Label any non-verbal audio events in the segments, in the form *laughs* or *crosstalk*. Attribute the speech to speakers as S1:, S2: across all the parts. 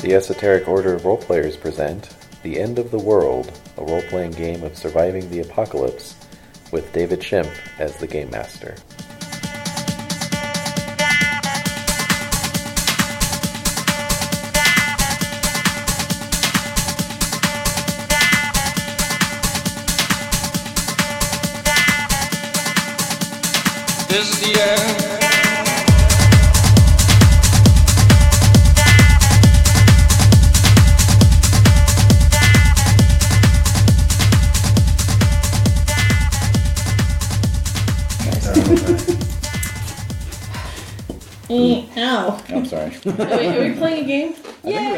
S1: The Esoteric Order of Roleplayers present The End of the World, a role playing game of surviving the apocalypse, with David Shimp as the Game Master.
S2: This is the end.
S3: Mm, ow.
S4: I'm sorry.
S3: Wait, *laughs* are we playing a game?
S4: Are
S3: Yeah.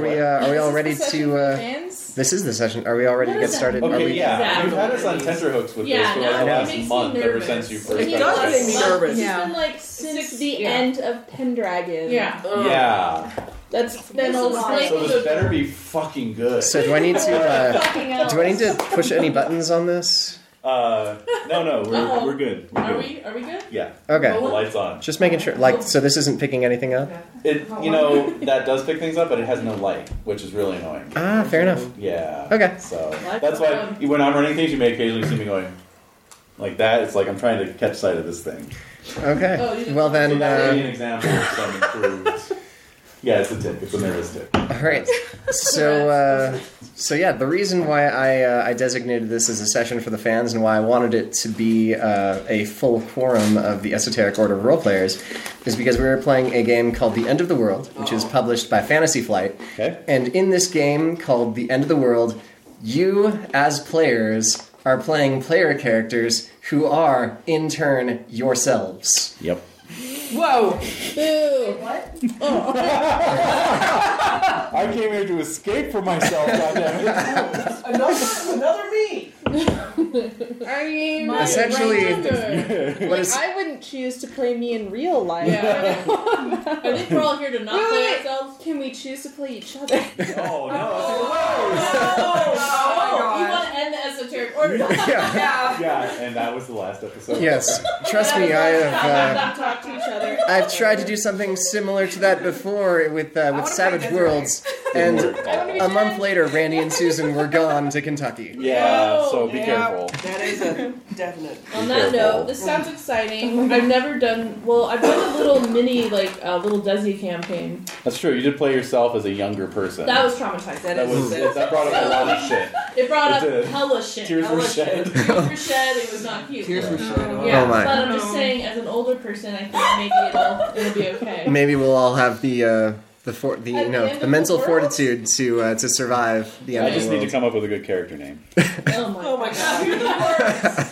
S4: we, uh, are we all ready
S3: Is this the
S4: to?
S3: session for
S4: Uh,
S3: fans?
S4: this is the session. Are we all ready to get started? Are
S5: Okay,
S4: we,
S5: yeah.
S3: Exactly.
S5: You've had us on tenterhooks with
S3: Yeah,
S5: this for
S3: no,
S5: like
S4: it
S5: the last
S3: makes me
S5: month, ever
S3: nervous.
S5: since you first
S3: It
S5: got
S3: does
S5: this.
S3: make me nervous.
S6: Yeah.
S3: It's been like
S6: since
S3: since
S6: the
S3: yeah.
S6: end of Pendragon.
S3: Yeah.
S5: Yeah.
S6: that's
S3: Been
S6: been
S3: a
S6: a
S3: lot.
S5: So this better be fucking good.
S4: So do I need to? Uh,
S6: Fucking hell.
S4: do I need to push any buttons on this?
S5: Uh, no, no, we're,
S3: Uh-oh.
S5: we're good. We're
S3: Are
S5: good.
S3: we? Are we good?
S5: Yeah. The
S4: Okay.
S5: lights on.
S4: Just making sure. Like, so this isn't picking anything up.
S5: It, you know, that does pick things up, but it has no light, which is really annoying.
S4: Ah, fair enough.
S5: Yeah.
S4: Okay.
S5: So
S3: Lights
S5: that's why
S3: on.
S5: when I'm running things, you may occasionally see me going like that. It's like I'm trying to catch sight of this thing.
S3: Oh, you
S4: Okay.
S3: didn't-
S4: Well
S5: So
S4: then.
S5: that would be
S4: Uh,
S5: an example of some improved. Yeah, it's a tip. It's a nervous tip.
S4: all right. So. Uh, so yeah, the reason why I uh, I designated this as a session for the fans and why I wanted it to be uh, a full quorum of the Esoteric Order of Role Players is because we were playing a game called The End of the World, which is published by Fantasy Flight.
S5: Okay.
S4: And in this game called The End of the World, you as players are playing player characters who are in turn yourselves.
S5: Yep.
S3: Whoa.
S5: I came here to escape from myself, goddammit.
S6: I mean,
S3: My
S4: Essentially-
S3: brother.
S4: What is
S6: I wouldn't choose to play me in real life.
S3: Yeah. *laughs* I think we're all here to not
S6: Wait,
S3: play
S6: wait.
S3: ourselves.
S6: Can we choose to play each other?
S5: Oh, no.
S3: Oh,
S6: my
S3: You
S6: God.
S3: want to end the esoteric order? yeah.
S5: Yeah, and that was the last episode.
S4: Yes, trust me, I have uh,
S6: Not talk to each other.
S4: I've tried to do something similar to that before with uh, with Savage Worlds, and a month later, Randy and Susan were gone to Kentucky.
S5: Yeah,
S3: No.
S5: so be
S7: Yeah.
S5: careful.
S7: That is a definite.
S3: On that
S5: careful.
S3: note, this sounds
S6: Oh
S3: exciting. I've never done well. I've done a little mini, like a little Desi campaign.
S5: That's true. You did play yourself as a younger person.
S3: That was traumatizing.
S5: That was-
S7: Mm.
S5: that brought up a lot of shit.
S3: It brought up
S5: It did.
S3: hella shit.
S5: Tears
S3: hella
S5: were shed.
S3: Shit. Tears were shed. It was not cute.
S7: Tears were shed.
S3: Yeah,
S4: Oh my.
S3: but I'm just saying, as an older person, I think maybe it'll, it'll be okay.
S4: Maybe we'll all have the uh, the for- the
S3: At the
S4: no
S3: end of the
S4: the mental
S3: world?
S4: fortitude to uh, to survive the end
S5: I
S4: of the
S5: just need
S4: world.
S5: to come up with a good character name.
S3: Oh my,
S7: Oh my God.
S3: You're the worst.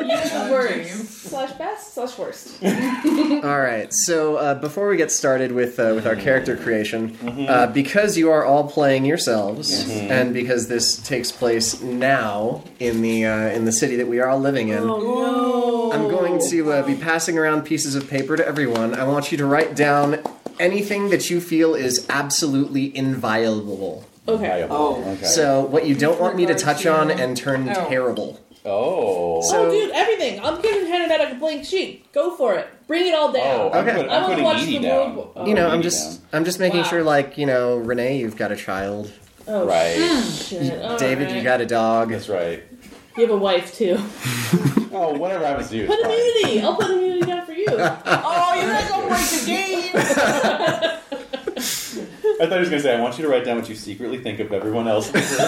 S3: You're the worst.
S6: slash best, slash worst.
S4: All right. So uh, before we get started with uh, with our character creation, uh, because you are all playing yourselves, and because this takes place now in the uh, in the city that we are all living in,
S3: Oh,
S4: I'm going to uh, be passing around pieces of paper to everyone. I want you to write down anything that you feel is absolutely inviolable.
S3: Okay.
S7: Oh.
S5: Okay.
S4: So what you don't want me to touch on and turn
S7: Oh.
S4: terrible.
S5: oh.
S4: So-
S3: oh, dude, everything. I'm giving Hannah back a blank sheet. Go for it. Bring it all
S5: oh,
S3: down.
S5: I'm,
S4: Okay.
S5: put,
S3: I
S5: I'm
S3: wanna
S5: putting
S3: watch
S5: Edie
S3: the
S5: down.
S3: World War-
S5: I'm
S4: You know,
S5: putting
S4: I'm
S5: Edie
S4: just
S5: down.
S4: I'm just making
S3: Oh. Wow.
S4: sure, like you know, Renee, you've got a child.
S3: Oh,
S5: Right.
S3: shit. All
S4: David, you
S3: right.
S4: got a dog.
S5: That's right.
S3: You have a wife too.
S5: Oh, whatever happens to you.
S3: Put
S5: it's fine.
S3: immunity. I'll put immunity down
S5: *laughs*
S3: for you.
S7: Oh, you're not gonna break the game.
S5: I thought he was going to say, I want you to write down what you secretly think of everyone else. *laughs* Don't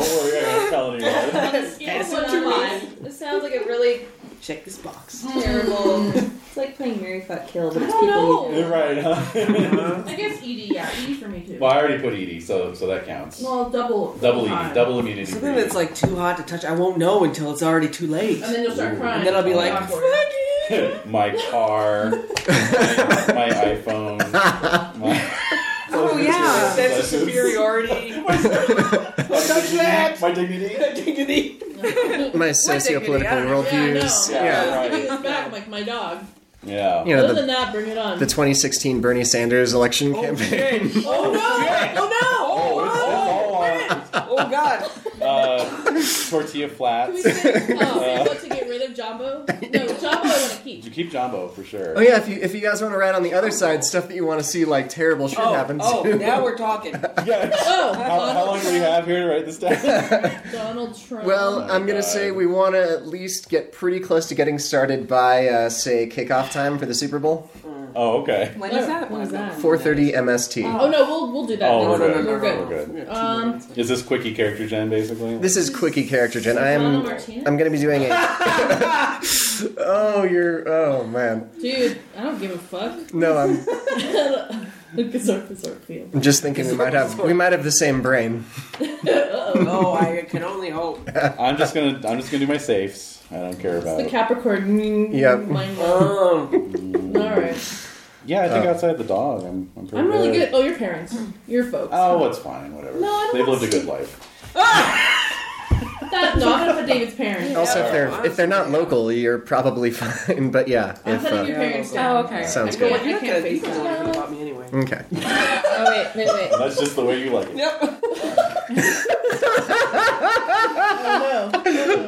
S5: worry, I won't tell anyone.
S3: That's
S6: what you mean. This sounds like a really
S7: Check this box.
S6: terrible. it's like playing Mary Fuck Kill, but it's
S3: I don't
S6: people.
S3: know.
S5: You're right, huh? *laughs*
S3: I guess Edie. Yeah, Edie for me too.
S5: well, I already put Edie, so so that counts.
S3: Well, double.
S5: double
S3: time.
S5: Edie, double immunity. for
S7: Something
S5: Edie.
S7: that's like too hot to touch. I won't know until it's already too late.
S3: And then you'll start
S5: Ooh.
S3: crying.
S7: And then I'll be like,
S3: Awkward.
S5: *laughs* my car, my, my iPhone. my- *laughs*
S7: Oh yeah. sense of
S5: lessons.
S7: superiority.
S5: My dignity.
S7: Dignity.
S3: *laughs*
S4: my
S7: dignity, I don't
S4: sociopolitical
S7: know.
S4: worldviews.
S3: Yeah, I know. I was
S5: Yeah, right.
S3: thinking this back, I'm
S5: *laughs*
S3: like my dog.
S5: Yeah.
S4: You know
S3: Other
S4: the,
S3: than that, bring it on.
S4: the 2016 Bernie Sanders election campaign.
S7: Okay.
S3: oh
S5: *laughs*
S3: no!
S7: Oh no!
S5: Oh, it's it's all
S7: Oh
S5: *laughs*
S7: god!
S5: on. Uh,
S3: Can we
S5: tortilla flats.
S3: say,
S5: *laughs*
S3: oh, say what to get rid of Jumbo? No, Jumbo I want to keep.
S5: You keep Jumbo for sure.
S4: *laughs* Oh yeah, if you if you guys want to write on the other side stuff that you want to see like terrible shit
S7: Oh,
S4: happen
S7: oh,
S4: to.
S7: now we're talking.
S5: Yeah.
S3: Oh,
S5: How, how long do we have here to write this down?
S3: Donald Trump.
S4: *laughs* Well,
S5: Oh my
S4: I'm gonna
S5: God.
S4: say we want to at least get pretty close to getting started by, uh, say, kickoff time for the Super Bowl,
S5: oh, okay.
S7: When
S3: No,
S7: is that?
S3: when is that?
S4: 4:30 MST.
S3: oh no, we'll we'll do that.
S5: Oh,
S7: No,
S3: next
S7: no,
S5: we're
S7: no,
S3: time.
S5: good.
S3: We're
S7: no, no,
S3: good.
S5: We're good.
S7: no.
S3: Um,
S5: Is this quickie character gen basically?
S4: This is quickie character gen. I
S3: Donna
S4: am
S3: Martinez?
S4: I'm gonna be
S7: *laughs*
S4: doing a. *laughs* oh, you're. Oh man.
S3: Dude, I don't give a fuck. *laughs*
S4: No, I'm,
S3: Gazorp, Gazorp, feel.
S4: I'm just thinking we might have we might have the same brain.
S7: oh, I can only hope.
S5: I'm just gonna I'm just gonna do my safes. I don't care about
S3: The
S5: it.
S3: Capricorn.
S4: Uh, Yep.
S3: *laughs* Mind blown.
S7: *laughs* Um,
S3: All right.
S5: yeah, I think
S4: Uh.
S5: outside the dog, I'm I'm pretty
S3: I'm really good. Oh, your parents. Your folks.
S5: Oh, it's fine. Whatever.
S3: No, I don't
S5: They've
S3: wanna
S5: lived a good life.
S3: That knock up at David's parents.
S4: Also, if
S5: Yeah.
S4: they're if they're not local, you're probably *laughs* fine. But yeah,
S3: I'm
S4: if
S3: putting
S4: uh,
S3: your parents
S7: Yeah,
S3: down.
S8: Oh, okay.
S4: sounds
S3: I
S4: good.
S3: can't-
S7: you
S3: I
S7: have
S3: can't
S7: to you
S3: face
S7: can the one who
S3: that.
S7: bought me anyway.
S4: okay.
S8: Oh wait, wait,
S4: *laughs*
S8: wait.
S5: That's just the way you like it.
S7: Yep.
S3: Oh no.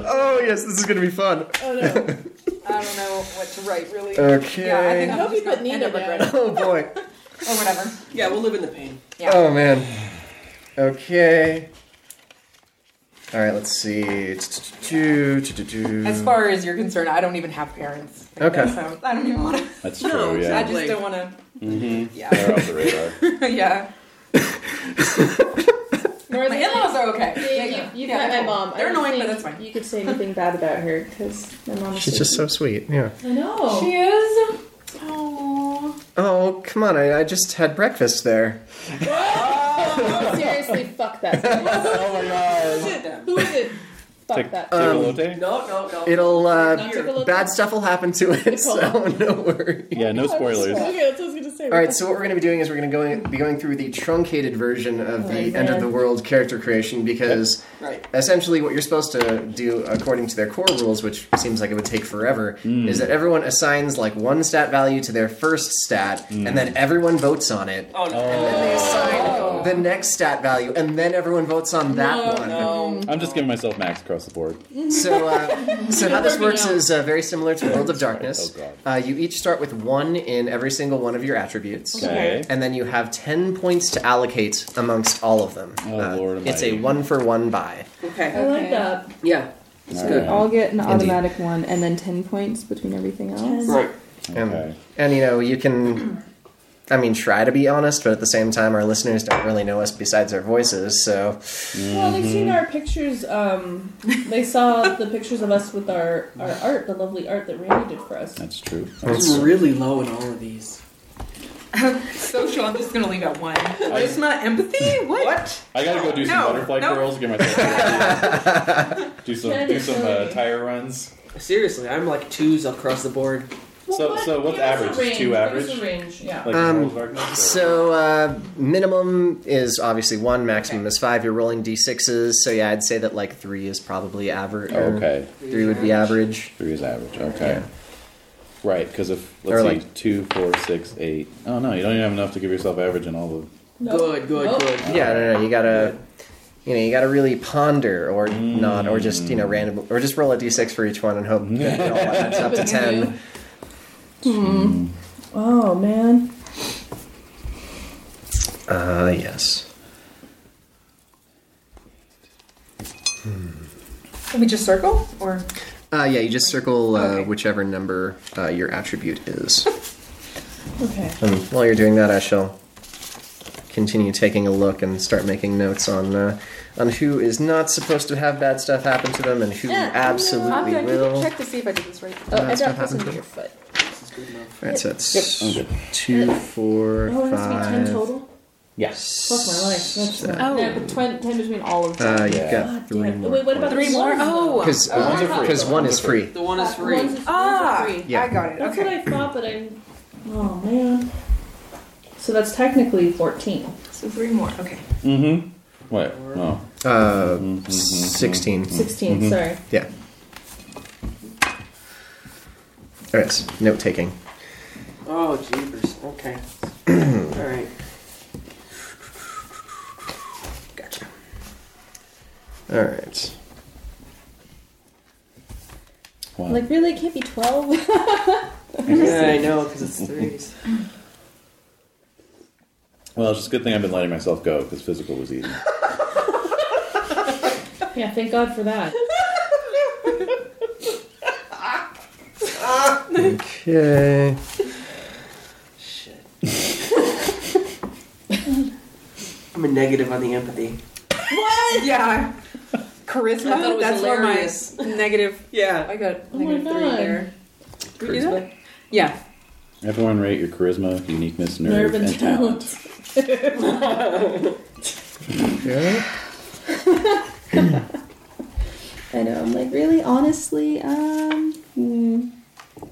S4: Oh yes, this is gonna be fun.
S3: Oh no.
S8: I don't know what to write really.
S4: Okay.
S8: Yeah, I think
S3: I
S8: I'm
S3: hope you
S8: just
S3: put
S8: gonna end
S3: Nina
S8: up regretting it.
S3: down.
S4: *laughs* Oh boy.
S8: or whatever.
S7: Yeah, we'll live in the pain.
S8: Yeah.
S4: Oh man. Okay. All right. Let's see. Do, do, do, do. *laughs*
S6: As far as you're concerned, I don't even have parents. Like,
S4: Okay.
S6: that's- I don't even want to.
S5: That's
S7: No,
S5: true.
S6: I
S5: Yeah.
S6: just don't want to.
S5: Mm-hmm.
S6: Yeah,
S5: They're off the
S3: *laughs*
S5: radar.
S6: *laughs* yeah.
S3: More
S6: My
S3: than
S6: in-laws are okay.
S3: Yeah,
S6: Yeah,
S3: you, you've
S6: yeah,
S3: met
S6: they're
S3: my
S6: cool.
S3: mom. I
S6: They're
S3: don't
S6: annoying, but
S3: think
S6: that's fine.
S8: You could say anything bad about her because my mom.
S4: She's just so sweet. Yeah.
S3: I know.
S6: She is. Oh.
S4: Oh come on! I, I just had breakfast there.
S8: seriously fuck that.
S5: oh my god.
S7: Sit down.
S3: Who is it?
S5: Take,
S8: Fuck
S5: take
S8: that.
S5: a
S4: Um,
S5: lote.
S7: No, no, no.
S4: It'll uh,
S3: Not took a look
S4: bad
S3: at-
S4: stuff will happen to it, so *laughs* no worries.
S5: Yeah, no spoilers.
S3: Okay, that's what I was gonna say.
S4: All right. So what we're going to be doing is we're going to go be going through the truncated version of the end of the world character creation because.
S7: Right.
S4: essentially what you're supposed to do according to their core rules which seems like it would take forever
S5: Hmm.
S4: is that everyone assigns like one stat value to their first stat
S5: Hmm.
S4: and then everyone votes on it
S7: Oh no.
S4: and then they assign the next stat value and then everyone votes on that
S3: Oh. No,
S4: one
S7: No.
S5: I'm just giving myself max across the board.
S3: *laughs*
S4: so, uh, so how this works is uh, very similar to world of darkness
S5: *laughs* Oh,
S4: uh, you each start with one in every single one of your attributes
S5: Okay.
S4: and then you have 10 points to allocate amongst all of them Uh,
S5: Oh, Lord
S4: it's a
S5: almighty.
S4: one for one buy
S7: Okay.
S3: I like
S6: Okay.
S3: that.
S7: Yeah.
S5: It's
S8: I'll get an
S4: Indeed.
S8: automatic one and then ten points between everything else.
S7: Right.
S4: And,
S5: Okay.
S4: and you know, you can, I mean, try to be honest, but at the same time, our listeners don't really know us besides our voices, so
S3: Well, they've seen our pictures. Um, they saw the pictures of us with our, our art, the lovely art that Randy did for us.
S5: That's true.
S7: I'm really low in all of these.
S6: Social, I'm just going to leave out one. Charisma, empathy? What? What?
S5: I gotta go do some
S6: No,
S5: butterfly
S6: no.
S5: curls. Get
S3: *laughs*
S5: myself do some do some uh,
S3: Sorry.
S5: tire runs.
S7: Seriously, I'm like twos across the board.
S5: So-
S3: what-
S5: so what's
S3: give us
S5: average?
S3: a range.
S5: Two
S3: Give us
S5: average?
S3: a range, yeah.
S5: Like
S4: Um,
S5: Harold Varknos, or-
S4: so uh, minimum is obviously one, maximum is five. You're rolling d sixes, so yeah, I'd say that like three is probably average. or
S5: Oh, okay,
S4: three would be average.
S5: three is average. Okay, right? Because if let's
S4: Or
S5: see,
S4: like-
S5: two, four, six, eight. Oh no, you don't even have enough to give yourself average in all the.
S3: Nope.
S7: Good, good,
S3: Nope.
S7: good.
S4: Yeah, no, no, you gotta. You know, you got to really ponder, or not, or just you know, random, or just roll a d6 for each one and hope that it all adds
S3: *laughs*
S4: up to ten.
S3: Oh man.
S4: Uh, yes.
S6: Can we just circle? Or
S4: Uh, yeah, you just circle uh,
S6: Okay.
S4: whichever number uh, your attribute is.
S3: Okay.
S4: and while you're doing that, I shall continue taking a look and start making notes on uh, on who is not supposed to have bad stuff happen to them and who absolutely
S6: I'm
S4: will.
S6: going to check to see if I did this right.
S8: Oh, I
S4: That's what
S8: dropped this
S4: happened.
S8: into your foot.
S4: All right, so it's
S5: Yep.
S4: two, four,
S3: Oh, it has to be ten
S4: five.
S3: total.
S5: Yes.
S3: Fuck my life. That's
S4: Seven.
S3: not-
S8: Yeah, but twen- ten between all of them.
S4: Uh, you've
S5: Yeah.
S4: got
S3: God
S4: three
S3: damn.
S4: more.
S3: Wait, what about
S6: Three more? Oh.
S4: Because
S6: Oh,
S5: ones are free.
S4: one is free.
S7: The one is
S3: Ones is-
S7: free.
S3: ones is
S6: Ah,
S3: free.
S4: Yeah.
S6: I got it.
S3: That's
S6: okay.
S3: what I thought, but I. Oh man. So that's technically 14.
S6: So three more.
S3: *laughs*
S6: Okay.
S5: Mm-hmm. Wait. No.
S4: Uh, 16.
S3: Mm-hmm. 16,
S5: Mm-hmm.
S3: sorry.
S4: Yeah. All right, note taking.
S7: Oh, jeepers. Okay. All right.
S3: *laughs*
S4: Gotcha. All right.
S5: Wow.
S3: Like, really, it can't be 12?
S7: Yeah, I know, because it's threes.
S5: well, it's just a good thing I've been letting myself go because physical was
S3: *laughs*
S5: easy.
S3: yeah, thank God for *laughs* that.
S4: Okay.
S7: Shit. I'm a negative on the empathy.
S6: What? Yeah. Charisma.
S7: I thought it was
S6: That's
S7: hilarious.
S6: where my negative.
S7: Yeah.
S6: I got
S3: Oh my
S6: negative three
S3: God.
S6: there. Can we do that? Yeah.
S5: Everyone rate your charisma, uniqueness, nerve,
S3: Nerve
S5: and,
S3: and
S5: talent.
S3: *laughs* talent.
S4: Yeah.
S3: I know, I'm like, really, honestly, um. hmm.
S7: Well,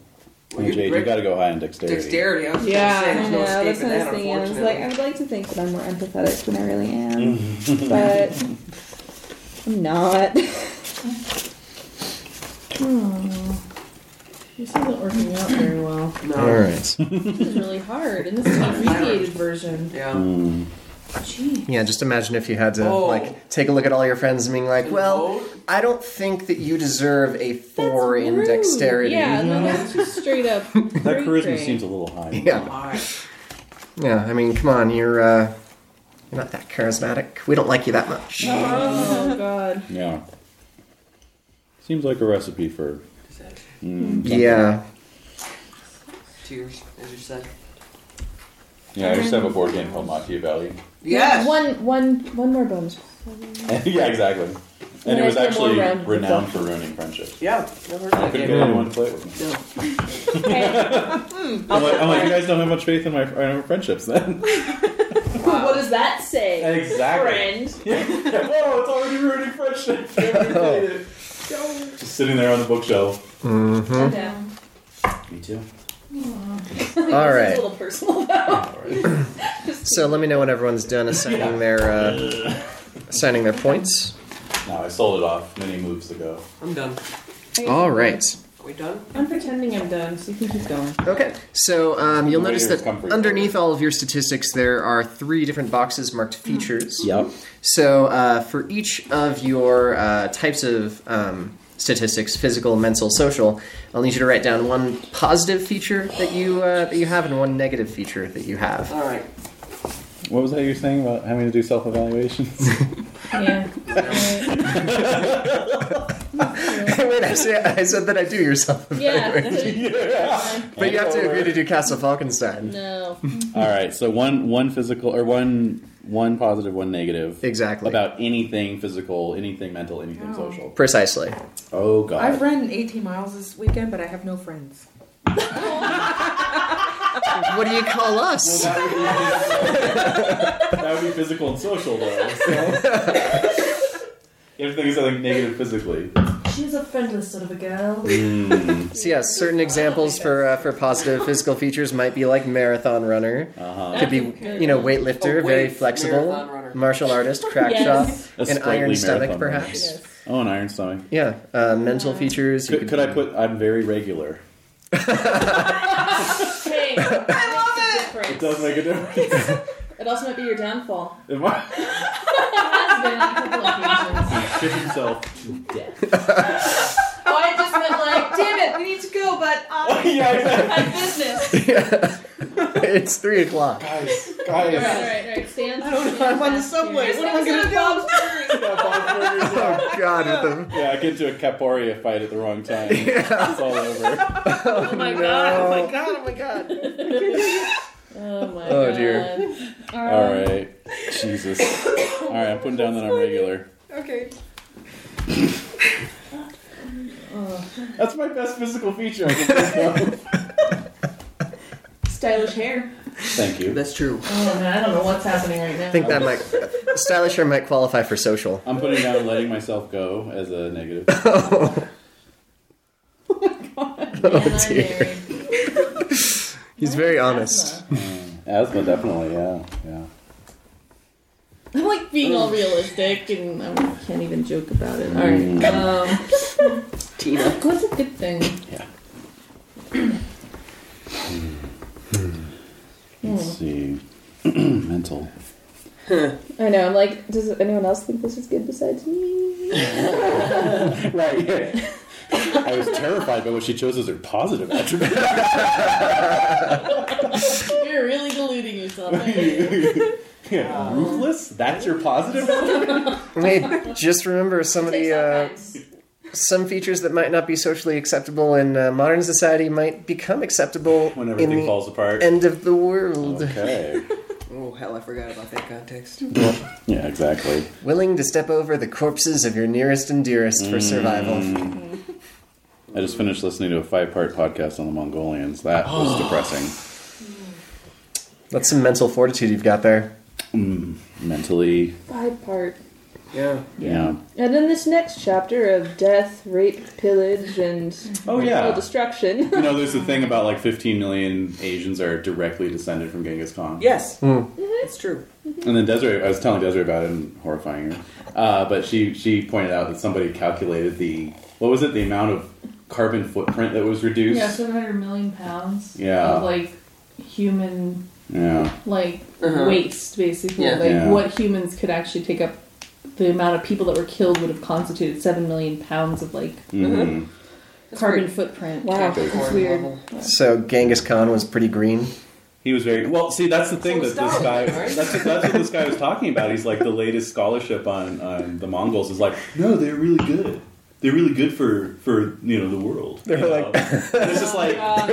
S5: And
S7: you
S5: Jade, you
S7: break-
S5: got to go high in dexterity.
S7: Dexterity. I was
S3: Yeah,
S7: gonna say,
S3: I
S7: there's
S3: know.
S7: no
S3: That's
S7: escaping
S3: what I was
S7: that,
S3: thinking. I was like, I
S7: unfortunately.
S3: would like to think that I'm more empathetic than I really am,
S7: *laughs*
S3: but I'm not. This isn't working out very well.
S4: All
S7: No.
S4: right.
S3: This is really hard, and this
S5: *laughs*
S3: is an abbreviated version.
S7: Yeah.
S3: Gee.
S4: Yeah, just imagine if you had to
S7: Oh.
S4: like take a look at all your friends and being like,
S7: And
S4: "Well,
S7: vote?
S4: I don't think that you deserve a
S3: That's
S4: four in
S3: rude.
S4: dexterity."
S5: *laughs*
S3: Yeah, no, that's just straight up.
S5: That charisma seems a little high.
S4: yeah,
S7: Alright.
S4: Yeah, I mean, come on, you're uh, you're not that charismatic. We don't like you that much.
S3: Oh god.
S5: Yeah. Seems like a recipe for. hmm.
S7: Is that
S4: Yeah,
S7: Tears, as you said.
S5: Yeah, I used to have a board game called Machiavelli.
S7: Yes.
S3: One, one, one more bonus.
S5: *laughs* yeah, exactly. And
S3: Yeah,
S5: it was
S3: I feel
S5: actually
S3: more rounded.
S5: renowned for ruining friendships.
S7: Yeah. Never heard of
S5: I
S7: that
S5: couldn't
S7: game.
S5: get anyone to play it with me.
S7: No.
S3: Okay.
S5: I'm like, I'm like, *laughs* you guys don't have much faith in my in our friendships
S3: *laughs*
S5: then.
S3: what does that say? Friend.
S5: Yeah, *laughs* Whoa, it's already ruining *laughs* friendships. Nobody played it. Oh. Just sitting there on the bookshelf.
S3: Okay.
S5: Me too.
S4: All
S3: This is
S4: right.
S3: A little personal.
S4: So let me know when everyone's done assigning their uh, assigning their points.
S5: No, I sold it off many moves ago.
S7: I'm done.
S4: All right.
S7: Are we done?
S3: I'm pretending I'm done, so you can keep going.
S4: Okay. So um, you'll notice
S5: Waiters
S4: that
S5: come for you.
S4: underneath all of your statistics, there are three different boxes marked features.
S5: Yep.
S4: So, uh, for each of your uh, types of um, statistics physical, mental, social I'll need you to write down one positive feature that you uh, that you have and one negative feature that you have.
S7: Alright.
S5: What was that you were saying about having to do self evaluations?
S3: Yeah.
S4: *laughs* Wait, I said, I said that I do yourself,
S3: yeah. so-
S4: but you have to agree to do Castle Falkenstein.
S3: No.
S5: *laughs* All right, so one one physical or one one positive, one negative.
S4: Exactly.
S5: About anything physical, anything mental, anything social.
S4: Precisely.
S5: Oh god.
S6: I've run 18 miles this weekend, but I have no friends.
S4: What do you call us?
S5: that, would be physical. that would be physical and social though.
S4: *laughs*
S5: So. you have to think of something negative physically. Mm,
S3: She's a friendless sort of a girl.
S4: So yeah, certain examples for uh, for positive physical features might be like marathon runner,
S5: Uh-huh.
S4: could be you know weightlifter,
S7: Oh,
S4: very
S7: weight,
S4: flexible,
S7: marathon runner.
S4: martial artist, crack *laughs*
S3: Yes.
S4: shot,
S5: A
S4: an iron
S5: sprightly
S4: stomach
S5: marathon runner.
S4: perhaps.
S3: Yes.
S5: Oh, an iron stomach.
S4: Yeah, uh, mental features. you
S5: Could, could I put I'm very regular?
S6: *laughs*
S3: Hey, I love
S5: It does make a difference.
S3: It also might be your downfall.
S5: Am I-
S3: Has been on a couple occasions.
S5: Shit himself to death.
S3: Oh, I just meant like
S6: Damn it, we need to go, but
S3: uh,
S6: um,
S5: yeah, exactly.
S3: my business.
S4: *laughs* it's three o'clock.
S5: Guys,
S3: All right, all
S5: guys.
S3: right, all right. Stand.
S6: I don't know, I'm on the subway. What am I going to do?
S5: Yeah, Bob Burger's out.
S4: *laughs* Oh God, *laughs* with
S5: Yeah, I get into a Caporia fight at the wrong
S4: *laughs*
S5: time. It's all over.
S3: Oh my god.
S4: my God, oh my God.
S3: Oh my
S4: Oh,
S3: god.
S4: dear.
S5: All right. Jesus. All right, I'm putting down that I'm regular.
S6: Okay.
S5: That's my best physical feature I can think of.
S3: Stylish hair.
S5: Thank you.
S7: That's true.
S3: Oh man, I don't know what's happening right now.
S4: I think that might stylish hair might qualify for social. *laughs*
S5: I'm putting down letting myself go as a negative.
S3: Man, I'm
S4: dear.
S3: married.
S4: He's very honest.
S5: Mm. Asthma, definitely. Yeah, yeah.
S3: I'm like being all realistic and I can't even joke about
S4: Mm.
S3: it. Alright. Um,
S7: Tina.
S3: what's a good thing?
S5: Let's see. *clears throat* Mental.
S9: I know. I'm like, does anyone else think this is good besides me?
S5: Right. *laughs* yeah. I was terrified by what she chose as her positive attribute. *laughs*
S3: You're really deluding yourself. aren't you?
S10: Yeah, ruthless. That's your positive. one?
S4: Hey, just remember some of
S3: Takes
S4: the uh,
S3: offense.
S4: some features that might not be socially acceptable in uh, modern society might become acceptable
S10: when
S4: in
S10: everything
S4: the
S10: falls apart.
S4: end of the world.
S5: Okay.
S7: Oh, hell, I forgot about that context.
S5: Yeah, exactly.
S4: Willing to step over the corpses of your nearest and dearest for survival.
S5: I just finished listening to a five-part podcast on the Mongolians. That *gasps* was depressing.
S4: That's some mental fortitude you've got there.
S5: Mentally,
S9: Five part.
S7: Yeah.
S5: yeah.
S9: And in this next chapter of death, rape, pillage, and
S10: Oh, yeah.
S9: total destruction.
S5: You know, there's the thing about like 15 million Asians are directly descended from Genghis Khan.
S7: Yes.
S3: Mm-hmm.
S7: It's true.
S5: And then Desiree, I was telling Desiree about it and horrifying her, uh, but she she pointed out that somebody calculated the what was it the amount of carbon footprint that was reduced.
S3: Yeah, 700 million pounds
S5: Yeah.
S3: of like human
S5: Yeah.
S3: like
S7: Uh-huh.
S3: waste basically
S7: Yeah.
S3: like
S5: Yeah.
S3: what humans could actually take up the amount of people that were killed would have constituted 7 million pounds of like
S5: Mhm.
S3: carbon
S7: pretty-
S3: footprint
S9: Wow,
S7: Capricorn
S9: that's weird.
S7: level.
S4: So Genghis Khan was pretty green.
S5: He was very well. See, that's the thing
S7: So
S5: that
S7: was
S5: this guy
S7: Darwin, right?
S5: that's what, that's what this guy was talking about. He's like the latest scholarship on on the Mongols is like no, they're really good. They're really good for for you know the world.
S4: They're
S5: you
S4: like-
S5: know? it's
S7: Oh
S5: just like yeah,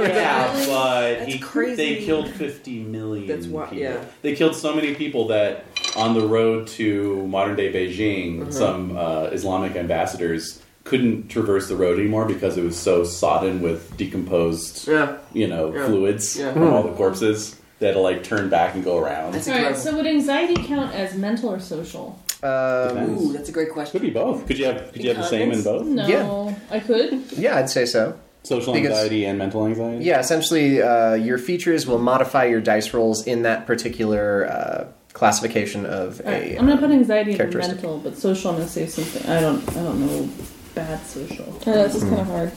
S5: but
S7: That's
S5: he,
S7: crazy.
S5: they killed fifty million.
S7: That's why-
S5: people.
S7: yeah.
S5: They killed so many people that on the road to modern day Beijing,
S7: Uh-huh.
S5: some uh, Islamic ambassadors couldn't traverse the road anymore because it was so sodden with decomposed
S7: Yeah.
S5: you know,
S7: Yeah.
S5: fluids
S7: Yeah.
S5: from
S4: Hmm.
S5: all the corpses that'll like turn back and go around.
S7: That's
S3: all right
S7: incredible.
S3: so would anxiety count as mental or social
S4: Um,
S5: Depends.
S7: Ooh, that's a great
S5: Could
S7: question.
S5: be both. Could you have could you have the same in both?
S3: no i could
S4: yeah, I'd say so.
S5: Social
S4: Because-
S5: anxiety and mental anxiety?
S4: Yeah, essentially, uh, your features will modify your dice rolls in that particular uh, classification of
S3: all right.
S4: a.
S3: Uh, i'm gonna put anxiety in
S4: characteristic.
S3: mental but social i'm gonna say something i don't i don't know bad social
S9: I know, this is kind of hard.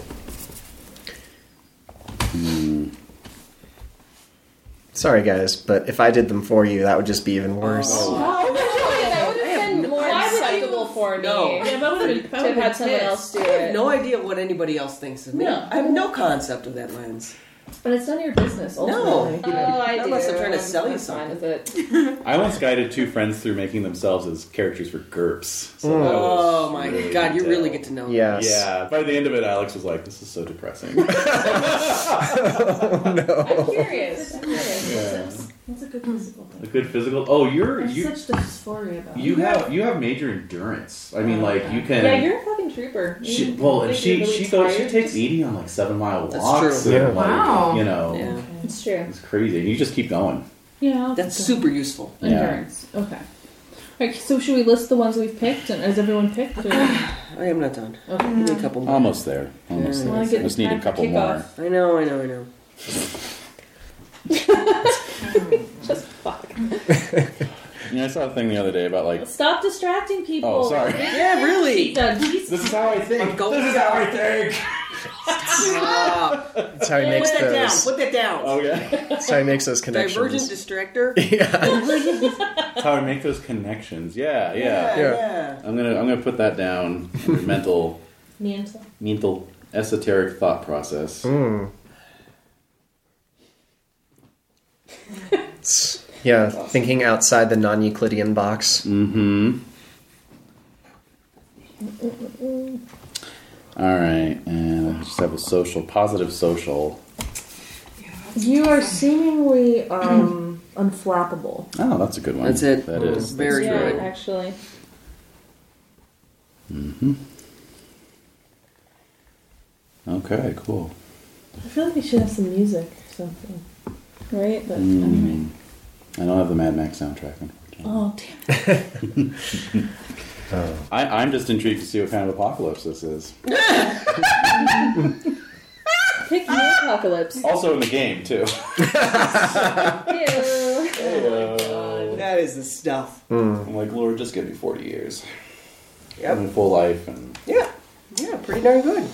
S4: Sorry, guys, but if I did them for you, that would just be even worse.
S3: Oh.
S9: that would have Oh, been more acceptable for me.
S7: No.
S3: yeah, but I would have
S9: To have had someone else do
S7: I have
S9: it.
S7: no idea what anybody else thinks of me.
S3: No.
S7: I have no concept of that lens.
S3: But it's none of your business.
S7: No.
S9: Oh, I do.
S7: Unless I'm trying to sell you
S9: I'm fine
S7: something.
S9: with it.
S5: I once guided two friends through making themselves as characters for GURPS. So that was
S7: Oh my
S5: really
S7: god, you really get
S5: detailed.
S7: to know.
S4: Hmm. Yes.
S5: Yeah. By the end of it Alex was like, This is
S4: *laughs*
S5: so depressing.
S9: I'm curious. I'm curious.
S5: yeah.
S3: What's a good physical thing?
S5: *laughs* A good physical Oh, you're
S3: There's
S5: you
S3: such dysphoria about
S5: you have you have major endurance. I
S7: Oh,
S5: mean like you can
S9: Yeah, you're a fucking trooper. You
S5: she,
S9: can-
S5: well, and
S9: if
S5: she
S9: you're really
S5: she goes. She
S9: tired,
S5: takes Edie on like seven mile
S7: That's
S5: walks.
S7: true.
S5: and,
S4: Yeah.
S5: like,
S6: Wow.
S5: You know,
S7: Yeah.
S9: It's true.
S5: it's crazy. You just keep going.
S3: Yeah,
S7: That's super useful.
S5: Yeah.
S3: endurance. Okay. All right, so should we list the ones we've picked? And has everyone picked? Or?
S7: I am not done.
S3: Okay.
S7: Give me a couple more.
S5: Almost there. Almost
S7: Yeah.
S5: there.
S3: Well, I get
S5: Just need a
S3: back to
S5: couple
S3: kick
S5: more.
S3: off.
S7: I know, I know, I know.
S9: Just fuck.
S5: You know, I saw a thing the other day about like.
S3: Stop distracting people.
S5: Oh, sorry.
S7: Yeah, really.
S3: Done. He's-
S5: *laughs* This is how I
S7: I'm
S5: think.
S7: going
S5: This is how I think.
S3: *laughs*
S7: Ah,
S4: That's how he
S7: put
S4: makes
S7: that down.
S4: those.
S7: Put that down.
S5: Oh, Okay.
S4: That's how he makes those
S7: Divergent
S4: connections.
S5: *laughs*
S7: distractor.
S4: yeah.
S5: That's how I make those connections. Yeah, yeah.
S7: yeah.
S5: I'm gonna I'm gonna put that down. under mental
S3: Mantle.
S5: mental esoteric thought process.
S4: Mm. Yeah, thinking outside the non-Euclidean box.
S5: Mm-hmm. All right, and I just have a social, positive social.
S3: You are seemingly um, *clears throat* unflappable.
S5: Oh, that's a good one.
S7: That's it.
S5: That is
S7: Very
S5: that's
S9: yeah,
S5: true.
S9: actually.
S5: Okay, cool.
S3: I feel like we should have some music or something,
S9: Right?
S3: but
S5: Mm. I don't have the Mad Max soundtrack. Unfortunately.
S3: oh damn. it.
S5: I, I'm just intrigued to see what kind of apocalypse this is.
S9: Pick the apocalypse.
S3: *laughs*
S5: Also in the game too.
S3: uh,
S9: Ew.
S10: Heyo.
S7: That is the stuff.
S4: Mm.
S5: I'm like, Lord, just give me 40 years.
S7: Yep.
S5: And full life. And
S7: Yeah. Yeah, pretty darn good.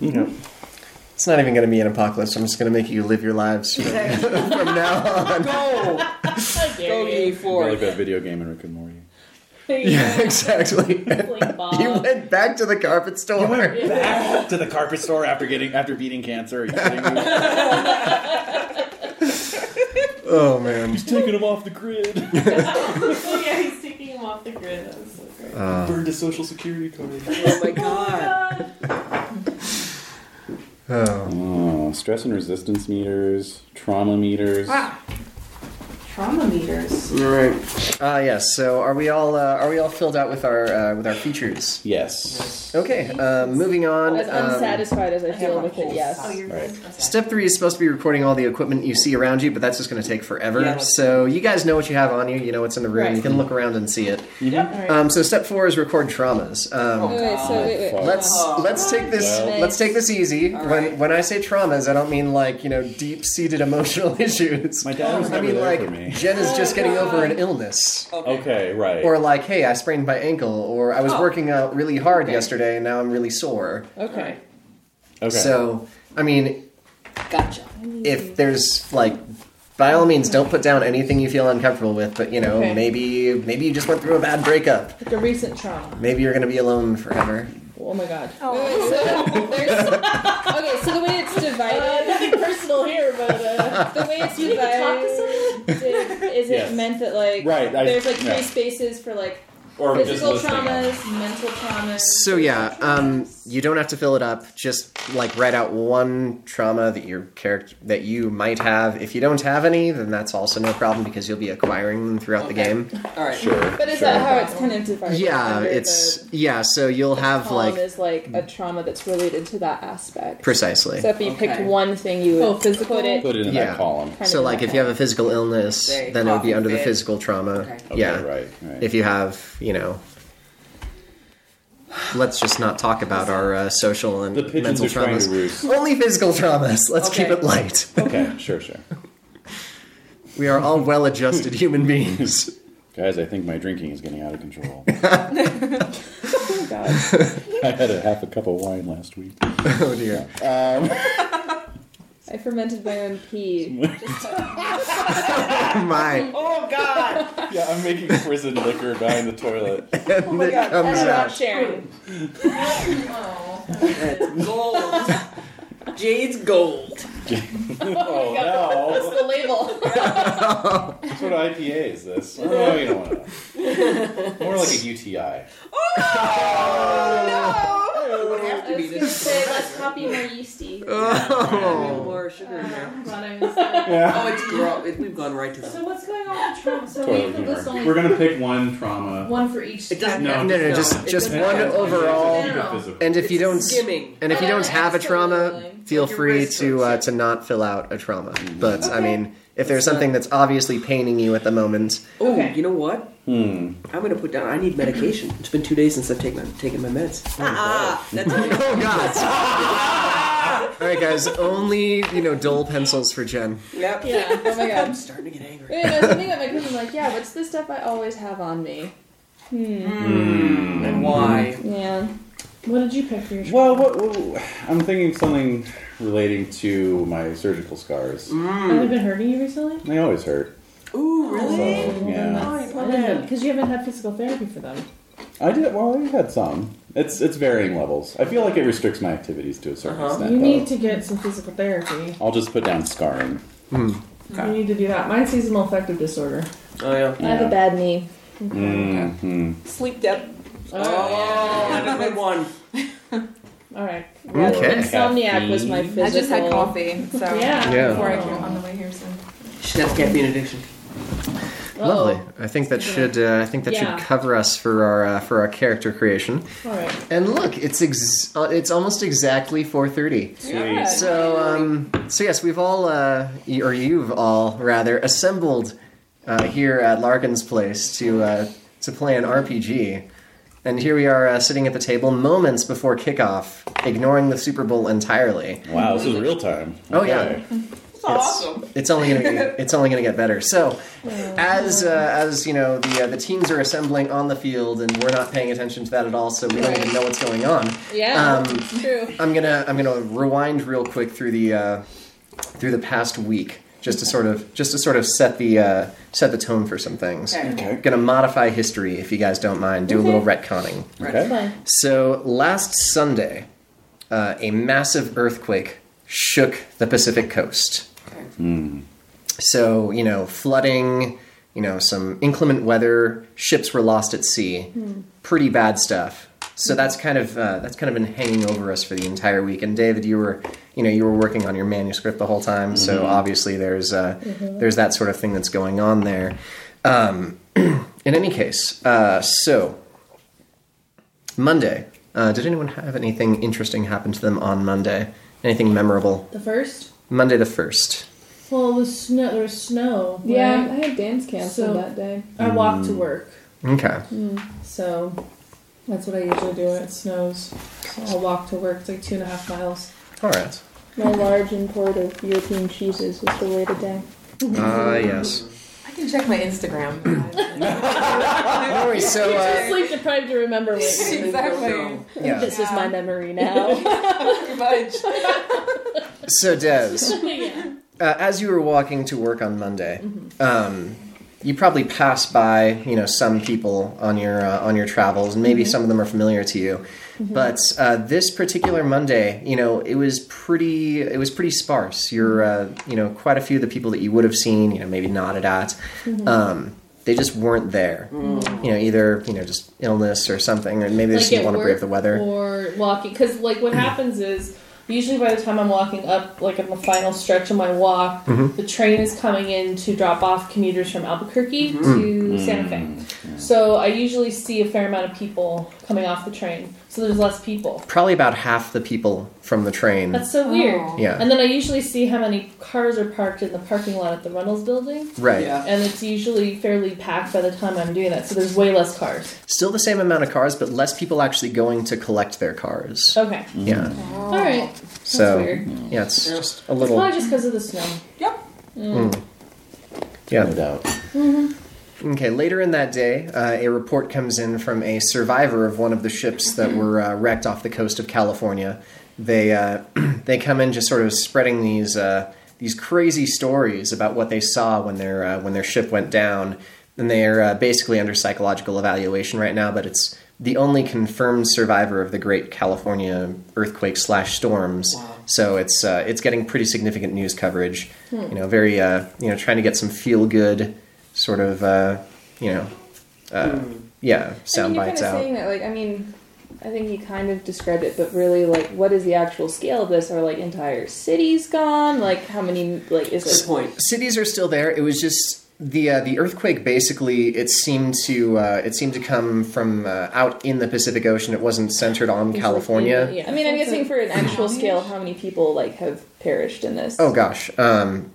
S4: It's not even going to be an apocalypse. I'm just going to make you live your lives from, *laughs* from now on.
S7: Go! Go ye
S5: I like
S7: forth.
S5: that video game in Rick and Morty.
S9: *laughs*
S4: Yeah, exactly. *laughs*
S5: *laughs*
S3: Like Bob.
S4: You went back to the carpet store.
S5: Back to the carpet store after getting after beating cancer. Are you kidding
S4: *laughs*
S5: me?
S4: *laughs* Oh man.
S5: He's taking him off the grid.
S3: Oh, yeah, he's taking him off the grid. That was so great.
S5: Burned his social security card.
S7: Oh my god.
S5: *laughs*
S4: Oh.
S5: Oh, stress and resistance meters, trauma meters.
S6: Wow. Trauma meters.
S7: Alright.
S4: Ah yes. So are we all uh, are we all filled out with our uh, with our features?
S5: Yes.
S4: Okay. Um, moving on.
S9: As
S4: um,
S9: unsatisfied as I feel with it, yes.
S6: Oh, you're
S5: Right.
S4: Step three is supposed to be recording all the equipment you see around you, but that's just going to take forever.
S7: Yeah.
S4: so you guys know what you have on you. You know what's in the room.
S3: Right.
S4: You can look around and see it.
S5: Mm-hmm.
S3: Alright.
S4: Um, so step four is record traumas. Um,
S3: Oh,
S9: Wait, wait, so wait, wait.
S5: Fuck.
S4: Let's let's take this
S5: Well-
S4: let's take this easy.
S7: All
S4: When
S7: right.
S4: when I say traumas, I don't mean like you know deep seated *laughs* emotional issues.
S5: My dad was
S4: I
S5: never
S4: mean
S5: there
S4: like
S5: for me.
S4: Jen is just getting over an illness,
S5: Oh. Okay, right.
S4: or like hey I sprained my ankle, or I was
S6: Oh.
S4: working out really hard yesterday and now I'm really sore.
S3: Okay.
S5: okay.
S4: So I mean
S7: Gotcha.
S4: if there's like. By all means, don't put down anything you feel uncomfortable with. But you know,
S3: Okay.
S4: maybe maybe you just went through a bad breakup.
S3: Like a recent trauma.
S4: Maybe you're gonna be alone forever.
S3: Oh my god.
S9: Wait,
S3: *laughs*
S9: so there's- okay, so the way it's
S3: Uh,
S9: divided,
S3: nothing personal here, but uh,
S9: the
S3: *laughs*
S9: way it's
S3: you need to talk to
S9: divided, is, is
S5: Yes.
S9: it meant that like
S5: Right, I-
S9: there's like three
S5: yeah.
S9: spaces for like
S5: or just
S9: physical
S5: listening.
S9: traumas, mental traumas.
S4: So yeah, um, you don't have to fill it up. Just like write out one trauma that your character that you might have. If you don't have any, then that's also no problem because you'll be acquiring them throughout the
S9: *laughs*
S4: game.
S7: Alright.
S5: Sure.
S9: But is
S5: sure.
S9: that how it's kind of divided?
S4: Yeah,
S9: Under
S4: it's
S9: the
S4: yeah. So you'll have
S9: column
S4: like
S9: is like a trauma that's related to that aspect.
S4: precisely.
S9: So if you picked
S7: Okay.
S9: one thing, you would
S3: Oh, physical?
S9: put it.
S5: Put it in
S4: Yeah.
S5: that column.
S9: kind
S4: So
S9: of
S4: like
S9: in
S4: if
S9: that
S4: you have a physical illness,
S7: Say,
S4: then it would be
S7: cough,
S4: under the
S7: fit.
S4: physical trauma.
S5: Okay,
S4: Yeah.
S5: Right. Right.
S4: If you have, you know. Let's just not talk about our uh, social and
S5: the pigeons
S4: mental
S5: are trying to
S4: traumas. *laughs*
S5: roost.
S4: Only physical traumas. Let's keep
S7: Okay.
S4: it light.
S5: Okay. Sure. Sure.
S4: We are all well
S5: *laughs*
S4: adjusted human beings.
S5: Guys, I think my drinking is getting out
S4: *laughs*
S5: of control. *laughs* I had a half a cup of wine last week.
S4: Oh dear.
S5: Um,
S9: I fermented my own pee.
S4: *laughs* Oh my.
S7: Oh god!
S5: Yeah, I'm making prison liquor behind the *laughs* toilet.
S4: And it
S5: Um,
S7: Oh,
S4: comes
S9: Not
S4: out.
S9: sharing.
S7: That's gold.
S5: *laughs*
S7: Jade's gold.
S5: Oh, no.
S9: The
S3: *laughs*
S9: label.
S5: What sort of IPA is this? Oh, no, you don't want that. More like a UTI.
S3: Oh,
S7: It would have
S9: I
S7: to be
S9: was gonna
S7: this.
S9: say let's copy
S4: *laughs*
S9: more yeasty. Uh,
S4: Oh.
S7: More sugar in there.
S5: Yeah.
S7: Oh, it's gross. It, we've gone right to the.
S3: so what's going on with trauma? So
S5: Toilet
S3: we list
S5: humor.
S3: only
S5: We're gonna pick one trauma.
S3: one for each.
S7: It doesn't
S5: No,
S7: have
S4: No,
S7: to
S4: no,
S7: go.
S4: just
S7: It's
S4: just
S7: just
S4: one
S7: kind of-
S4: overall.
S3: general.
S4: And if you don't,
S7: skimming. Uh,
S4: and if you don't have a trauma, feel
S7: Your
S4: free
S7: wrist
S4: to uh,
S7: hurts.
S4: to not fill out a trauma.
S5: Mm.
S4: But I mean, if there's something that's obviously paining you at the moment,
S7: Oh,
S3: Okay.
S7: you know what?
S5: Hmm.
S7: I'm gonna put down. I need medication. It's been two days since I've taken my, taken my meds. Ah, that's
S4: oh god. *laughs* All right, guys. Only you know, dull pencils for Jen.
S7: *laughs* yep.
S9: Yeah. Oh my
S7: I'm
S9: god.
S7: starting to get angry.
S9: Wait, no, something that my cousin like. Yeah, what's the stuff I always have on me?
S7: And why?
S9: Yeah.
S3: What did you pick for your trauma?
S5: Well, what, what- I'm thinking something relating to my surgical scars.
S6: Mm.
S3: Have I been hurting you recently?
S5: They always hurt.
S7: Ooh, really? Oh,
S5: So, Oh, yeah.
S3: Because you haven't had physical therapy for them.
S5: I did. Well, I had some. It's it's varying levels. I feel like it restricts my activities to a certain
S7: Uh-huh.
S5: extent.
S3: You
S5: though.
S3: need to get some physical therapy.
S5: I'll just put down scarring.
S3: You need to do that. Mine's seasonal affective disorder.
S7: Oh yeah.
S9: I have a bad knee.
S5: Mm-hmm.
S7: Sleep debt.
S3: Oh.
S7: I don't have one.
S3: All right.
S4: Okay.
S9: Insomniac was my physical.
S6: I just had coffee,
S3: *laughs*
S6: so
S3: Yeah.
S4: Yeah.
S6: before I came on the way here, so
S7: She has caffeine addiction.
S4: Lovely. I think that should uh, I think that
S3: Yeah.
S4: should cover us for our uh, for our character creation.
S3: All right.
S4: And look, it's ex- uh, it's almost exactly 4:30.
S5: Sweet.
S4: So um, so yes, we've all uh, y- or you've all rather assembled uh, here at Larkin's place to uh, to play an RPG. And here we are uh, sitting at the table moments before kickoff, ignoring the Super Bowl entirely.
S5: Wow, this is real time.
S4: Oh,
S5: Okay.
S6: It's awesome.
S4: It's only gonna
S3: *laughs*
S4: get, it's only gonna get better. So, as uh, as you know, the uh, the teams are assembling on the field, and we're not paying attention to that at all, so we don't even know what's going on.
S3: Yeah,
S4: Um,
S3: it's true.
S4: I'm gonna I'm gonna rewind real quick through the uh, through the past week just to sort of just to sort of set the uh, set the tone for some things.
S6: Okay.
S4: Gonna modify history if you guys don't mind. Do a
S3: Mm-hmm.
S4: little retconning.
S1: Okay.
S9: Fine.
S4: So last Sunday, uh, a massive earthquake shook the Pacific coast. So you know, flooding, you know, some inclement weather, ships were lost at sea, pretty bad stuff. So that's kind of uh, that's kind of been hanging over us for the entire week. And David, you were you know you were working on your manuscript the whole time, so obviously there's uh, there's that sort of thing that's going on there. Um, *clears throat* in any case, uh, so Monday. Uh, did anyone have anything interesting happen to them on Monday? Anything memorable?
S3: The first.
S4: Monday the 1st.
S3: Well, the snow. There was snow.
S9: Yeah,
S3: right?
S9: I had dance canceled
S3: So-
S9: that day.
S3: I walked
S4: Hmm.
S3: to work,
S4: Okay.
S3: so that's what I usually do when it snows. So I'll walk to work. It's like two and a half miles.
S4: All right.
S9: My large import of European cheeses was the word of day.
S4: Ah, yes.
S6: I can check my Instagram.
S4: All right, so, uh,
S3: Sleep deprived to remember. What
S6: exactly.
S4: yeah.
S9: This is my memory
S3: *laughs*
S9: now. *laughs*
S6: *laughs* Fudge.
S4: so Des,
S3: yeah.
S4: uh, as you were walking to work on Monday, um, you probably pass by, you know, some people on your uh, on your travels, and
S3: Mm-hmm.
S4: maybe some of them are familiar to you. But uh, this particular Monday, you know, it was pretty it was pretty sparse. You're, uh,
S3: Mm-hmm.
S4: you know, quite a few of the people that you would have seen, you know, maybe nodded at.
S3: Mm-hmm.
S4: Um, they just weren't there. You know, either you know, just illness or something, or maybe they just
S3: Like
S4: didn't
S3: at
S4: want to brave
S3: work
S4: the weather. Mm-hmm.
S3: or walking, because like what happens is usually by the time I'm walking up, like on the final stretch of my walk,
S4: Mm-hmm.
S3: the train is coming in to drop off commuters from Albuquerque to
S4: Mm.
S3: Santa Fe. So I usually see a fair amount of people coming off the train, so there's less people.
S4: probably about half the people from the train.
S3: That's so weird.
S6: Oh.
S4: Mm. Yeah.
S3: And then I usually see how many cars are parked in the parking lot at the Reynolds building.
S4: right.
S3: And it's usually fairly packed by the time I'm doing that, so there's way less cars.
S4: Still the same amount of cars, but less people actually going to collect their cars.
S3: Oh, Okay.
S4: Yeah.
S3: All right.
S4: so
S3: weird.
S4: yeah, it's
S7: Yeah.
S4: just
S3: It's
S4: a
S3: probably
S4: little
S3: just because of the snow.
S6: Yep.
S1: No
S4: yeah.
S1: doubt.
S4: Okay. Later in that day, uh, a report comes in from a survivor of one of the ships that were uh, wrecked off the coast of California. They uh, *clears throat* they come in just sort of spreading these uh, these crazy stories about what they saw when their uh, when their ship went down. And they're uh, basically under psychological evaluation right now, but it's the only confirmed survivor of the Great California earthquake slash storms. So it's uh, it's getting pretty significant news coverage. You know, very uh, you know trying to get some feel good sort of uh, you know uh, yeah sound
S9: Hmm. I mean, you're
S4: bites
S9: kind of
S4: out.
S9: saying that, like, I mean, I think you kind of described it, but really, like, what is the actual scale of this? Are like entire cities gone? Like, how many? Like, is
S7: Good
S9: like
S7: point.
S4: cities are still there. It was just the uh, the earthquake. Basically, it seemed to uh, it seemed to come from uh, out in the Pacific Ocean. It wasn't centered on California.
S3: Yeah.
S9: I mean, I'm guessing for an actual scale, how many people like have perished in this?
S4: Oh gosh, um,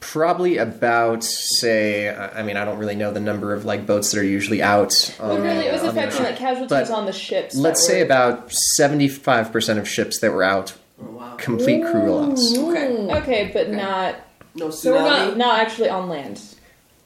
S4: probably about say. I I mean, I don't really know the number of like boats that are usually out.
S9: But
S4: on-
S9: Oh, really, it was
S4: on the
S9: affecting
S4: ocean.
S9: like casualties
S4: But
S9: on the ships. that
S4: Let's say
S9: were-
S4: about seventy five percent of ships that were out,
S7: Oh, wow.
S4: complete crew loss.
S6: Okay.
S9: Okay, but not.
S7: No tsunami.
S9: So we're not not actually on land.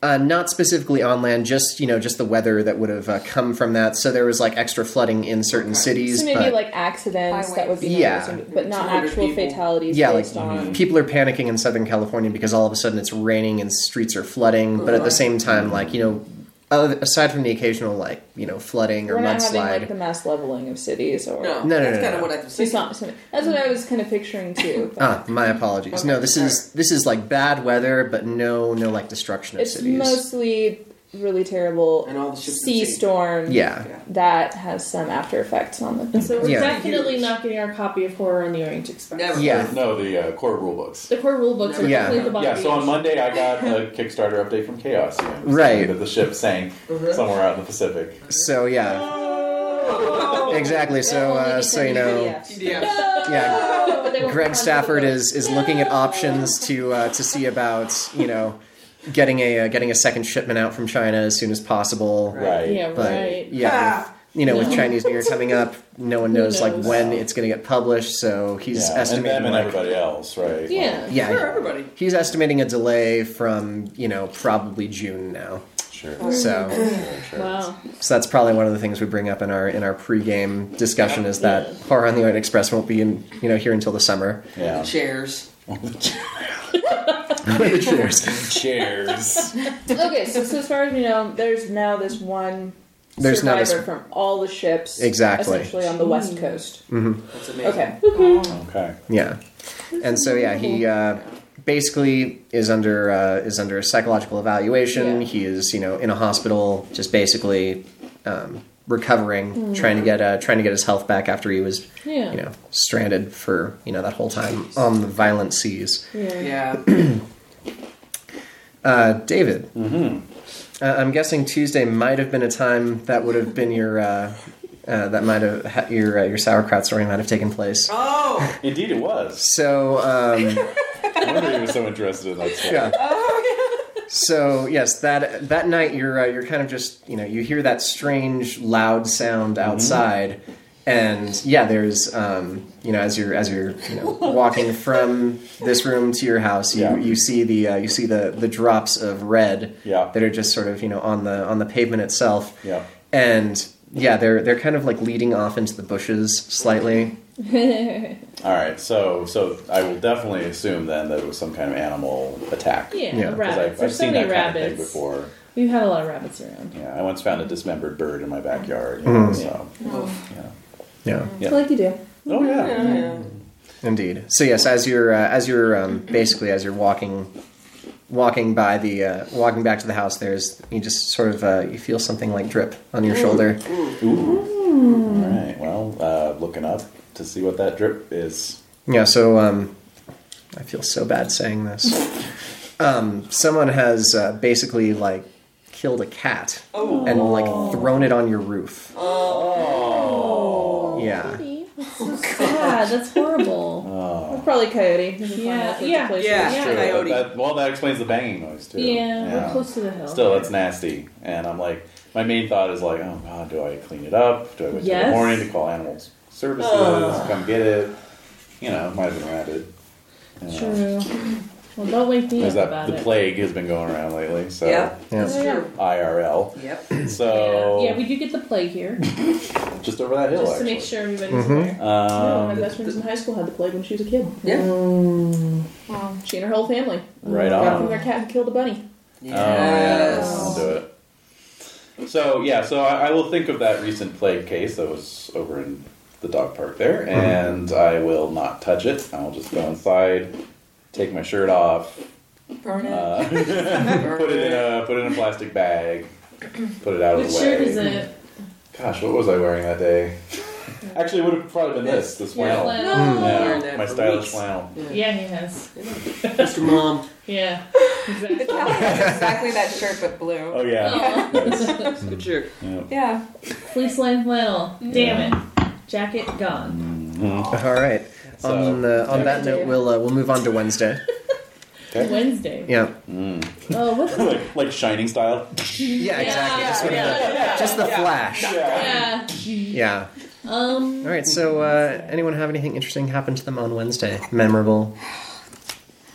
S4: Uh, not specifically on land, just you know, just the weather that would have uh, come from that. So there was like extra flooding in certain cities.
S9: So maybe
S4: but-
S9: like accidents
S6: Highways.
S9: that would be
S4: Yeah.
S9: noticed, but not
S7: 200
S9: actual
S7: people.
S9: fatalities
S4: Yeah, like
S9: based on.
S4: people are panicking in Southern California because all of a sudden it's raining and streets are flooding. But at the same time, like you know, other, aside from the occasional like you know flooding or
S9: We're not having
S4: mudslide,
S9: like the mass leveling of cities or.
S7: No,
S4: no,
S7: that's
S4: no,
S7: kind
S4: no.
S7: of what I was
S9: So it's
S7: thinking.
S9: not. so- That's what I was kind of picturing too.
S4: *laughs*
S9: but
S4: ah, my apologies. no, this is this is like bad weather, but no no like destruction of
S9: it's
S4: cities.
S9: mostly really terrible
S7: And all the ships
S9: sea
S7: in the sea.
S9: storm.
S4: yeah.
S7: Yeah.
S9: That has some after effects on the.
S3: So we're
S4: Yeah.
S3: definitely not getting our copy of Horror on the Orient Express.
S7: Never.
S4: Yeah.
S5: No, the uh, core rule books.
S3: The core rule books are
S4: Yeah.
S3: completely at the bottom.
S5: Yeah, so on
S3: of
S5: Monday I got a Kickstarter update from Chaos. You know,
S4: Right.
S5: That the ship sank
S3: Mm-hmm.
S5: somewhere out in the Pacific.
S4: So yeah,
S9: *laughs*
S4: exactly. So
S9: Only
S4: uh,
S9: because
S4: so you know,
S9: PDF.
S7: Yeah.
S4: yeah.
S3: the page.
S4: Greg Stafford is is looking at options to uh, to see about you know getting a uh, getting a second shipment out from China as soon as possible.
S5: Right.
S3: Yeah,
S4: But
S3: right.
S4: yeah, with, you know, with Chinese New Year coming up, no one knows,
S3: Who
S4: like
S3: knows?
S4: when it's going to get published. So he's
S5: yeah. and
S4: estimating
S5: them and
S4: like-
S5: everybody else, right?
S3: Yeah.
S4: yeah,
S6: For everybody.
S4: he's estimating a delay from you know probably June now.
S5: sure.
S4: So,
S3: Wow.
S4: so that's probably one of the things we bring up in our in our pregame discussion is that Horror on the Orient Express won't be in you know here until the
S3: *laughs*
S4: summer.
S5: Yeah.
S6: Chairs.
S4: Cheers.
S5: Chairs.
S9: okay, so, so as far as we know, there's now this one
S4: *laughs* There's not
S9: survivor
S4: a s-
S9: from all the ships,
S4: Exactly.
S9: essentially on the
S3: Hmm.
S9: west coast.
S7: That's amazing.
S9: Okay,
S5: okay.
S4: Yeah, and so yeah, he uh, basically is under uh, is under a psychological evaluation.
S9: Yeah.
S4: He is you know in a hospital, just basically um, recovering, trying to get uh, trying to get his health back after he was
S3: Yeah.
S4: you know stranded for you know that whole time on the violent seas.
S6: Yeah.
S4: Uh, David, mm-hmm. uh, I'm guessing Tuesday might have been a time that would have been your. Uh, uh, that might have ha- your uh, your sauerkraut story might have taken place.
S6: Oh.
S5: Indeed, it was.
S4: So um,
S5: I wonder if he was so interested in that story. *laughs*
S4: yeah.
S5: Oh,
S4: So yes, that that night you're uh, you're kind of just you know you hear that strange loud sound
S5: Mm-hmm.
S4: outside, and yeah, there's um, you know as you're as you're you
S5: *laughs*
S4: know walking from this room to your house, you,
S5: Yeah.
S4: you see the uh, you see the the drops of red
S5: Yeah.
S4: that are just sort of you know on the on the pavement itself,
S5: Yeah.
S4: and yeah, they're they're kind of like leading off into the bushes slightly.
S5: All right. So, so I will definitely assume then that it was some kind of animal attack.
S3: Yeah,
S4: Yeah.
S5: Because
S3: rabbits.
S5: I've, I've
S3: There's so
S5: seen
S3: many
S5: that kind of
S3: rabbits.
S5: thing before.
S3: We've had a lot of rabbits around.
S5: Yeah, I once found a dismembered bird in my backyard. You know, So,
S6: Oh.
S5: yeah.
S4: Yeah.
S5: Yeah.
S9: like you do.
S5: Oh yeah.
S4: Indeed. So yes, as you're uh, as you're um, basically as you're walking walking by the uh, walking back to the house, there's you just sort of uh, you feel something like drip on your shoulder.
S5: Ooh. All right. Well, uh, looking up to see what that drip is.
S4: Yeah. So um, I feel so bad saying this. Um, someone has uh, basically like killed a cat and like thrown it on your roof. Oh. Yeah.
S3: Yeah, that's
S5: *laughs*
S3: horrible.
S5: Oh.
S9: Probably coyote. We can find
S3: Yeah,
S9: out what the
S3: yeah,
S9: place
S6: yeah.
S9: is.
S5: True, but
S6: coyote.
S5: that- well, that explains the banging noise too.
S3: yeah, we're close to the hill.
S5: Still, it's nasty, and I'm like, my main thought is like, oh god, do I clean it up? Do I wait till
S3: Yes.
S5: the morning to call animal services? Come get it? You know, it might have been rabid. You know.
S3: True. Well, don't wake me up
S5: There's that
S3: about
S5: the
S3: it.
S5: plague has been going around lately, so
S6: Yeah.
S4: Yeah.
S3: Yeah.
S5: IRL.
S6: Yep.
S5: So
S3: yeah, we do get the plague here,
S5: just over that hill,
S3: just to
S5: oh. actually.
S3: make sure everybody's aware.
S9: No, my
S5: Um,
S9: best friends in high school had the plague when she was a kid.
S6: Yeah.
S9: She and her whole family
S5: right
S9: got
S5: on.
S9: from their cat and killed a bunny.
S5: Oh, yeah. I'll do it. So, yeah, so I, I will think of that recent plague case that was over in the dog park there, and I will not touch it. I'll just go inside, take my shirt off,
S6: Burn
S3: *laughs*
S6: it.
S5: uh, put, it uh, in a, put it in a plastic bag, put it out
S3: Which
S5: of the way.
S3: shirt is it?
S5: Gosh, what was I wearing
S3: *laughs*
S5: that day? Actually, it would have probably been this, this flannel.
S3: flannel.
S5: Yeah,
S7: Mm.
S5: my
S7: For
S5: stylish
S7: weeks.
S5: flannel.
S3: Yeah, he has.
S7: Mr. Mom.
S3: *laughs* Yeah,
S6: The
S3: exactly.
S6: cow has exactly that shirt, but blue.
S5: Oh, yeah. Nice.
S7: Good jerk.
S4: Oh.
S5: Yeah.
S6: Yeah.
S3: Fleece lined flannel. Damn it. Jacket
S5: Mm.
S3: gone.
S4: All right.
S5: So-
S4: on uh, on that note, we'll uh, we'll move on to Wednesday.
S3: Wednesday.
S4: Yeah.
S3: Oh, what's the
S5: *laughs* like, like shining style.
S4: Yeah. Exactly. Just, sort of the, just the
S3: *laughs*
S4: flash.
S3: yeah.
S4: Yeah.
S3: Um,
S4: All right. So, uh, anyone have anything interesting happen to them on Wednesday? Memorable.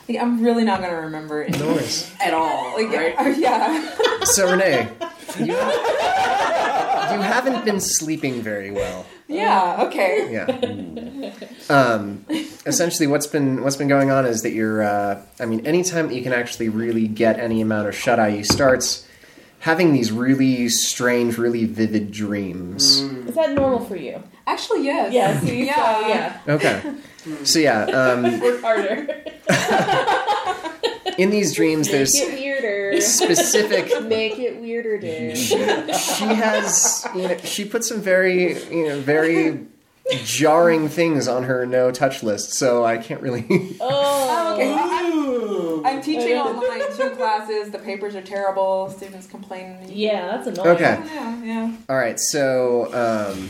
S6: Like, I'm really not gonna remember it
S4: No worries.
S6: at all. Like, *laughs* uh, yeah.
S4: So, Renee, you, *laughs* you haven't been sleeping very well.
S6: Yeah. Okay.
S4: Yeah. Um, essentially, what's been what's been going on is that you're. Uh, I mean, anytime that you can actually really get any amount of shut eye, you starts having these really strange, really vivid dreams.
S3: is that normal for you?
S6: Actually, yes.
S3: Yes.
S6: Yeah.
S3: So,
S4: *laughs*
S3: yeah.
S4: Okay. So yeah, um,
S3: Work harder.
S4: in these dreams, there's
S9: Make
S3: *laughs*
S9: it weirder.
S4: specific
S9: Make it weirder, dude.
S4: she has you know, she put some very you know very jarring things on her no touch list so i can't really
S3: *laughs* Oh.
S4: *laughs*
S6: Oh, okay. I- I'm, I'm teaching online two classes. The papers are terrible. Students complain.
S3: Yeah, that's annoying.
S4: okay
S6: Oh, Yeah. Yeah.
S4: all right so um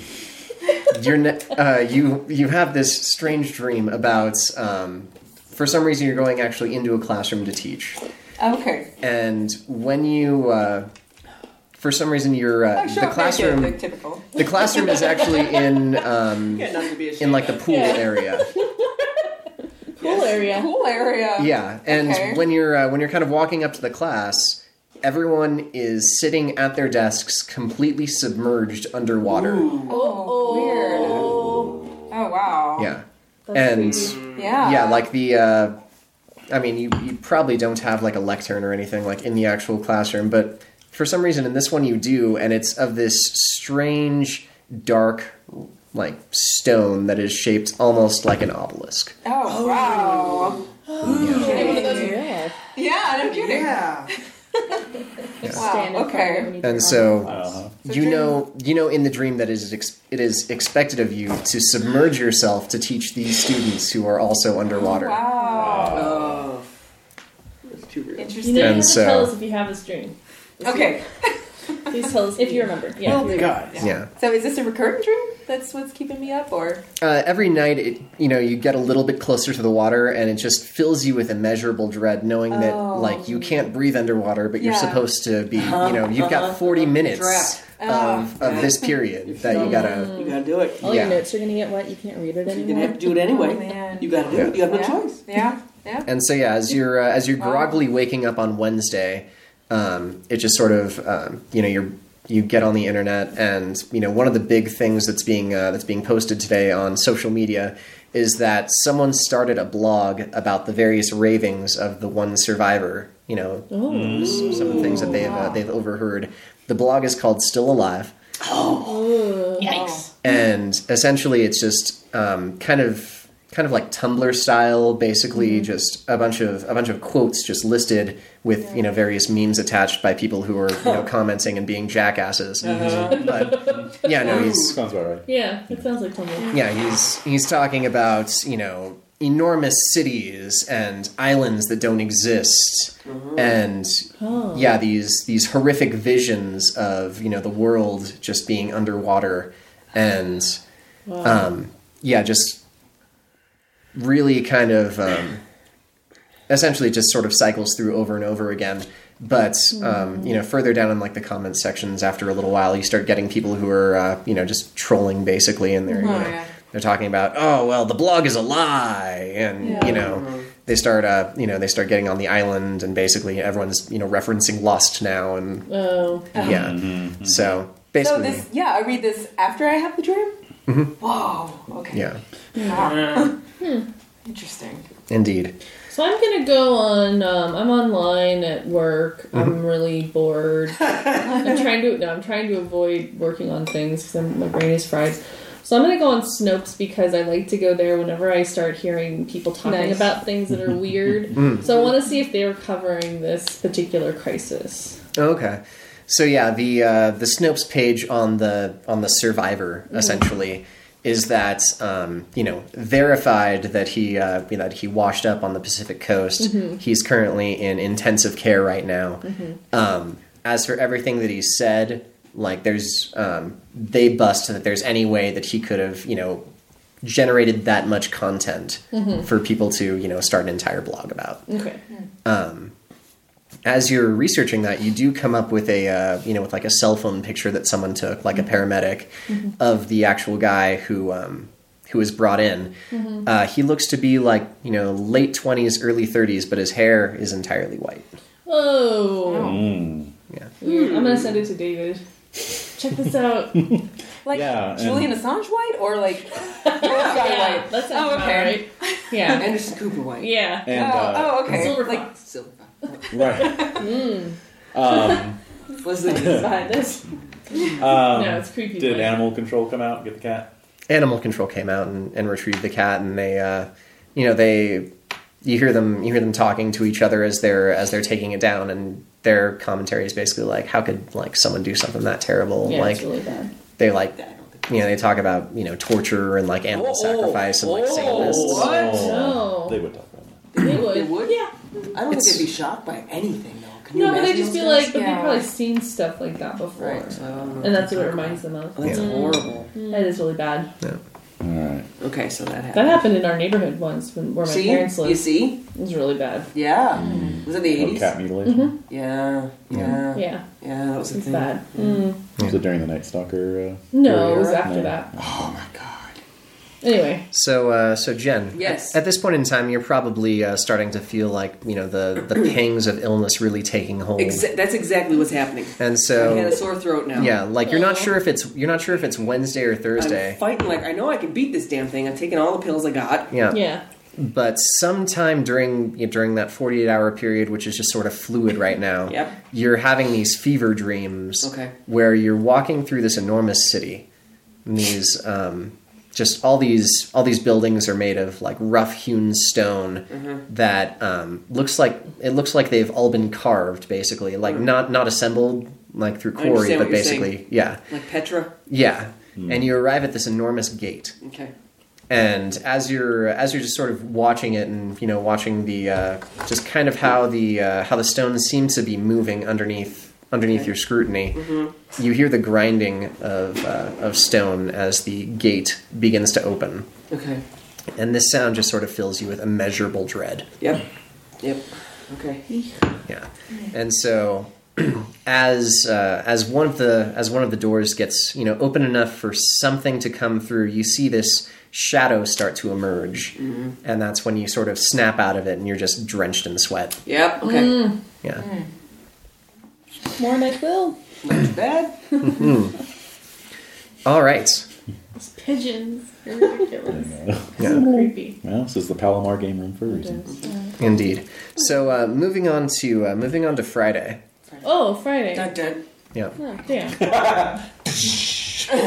S4: you're ne- uh, you you have this strange dream about um for some reason you're going actually into a classroom to teach
S6: Okay.
S4: and when you uh for some reason your uh,
S6: Like, sure,
S4: the
S6: make
S4: classroom
S6: it the typical.
S4: the classroom is actually in um,
S7: Yeah, nothing to be ashamed
S4: in like the pool
S3: Yeah.
S4: area.
S3: Pool area.
S6: Cool area.
S4: Yeah, and
S6: Oh, Okay.
S4: when you're uh, when you're kind of walking up to the class, everyone is sitting at their desks, completely submerged underwater.
S6: Oh, weird. Oh, wow.
S4: Yeah,
S3: That's
S4: and
S3: creepy.
S6: Yeah.
S4: yeah, like the. Uh, I mean, you, you probably don't have like a lectern or anything like in the actual classroom, but for some reason in this one you do, and it's of this strange, dark, like stone that is shaped almost like an obelisk.
S6: Oh, wow.
S9: Yeah.
S6: Yeah, no kidding.
S7: Yeah.
S6: Wow.
S9: Stand in front of
S6: Okay.
S9: them you
S4: And
S9: come.
S4: so
S5: Uh-huh.
S6: So
S4: you
S6: dream-
S4: know you know in the dream that it is ex- it is expected of you to submerge yourself to teach these students who are also underwater.
S6: Wow.
S7: Oh. That's too real.
S3: You
S6: Interesting.
S3: know, you
S4: And
S3: have
S4: so-
S3: to tell us if you have this dream.
S6: Okay.
S3: Please tell us if you remember.
S7: Oh,
S3: Yeah.
S5: Guys.
S4: Yeah.
S6: So is this a recurring dream? That's what's keeping me up, or
S4: Uh, every night, it, you know, you get a little bit closer to the water, and it just fills you with immeasurable dread, knowing that
S6: Oh.
S4: like you can't breathe underwater, but you're
S6: Yeah. Uh-huh.
S4: supposed to be. You know, you've got 40 minutes of,
S6: Oh,
S4: of this period that you gotta. Oh,
S7: You gotta do it.
S9: All
S4: yeah.
S9: your notes are gonna get wet. You can't read
S7: You're
S9: it
S7: gonna have
S9: anymore.
S7: to do it anyway.
S6: Oh, man.
S7: You gotta do it. You have no
S6: yeah.
S7: choice.
S6: Yeah. Yeah.
S4: And so yeah, as you're uh, as you're groggily waking up on Wednesday, um, it just sort of um, you know you're you get on the internet, and you know one of the big things that's being uh, that's being posted today on social media is that someone started a blog about the various ravings of the one survivor. You know,
S3: Oh,
S4: s- some of the things that they've uh, they've overheard. The blog is called Still Alive
S3: Yikes.
S4: and essentially it's just um, kind of kind of like Tumblr style, basically just a bunch of a bunch of quotes just listed with you know various memes attached by people who are you know commenting and being jackasses. Mm-hmm. But yeah, no, he's
S5: Sounds about right.
S3: Yeah, it sounds like Tumblr.
S4: yeah, he's he's talking about you know enormous cities and islands that don't exist, and
S3: Oh.
S4: yeah, these these horrific visions of you know the world just being underwater, and um, yeah, just really kind of um, essentially just sort of cycles through over and over again. But um, you know, further down in like the comment sections, after a little while, you start getting people who are uh, you know just trolling basically, and they're you know,
S6: Oh, yeah.
S4: they're talking about oh well, the blog is a lie, and you know they start uh, you know they start getting on the island, and basically everyone's you know referencing Lost now, and
S3: Oh.
S4: yeah, so
S6: So
S4: basically
S6: this, yeah, I read this after I have the dream. Whoa. Okay.
S4: yeah,
S6: Wow. *laughs*
S3: Hmm.
S6: Interesting.
S4: indeed.
S3: So I'm gonna go on. Um, I'm online at work. I'm really bored. I'm trying to. No, I'm trying to avoid working on things because my brain is fried. So I'm gonna go on Snopes because I like to go there whenever I start hearing people talking
S6: Nice.
S3: about things that are weird. So I want to see if they were covering this particular crisis.
S4: Oh, Okay. So yeah, the uh, the Snopes page on the on the survivor essentially is that um, you know verified that he uh, you know, that he washed up on the Pacific coast. He's currently in intensive care right now. Um, as for everything that he said, like there's um, they bust that there's any way that he could have you know generated that much content for people to you know start an entire blog about
S3: Okay.
S4: as you're researching that, you do come up with a uh, you know with like a cell phone picture that someone took, like a
S3: Mm-hmm.
S4: paramedic, of the actual guy who um, who was brought in.
S3: Mm-hmm.
S4: Uh, he looks to be like you know late twenties, early thirties, but his hair is entirely white.
S3: Oh.
S5: Mm.
S3: Weird. I'm gonna send it to David. Check this out. yeah,
S6: Like
S5: Yeah, and-
S6: Julian Assange white, or like
S3: *laughs*
S6: yeah, white.
S3: that sounds
S6: Oh,
S3: about
S6: okay.
S3: right. Yeah.
S7: Anderson Cooper White.
S3: Yeah.
S5: And
S6: oh,
S5: uh,
S6: oh, okay.
S3: Silver
S6: like,
S3: fox.
S7: Silver.
S5: right. Um,
S7: Was the
S3: behind this.
S5: um,
S3: No, it's creepy.
S5: did
S3: but-
S5: animal control come out and get the cat?
S4: Animal control came out and, and retrieved the cat, and they uh, you know they you hear them you hear them talking to each other as they're as they're taking it down, and their commentary is basically like, how could like someone do something that terrible?
S3: Yeah,
S4: like
S3: it's really bad.
S4: they like you know they talk about you know torture and like animal
S7: Oh,
S4: sacrifice and like
S7: oh,
S4: satanists
S7: What?
S5: Oh,
S3: No.
S5: They would talk about that.
S3: They would.
S7: They would?
S3: Yeah.
S7: I don't think
S4: It's-
S7: they'd be shocked by anything though. Can you
S3: No, but they
S7: imagine
S3: just be
S7: those
S3: like, but
S6: Yeah.
S3: they've probably seen stuff like that before.
S7: guys? Right. so I don't know.
S3: And that's what it reminds them of.
S7: That's Oh, horrible.
S3: That is really bad.
S5: All right.
S7: Okay, so that
S3: That
S7: happened.
S3: happened in our neighborhood once when, where my
S7: see?
S3: parents
S7: You
S3: lived.
S7: see?
S3: It was really bad.
S7: Yeah. Was it the
S5: Oh,
S7: 80s?
S5: cat mutilation.
S7: Mm-hmm. Yeah. Yeah.
S3: Yeah,
S7: Yeah, that was
S3: it
S7: the
S3: was
S7: thing.
S3: bad. Mm.
S5: Was it during the Night Stalker? Uh,
S3: No, it was
S5: period?
S3: after
S5: No.
S3: that.
S7: Oh my god.
S3: Anyway,
S4: So, uh, so Jen.
S7: Yes.
S4: At this point in time, you're probably uh, starting to feel like you know the
S7: *clears throat*
S4: the pangs of illness really taking hold,
S7: Exa- that's exactly what's happening.
S4: and
S7: I had
S4: so
S7: a sore throat now.
S4: yeah, like you're not
S3: Aw.
S4: sure if it's you're not sure if it's Wednesday or Thursday.
S7: I'm fighting like I know I can beat this damn thing. I'm taking all the pills I got.
S4: yeah.
S3: yeah.
S4: But sometime during during that 48 hour period, which is just sort of fluid right now,
S7: Yep.
S4: you're having these fever dreams
S7: Okay.
S4: where you're walking through this enormous city. And these um, just all these all these buildings are made of like rough hewn stone
S7: Mm-hmm.
S4: that um, looks like it looks like they've all been carved basically, like not not assembled like through
S7: Mm-hmm. I understand
S4: quarry,
S7: what
S4: but
S7: you're saying.
S4: basically yeah,
S7: Like Petra.
S4: yeah. And you arrive at this enormous gate
S7: Okay.
S4: and as you're as you're just sort of watching it and you know watching the uh, just kind of how the uh, how the stones seem to be moving underneath underneath your scrutiny you hear the grinding of uh, of stone as the gate begins to open
S7: Okay.
S4: and this sound just sort of fills you with immeasurable dread
S7: Yep. Yep. Okay.
S4: yeah and so *clears throat* as uh, as one of the as one of the doors gets you know open enough for something to come through you see this shadow start to emerge
S3: Mm-hmm.
S4: and that's when you sort of snap out of it and you're just drenched in sweat
S7: Yep. Okay.
S3: Mm.
S4: yeah
S3: More NyQuil.
S7: Not too bad.
S4: all right
S3: Those
S9: *laughs*
S3: pigeons. They're ridiculous.
S4: Yeah.
S3: So creepy.
S5: well, this is the Palomar game room for a reason.
S4: indeed so uh, moving on to uh, moving on to friday
S3: Oh, Friday.
S7: Dun, dun.
S4: yeah
S3: Oh, damn.
S7: Um,
S3: *laughs*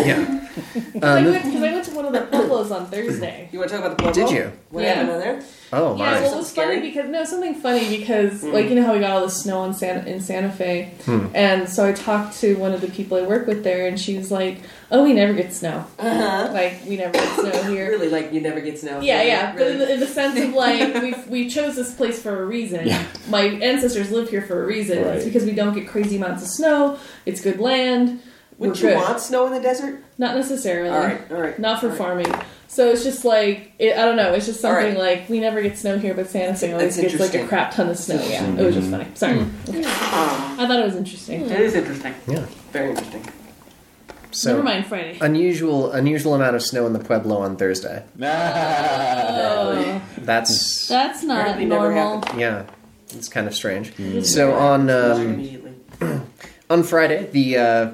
S4: yeah Uh,
S3: Because I, went- 'cause I went to one of the pueblos on Thursday.
S7: You want to talk about the Pueblo?
S4: Did you?
S7: What
S3: Yeah.
S7: happened in there?
S4: oh
S3: Yeah,
S4: my
S3: well, it was
S7: Something
S3: funny because no, something funny because like you know how we got all the snow in San in Santa Fe, and so I talked to one of the people I work with there, and she was like, "Oh, we never get snow.
S7: Uh-huh.
S3: Like we never get snow here."
S7: Really, like you never get snow.
S3: Yeah, yeah, but
S7: Really?
S3: in the, in the sense of like we we chose this place for a reason.
S5: Yeah.
S3: My ancestors lived here for a reason.
S5: Right.
S3: It's because we don't get crazy amounts of snow. It's good land.
S7: Wouldn't
S3: We're
S7: you
S3: good.
S7: want snow in the desert?
S3: Not necessarily.
S7: All right. All right.
S3: Not for
S7: all right.
S3: farming. So it's just like it, I don't know. It's just
S7: All right.
S3: something like we never get snow here, but Santa Fe always
S7: That's
S3: gets like a
S7: interesting. Mm.
S3: crap ton of snow. Yeah, it was just funny.
S4: Mm-hmm.
S3: Sorry, I thought it was interesting.
S7: That Um, is interesting.
S4: Yeah.
S7: Very interesting.
S4: so
S3: Never mind Friday.
S4: unusual unusual amount of snow in the pueblo on thursday
S3: Oh,
S4: that's
S3: that's not
S7: Apparently never
S3: normal.
S4: yeah it's kind of strange so on um,
S7: Immediately.
S4: on Friday, the uh,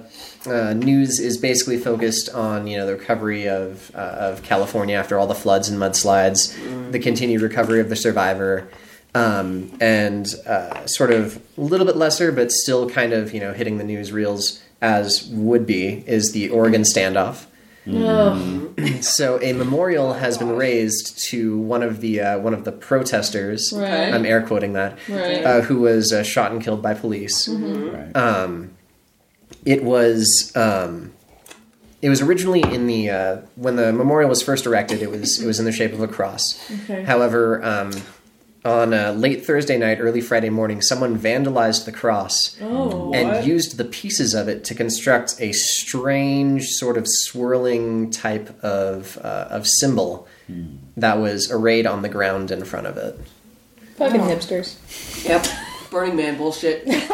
S4: uh, news is basically focused on you know the recovery of uh, of California after all the floods and mudslides, the continued recovery of the survivor, um, and uh, sort of a little bit lesser, but still kind of you know hitting the newsreels as would be is the Oregon standoff.
S3: Ugh.
S4: So a memorial has been raised to one of the uh, one of the protesters.
S3: Right.
S4: I'm air quoting that.
S3: Right.
S4: Uh, who was uh, shot and killed by police Um,
S5: Right.
S4: it was um, it was originally in the uh, when the memorial was first erected. It was it was in the shape of a cross.
S3: Okay.
S4: However, um, on uh, late Thursday night, early Friday morning, someone vandalized the cross
S3: Oh,
S10: What?
S4: and used the pieces of it to construct a strange sort of swirling type of uh, of symbol that was arrayed on the ground in front of it.
S9: Fucking
S3: Oh.
S9: hipsters.
S7: Yep. Burning
S3: *laughs*
S7: Man bullshit.
S5: I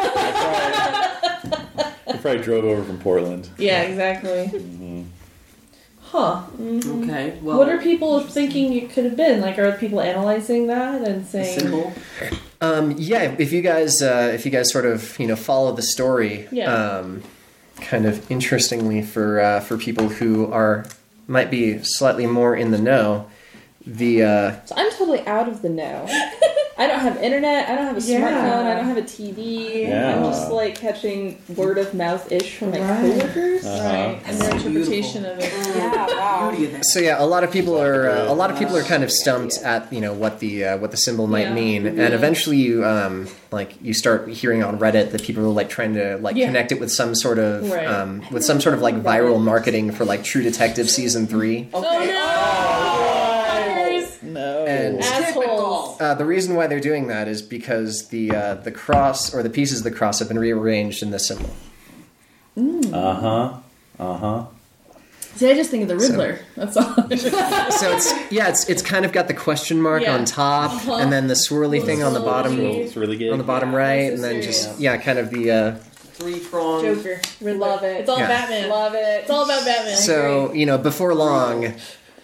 S5: probably drove over from Portland.
S3: yeah, exactly.
S4: Mm-hmm.
S3: Huh.
S7: okay. Well,
S3: what are people thinking it could have been? Like, are people analyzing that and
S7: a
S3: saying,
S7: symbol?
S4: Um, yeah, if you guys uh, if you guys sort of you know follow the story,
S3: Yeah.
S4: um, kind of interestingly for uh, for people who are might be slightly more in the know, the uh,
S9: So I'm totally out of the know. I don't have internet. I don't have a
S3: Yeah.
S9: smartphone. I don't have a TV.
S5: Yeah.
S9: I'm just like catching word of mouth ish from my
S3: Right.
S9: coworkers.
S3: right? And their
S7: That's
S3: interpretation of it.
S6: Yeah, wow.
S7: Beauty of that.
S4: so yeah, a lot of people are uh, a lot of people are kind of stumped at you know what the uh, what the symbol might
S3: Yeah. Mm-hmm.
S4: mean, and eventually you um, like you start hearing on Reddit that people are like trying to like
S3: Yeah.
S4: connect it with some sort of
S3: Right.
S4: um, with some sort of like viral marketing for like True Detective season three.
S9: Oh,
S3: Oh no!
S5: No.
S4: And-
S3: *laughs* Assholes.
S4: Uh, the reason why they're doing that is because the uh, the cross or the pieces of the cross have been rearranged in this symbol.
S5: Uh huh. Uh huh.
S3: See, I just think of the Riddler. That's all.
S4: So it's yeah, it's it's kind of got the question mark
S3: Yeah.
S4: on top,
S3: Uh-huh.
S4: and then the swirly
S3: Little
S4: thing on the bottom,
S3: swirly.
S4: on
S10: It's really good.
S4: the bottom
S3: Yeah,
S4: right,
S3: that's
S4: and
S3: so
S4: then just
S3: serious.
S4: yeah, kind of the. Uh,
S7: Three prong.
S9: *laughs* Joker. Love it.
S3: It's all
S4: Yeah.
S3: Batman.
S9: Love it.
S3: It's all about Batman.
S4: so you know, before long,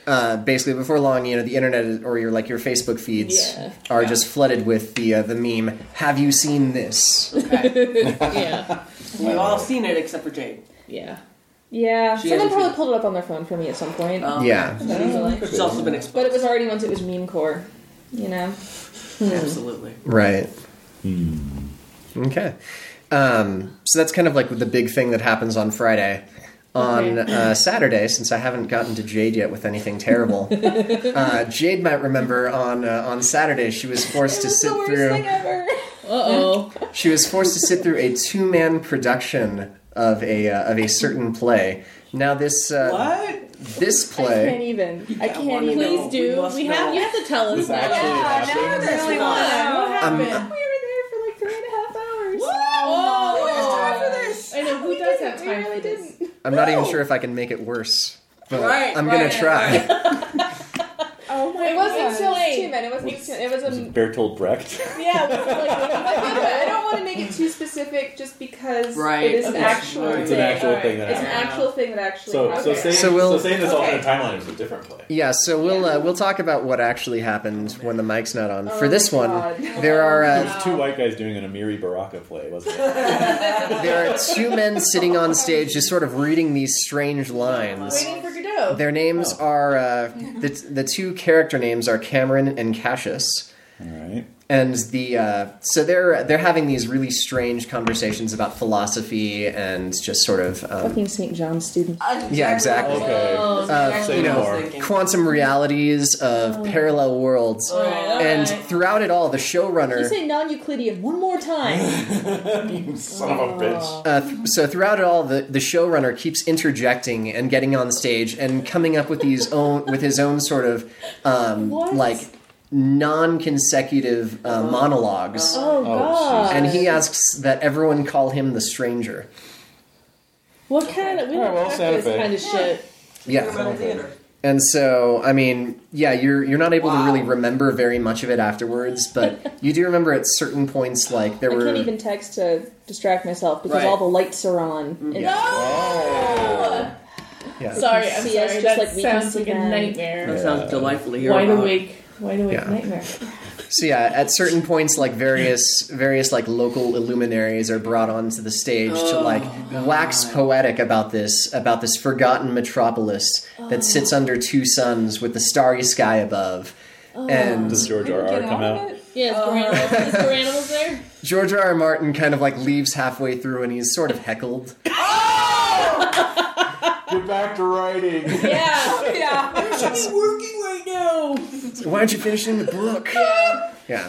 S4: uh, basically before long, you know, the internet is- or your like your Facebook feeds
S3: Yeah.
S4: are just flooded with the uh, the meme. Have you seen this?
S7: Okay.
S3: yeah,
S7: We've all seen it except for Jade.
S3: yeah.
S9: Yeah.
S7: She
S9: Someone
S7: hasn't
S9: probably
S7: seen-
S9: pulled it up on their phone for me at some point.
S3: Oh,
S7: Um,
S4: Yeah.
S3: Easily.
S7: She's also been exposed.
S9: But it was already once it was meme core. You know?
S3: Hmm.
S7: Absolutely.
S4: Right. Okay. Um, so that's kind of like the big thing that happens on Friday. On uh, Saturday, since I haven't gotten to Jade yet with anything terrible,
S7: *laughs*
S4: uh, Jade might remember on uh, on Saturday she was forced to sit through.
S9: ever.
S3: Uh
S9: *laughs*
S3: oh.
S4: She was forced to sit through a two man production of a uh, of a certain play. Now this uh,
S7: What?
S4: this
S9: I can't
S4: play,
S9: even. I can't
S7: wanna
S9: even.
S7: know.
S3: Please
S7: No, we
S3: do.
S7: must
S3: We, have.
S7: know.
S3: You have to tell us.
S5: This
S3: now.
S5: actually
S9: now
S5: happened.
S9: it's really
S3: Come on,
S9: long.
S3: What happened?
S4: Um,
S9: We were there for like three and a half hours.
S3: Oh,
S9: time for
S3: this. I know who
S9: We
S3: does
S9: didn't-
S3: have
S9: We
S3: time
S9: really
S3: for this.
S9: didn't. *laughs*
S4: I'm not even sure if I can make it worse, but
S7: Right,
S4: I'm gonna
S7: right,
S4: try.
S9: Oh my
S3: It wasn't
S9: gosh.
S3: till eight.
S9: two men. It wasn't. Two, it
S10: Is
S9: wasn't.
S10: it Bertolt Brecht.
S9: Yeah, it was like, *laughs* I don't want to make it too specific, just because
S7: Right.
S9: it is an
S7: Okay.
S9: actual.
S10: It's
S9: thing.
S10: an actual
S3: alright.
S10: thing that
S9: It's an
S10: happened.
S9: actual thing that actually.
S10: So, so
S9: happened.
S10: saying,
S4: So
S10: so,
S4: we'll-
S10: saying this all in
S9: Okay.
S10: a timeline is a different play.
S4: Yeah, so we'll uh, we'll talk about what actually happened when the mic's not on.
S9: Oh
S4: For this
S9: my
S4: one,
S9: God.
S4: there are uh,
S3: Oh.
S10: It's two white guys doing an Amiri Baraka play, *laughs* wasn't it?
S4: *laughs* there are two
S9: *laughs*
S4: men sitting on stage, just sort of reading these strange lines.
S3: Waiting for Godot.
S4: Their names
S9: Oh.
S4: are uh,
S9: *laughs*
S4: the the two character names are Cameron and Cassius,
S10: all right.
S4: and the uh, so they're they're having these really strange conversations about philosophy and just sort of um,
S9: Fucking St. John's student.
S4: yeah, exactly.
S10: Okay.
S9: Oh.
S4: Uh,
S10: Say
S4: you
S10: no
S4: know,
S10: more.
S5: *laughs*
S4: quantum realities of parallel worlds.
S9: Oh
S3: All right, all
S4: And
S3: right.
S4: throughout it all, the showrunner.
S9: You say non-Euclidean one
S10: *gasps*
S9: more time.
S5: Son of a bitch.
S4: Uh, th- so throughout it all, the, the showrunner keeps interjecting and getting on stage and coming up with these own with his own sort of um,
S9: What? Uh-huh.
S4: like non-consecutive uh, monologues,
S9: Oh, God.
S4: and he uh, asks that everyone call him the stranger.
S3: What kind of? We don't
S5: well,
S3: have
S5: Santa
S3: this
S5: Fe.
S3: kind of
S4: *laughs*
S3: shit.
S4: Yeah, and so I mean, yeah, you're you're not able to really remember very much of it afterwards,
S9: *laughs*
S4: but you do remember at certain points like there
S9: I
S4: were
S9: can't even text to distract myself because
S7: Right.
S9: all the lights are on. *laughs* And-
S4: Oh.
S3: No.
S4: Yeah.
S3: Sorry, I'm
S9: See us
S3: sorry.
S9: just
S3: That
S9: like we can
S3: sounds
S9: see
S3: like a
S9: them.
S3: nightmare.
S7: That sounds delightful to hear
S3: Wide
S7: about.
S3: awake. Wide awake
S4: Yeah.
S3: nightmare.
S4: So yeah, at certain points, like various various like local illuminaries are brought onto the stage
S3: Oh,
S4: to like wax poetic about this about this forgotten metropolis
S3: Oh.
S4: that sits under two suns with the starry sky above.
S3: Oh.
S4: And
S10: Does George R. R. come out?
S3: Yeah, is
S4: Oh.
S3: Garanimals, is Garanimals
S4: *laughs*
S3: there?
S4: George R. R. Martin kind of like leaves halfway through, and he's sort of heckled.
S5: Get back to writing.
S3: Yeah.
S6: Yeah.
S3: working right now.
S4: Why aren't you finishing the book? Yeah.
S9: *laughs*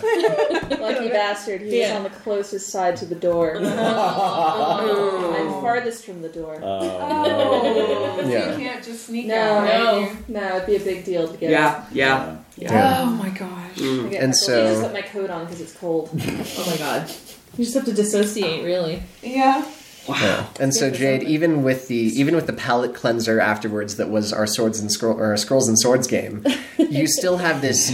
S9: Lucky bastard, he was
S3: Yeah.
S9: on the closest side to the *laughs* door.
S7: Hmm.
S4: Oh.
S9: I'm farthest from the door.
S4: Uh.
S10: Oh,
S6: So
S4: Yeah.
S6: You can't just sneak
S9: no,
S6: out.
S9: no, no, it'd be a big deal to get out.
S7: Yeah, yeah.
S4: Yeah.
S6: Oh my gosh.
S9: I get-
S4: And
S9: I believe I just
S4: so-
S9: put my coat on because it's cold. *laughs*
S3: Oh my god. You just have to dissociate, really.
S6: Yeah.
S4: Yeah. And so Jade, even with the even with the palette cleanser afterwards, that was our swords and scroll or our scrolls and swords game,
S9: *laughs*
S4: you still have this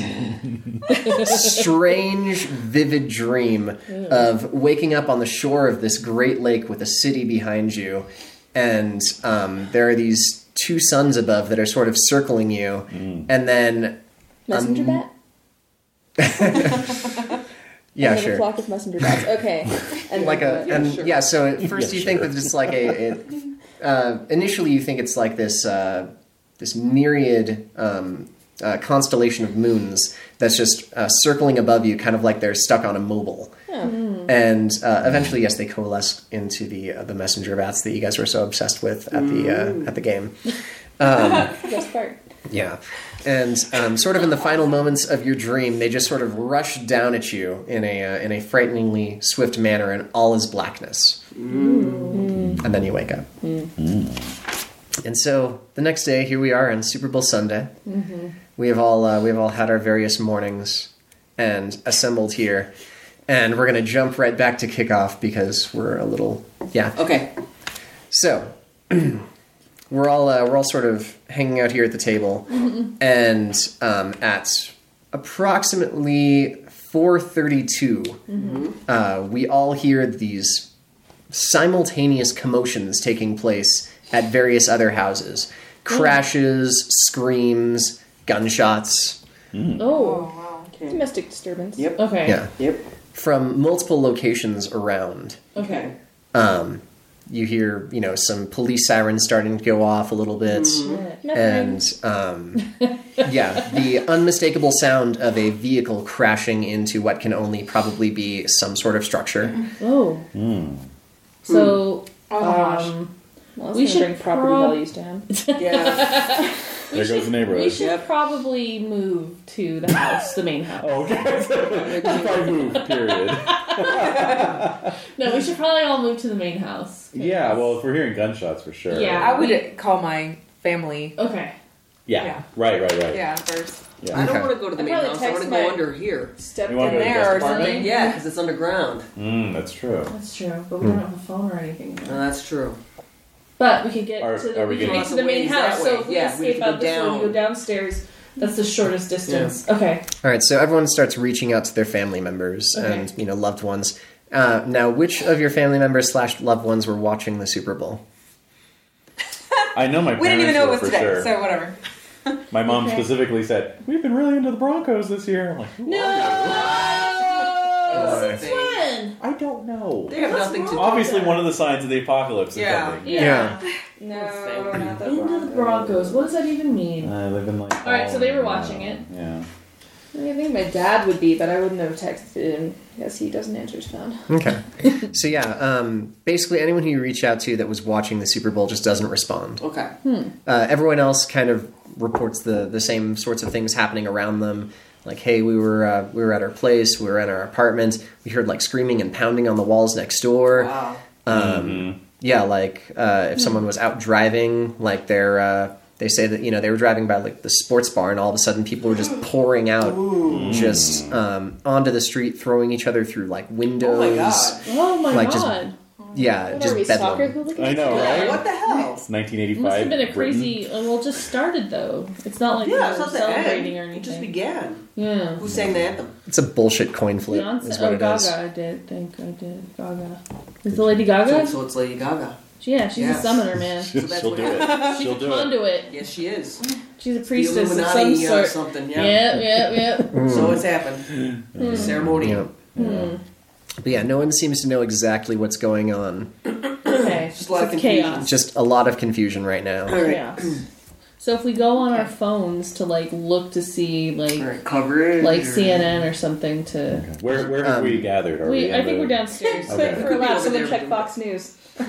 S4: strange, vivid dream of waking up on the shore of this great lake with a city behind you, and um, there are these two suns above that are sort of circling you, and then um,
S9: Messenger
S4: *laughs*
S9: bat?
S4: yeah,
S9: Another
S4: sure.
S9: flock of messenger bats. Okay. And
S4: like
S9: then
S4: a
S9: what?
S4: and yeah so at first you think that it's like a it, uh, initially you think it's like this uh, this myriad um, uh, constellation of moons that's just uh, circling above you kind of like they're stuck on a mobile and uh, eventually yes they coalesce into the uh, the messenger bats that you guys were so obsessed with at the uh, at the game
S9: That's the best part.
S4: yeah. And um, sort of in the final moments of your dream, they just sort of rush down at you in a, uh, in a frighteningly swift manner, and all is blackness. And then you wake up. And so the next day, here we are on Super Bowl Sunday. We have all uh, we have all had our various mornings and assembled here, and we're gonna jump right back to kickoff because we're a little yeah
S7: Okay.
S4: so, *clears throat* we're all uh, we're all sort of hanging out here at the table, and um, at approximately four uh, we all hear these simultaneous commotions taking place at various other houses: crashes, screams, gunshots.
S3: Oh,
S6: wow.
S7: Okay.
S9: Domestic disturbance.
S7: Yep.
S3: okay.
S4: Yeah,
S7: Yep.
S4: from multiple locations around.
S3: Okay.
S4: Um, you hear, you know, some police sirens starting to go off a little bit.
S9: Nothing.
S4: and um, yeah, the unmistakable sound of a vehicle crashing into what can only probably be some sort of structure.
S3: Oh.
S5: Hmm.
S3: So
S6: Oh my gosh.
S3: um,
S9: well, that's
S3: we
S9: gonna
S3: should
S9: bring property
S3: prob-
S9: values down.
S7: *laughs* Yeah.
S3: we
S5: There
S3: should,
S5: goes the neighborhood.
S3: We should
S7: Yep.
S3: probably move to the house, the main house.
S10: Oh, okay. I move.
S5: Period.
S3: No, we should probably all move to the main house.
S5: yeah, well, if we're hearing gunshots for sure.
S3: Yeah.
S6: I would call my family.
S3: Okay.
S5: Yeah.
S6: Yeah.
S5: Right, right, right.
S6: Yeah, first.
S7: I don't
S4: Okay.
S7: want to go to the
S9: I'd
S7: main
S9: probably
S7: house. I want to
S9: text
S7: go
S9: my-
S7: under here.
S9: Step
S5: You want to go to the
S6: There
S5: guest
S6: or
S5: apartment?
S6: something.
S7: Yeah, because it's underground.
S5: Mm, that's true.
S3: That's true, but
S5: Hmm.
S3: we don't have a phone or anything.
S7: No, that's true.
S3: But we could get
S5: Are-
S3: to the,
S5: are we
S3: we could
S5: getting-
S3: get to the main
S7: Ways that
S3: house.
S7: way.
S3: So if we
S7: Yeah, we
S3: escape
S7: could go
S3: out this way, we go
S7: down.
S3: downstairs. That's the shortest distance. Okay.
S4: All right, so everyone starts reaching out to their family members
S3: Okay.
S4: and you know loved ones. Uh, now, which of your family members slash loved ones were watching the Super Bowl?
S5: I know my
S6: We didn't
S5: parents
S6: even know
S5: were
S6: it was
S5: for
S6: today,
S5: sure.
S6: so whatever.
S5: my mom
S3: Okay.
S5: specifically said, "We've been really into the Broncos this year." I'm like, "Who
S3: No.
S5: are you?"
S7: That's the thing.
S3: Fun.
S5: I don't know.
S7: They have nothing to do.
S5: Obviously, one of the signs of the apocalypse
S7: Yeah.
S5: is coming.
S3: Yeah.
S6: No, not the
S3: Into the Broncos. What does that even mean?
S5: Uh, they've been like. All
S3: right, so they were watching it.
S5: Yeah.
S9: I, mean, I think my dad would be, but I wouldn't have texted him because he doesn't answer his phone.
S4: Okay, so yeah, um, basically anyone who you reach out to that was watching the Super Bowl just doesn't respond.
S7: Okay.
S3: Hmm.
S4: uh, everyone else kind of reports the the same sorts of things happening around them. Like, hey, we were uh, we were at our place, we were in our apartment, we heard like screaming and pounding on the walls next door.
S7: Wow.
S4: Um, Yeah, like uh, if someone was out driving, like they're. Uh, they say that you know they were driving by like the sports bar, and all of a sudden people were just pouring out, just um, onto the street, throwing each other through like windows.
S7: Oh God.
S3: Oh my
S4: Like,
S3: god.
S4: just- Yeah,
S9: What
S4: just
S9: are we,
S4: bedlam.
S9: soccer hooligans?
S5: I know, right?
S7: What the hell?
S5: It's 1985.
S3: It must have been a
S5: Britain.
S3: crazy. uh, Well, it just started though. It's not like
S7: Yeah,
S3: we
S7: it's
S3: were
S7: not the
S3: celebrating or anything.
S7: end.
S3: Hmm.
S7: It just began.
S3: yeah.
S7: Who sang the anthem?
S4: It's a bullshit coin flip,
S3: Beyonce.
S4: is what
S3: Oh,
S4: it
S3: Gaga.
S4: is.
S3: I did think I did. Gaga. Is the Lady Gaga?
S7: So, so it's Lady Gaga.
S3: Yeah, she's a
S7: Yes.
S3: summoner, man. She's
S5: *laughs*
S7: that's
S5: *laughs* She'll
S7: what-
S5: do it. She'll
S3: a
S5: do it.
S3: conduit.
S7: Yes, she is.
S3: She's a
S7: The
S3: priestess of some
S7: Illuminati or
S3: sort.
S7: something. Yeah.
S3: Yep, yep,
S7: *laughs*
S3: yep.
S4: Mm.
S7: So it's happened.
S5: Hmm.
S7: The ceremony.
S4: Yeah. But yeah, no one seems to know exactly what's going on.
S3: Okay,
S7: Just a lot of
S3: it's
S7: confusion.
S3: chaos.
S4: Just a lot of confusion right now.
S7: All right.
S3: Chaos. So if we go on our phones to like look to see like
S7: All right. Coverage.
S3: like
S7: or-
S3: CNN or something to.
S5: Where, where have
S4: Um,
S5: we gathered? Are we
S3: Wait,
S5: in
S3: I think
S5: the-
S3: we're downstairs.
S5: Okay.
S9: But for a
S7: Could be
S9: while,
S7: over
S9: someone
S7: there.
S9: check Fox News.
S6: *laughs* Uh,
S4: *laughs*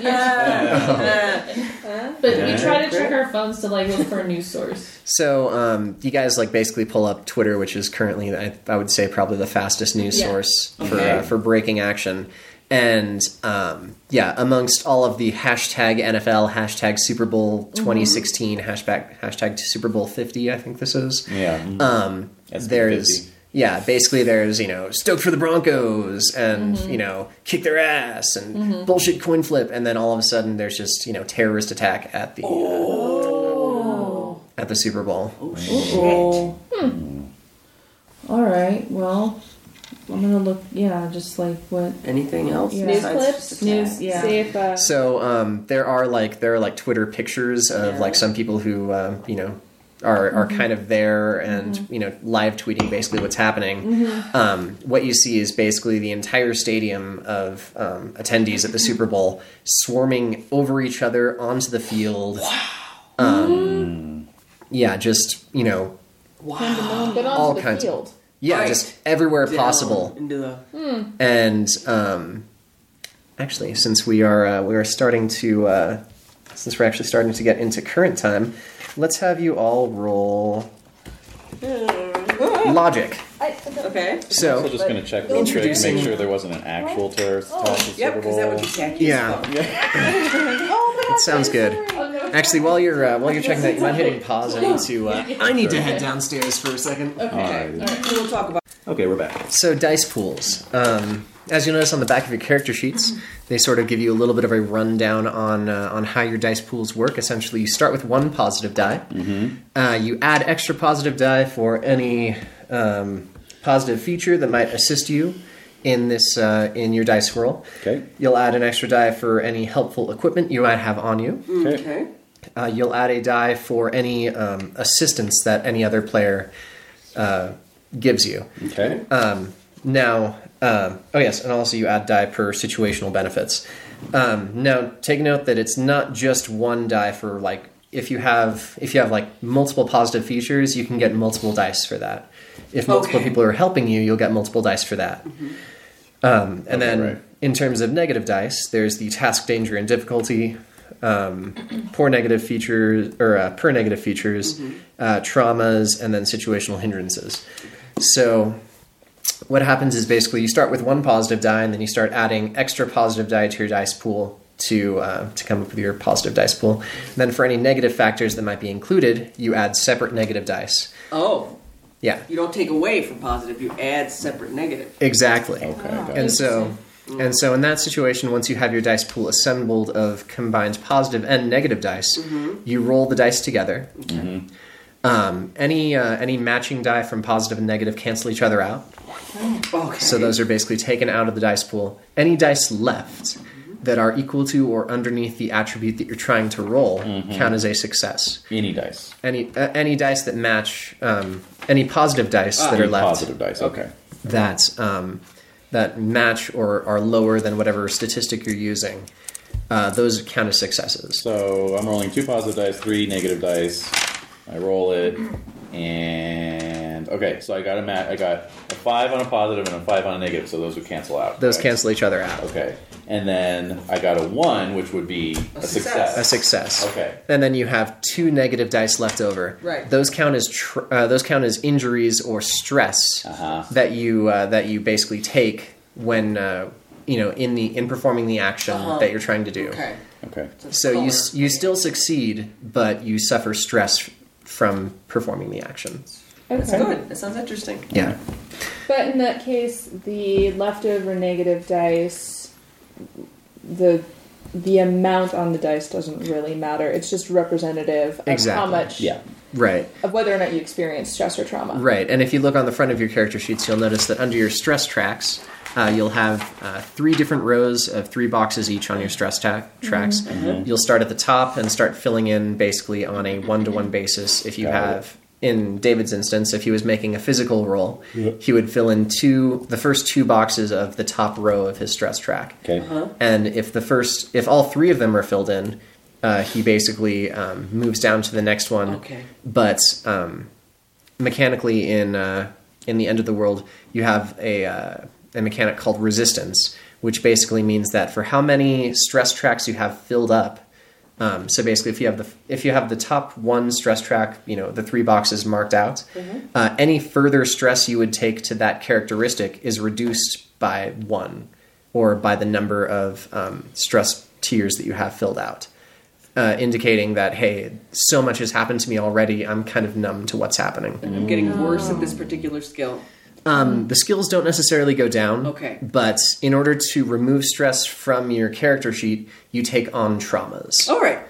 S7: Yeah.
S3: But we try to check our phones to like look for a news source.
S4: So um, you guys like basically pull up Twitter, which is currently I, I would say probably the fastest news
S3: Yeah.
S4: source for
S5: Okay.
S4: uh, for breaking action. And um, yeah, amongst all of the hashtag NFL, hashtag Super Bowl 2016, hashtag hashtag Super Bowl 50, I think this is.
S5: *laughs* Yeah. mm.
S4: Um,
S5: SB50.
S4: there's yeah, basically there's you know stoked for the Broncos and you know kick their ass and bullshit coin flip, and then all of a sudden there's just you know terrorist attack at the uh, at the Super Bowl.
S7: Oh, shit.
S3: Oh. Hmm. *laughs* All right. Well, I'm gonna look. Yeah, just like what
S7: Anything else?
S3: Yeah.
S9: News
S7: besides
S9: clips.
S7: just attack?
S3: News, yeah.
S9: See if uh,
S4: So um, there are like there are like Twitter pictures of like some people who um, you know are are kind of there and you know live tweeting basically what's happening. Um, what you see is basically the entire stadium of um, attendees at the Super Bowl swarming over each other onto the field. Wow. Um, yeah, just you know,
S7: Wow.
S9: get onto
S4: all
S9: the
S4: kinds of-
S9: field.
S4: yeah,
S7: Right.
S4: just everywhere possible.
S7: Down Into the
S4: and um, actually, since we are uh, we are starting to uh, since we're actually starting to get into current time, let's have you all roll logic.
S9: I,
S7: okay.
S5: I'm
S4: So
S5: also just going to check real quick to
S4: Introducing-
S5: make sure there wasn't an actual terrorist attack at the
S7: Yep,
S5: Super
S7: because
S5: Bowl.
S7: that would be tacky.
S4: Yeah.
S7: As fuck.
S4: it sounds good.
S9: I've never
S4: Actually, while you're uh, while you're checking that, you mind hitting pause? I need to. Uh, I need to head
S3: Okay.
S4: downstairs for a second.
S3: Okay. All right.
S7: We'll talk about
S5: Okay, we're back.
S4: So dice pools. Um, as you notice on the back of your character sheets, they sort of give you a little bit of a rundown on uh, on how your dice pools work. Essentially, you start with one positive die. Uh, you add extra positive die for any um, positive feature that might assist you in this uh, in your dice roll.
S5: Okay.
S4: You'll add an extra die for any helpful equipment you might have on you.
S7: Okay.
S4: Uh, you'll add a die for any um, assistance that any other player uh, gives you.
S5: Okay.
S4: Um, now, um, oh yes, and also you add die per situational benefits. Um, now, take note that it's not just one die for like if you have if you have like multiple positive features, you can get multiple dice for that. If multiple
S7: Okay.
S4: people are helping you, you'll get multiple dice for that. Um, and then,
S5: right.
S4: in terms of negative dice, there's the task, danger, and difficulty. Um, poor negative features or uh, per negative features, uh, traumas, and then situational hindrances. So what happens is basically you start with one positive die and then you start adding extra positive die to your dice pool to uh, to come up with your positive dice pool. And then for any negative factors that might be included, you add separate negative dice.
S7: Oh,
S4: Yeah,
S7: you don't take away from positive; you add separate negative.
S4: exactly.
S5: Okay. got it.
S4: And so and so in that situation, once you have your dice pool assembled of combined positive and negative dice, you roll the dice together.
S5: Mm-hmm.
S4: Um, any uh, any matching die from positive and negative cancel each other out.
S7: Okay.
S4: So those are basically taken out of the dice pool. Any dice left that are equal to or underneath the attribute that you're trying to roll
S5: Mm-hmm.
S4: count as a success.
S5: Any dice.
S4: Any uh, any dice that match um, any positive dice that are
S5: Ah, Any
S4: left
S5: positive dice. Okay.
S4: that um, that match or are lower than whatever statistic you're using, uh, those count as successes.
S5: So I'm rolling two positive dice, three negative dice. I roll it, and okay, so I got a mat. I got a five on a positive and a five on a negative, so those would cancel out.
S4: Those
S5: right?
S4: cancel each other out.
S5: Okay, and then I got a one, which would be a, success.
S7: success.
S4: A success.
S5: Okay.
S4: And then you have two negative dice left over.
S7: Right.
S4: Those count as tr- uh, those count as injuries or stress
S5: Uh-huh.
S4: that you uh, that you basically take when uh, you know in the in performing the action
S7: Uh-huh.
S4: that you're trying to do.
S7: okay.
S5: Okay.
S4: So you s-
S7: Color.
S4: you still succeed, but you suffer stress f- from performing the action.
S7: That's good. That sounds interesting.
S4: Yeah.
S9: But in that case, the leftover negative dice, the the amount on the dice doesn't really matter. It's just representative of how
S4: Exactly.
S9: much
S5: Yeah.
S4: Right.
S9: of whether or not you experience stress or trauma.
S4: Right, and if you look on the front of your character sheets, you'll notice that under your stress tracks, uh, you'll have uh, three different rows of three boxes each on your stress ta- tracks. You'll start at the top and start filling in basically on a one to one basis. If you
S5: Got it.
S4: have, in David's instance, if he was making a physical roll, he would fill in two, the first two boxes of the top row of his stress track.
S5: Okay.
S4: And if the first, if all three of them are filled in, uh, he basically um, moves down to the next one.
S7: Okay.
S4: But um, mechanically, in uh, in the end of the world, you have a uh, a mechanic called resistance, which basically means that for how many stress tracks you have filled up. Um, so basically, if you have the if you have the top one stress track, you know the three boxes marked out. Uh, any further stress you would take to that characteristic is reduced by one, or by the number of um, stress tiers that you have filled out uh, indicating that hey, so much has happened to me already. I'm kind of numb to what's happening.
S7: I'm getting worse at this particular skill.
S4: Um, the skills don't necessarily go down.
S7: Okay.
S4: But in order to remove stress from your character sheet, you take on traumas.
S7: All right.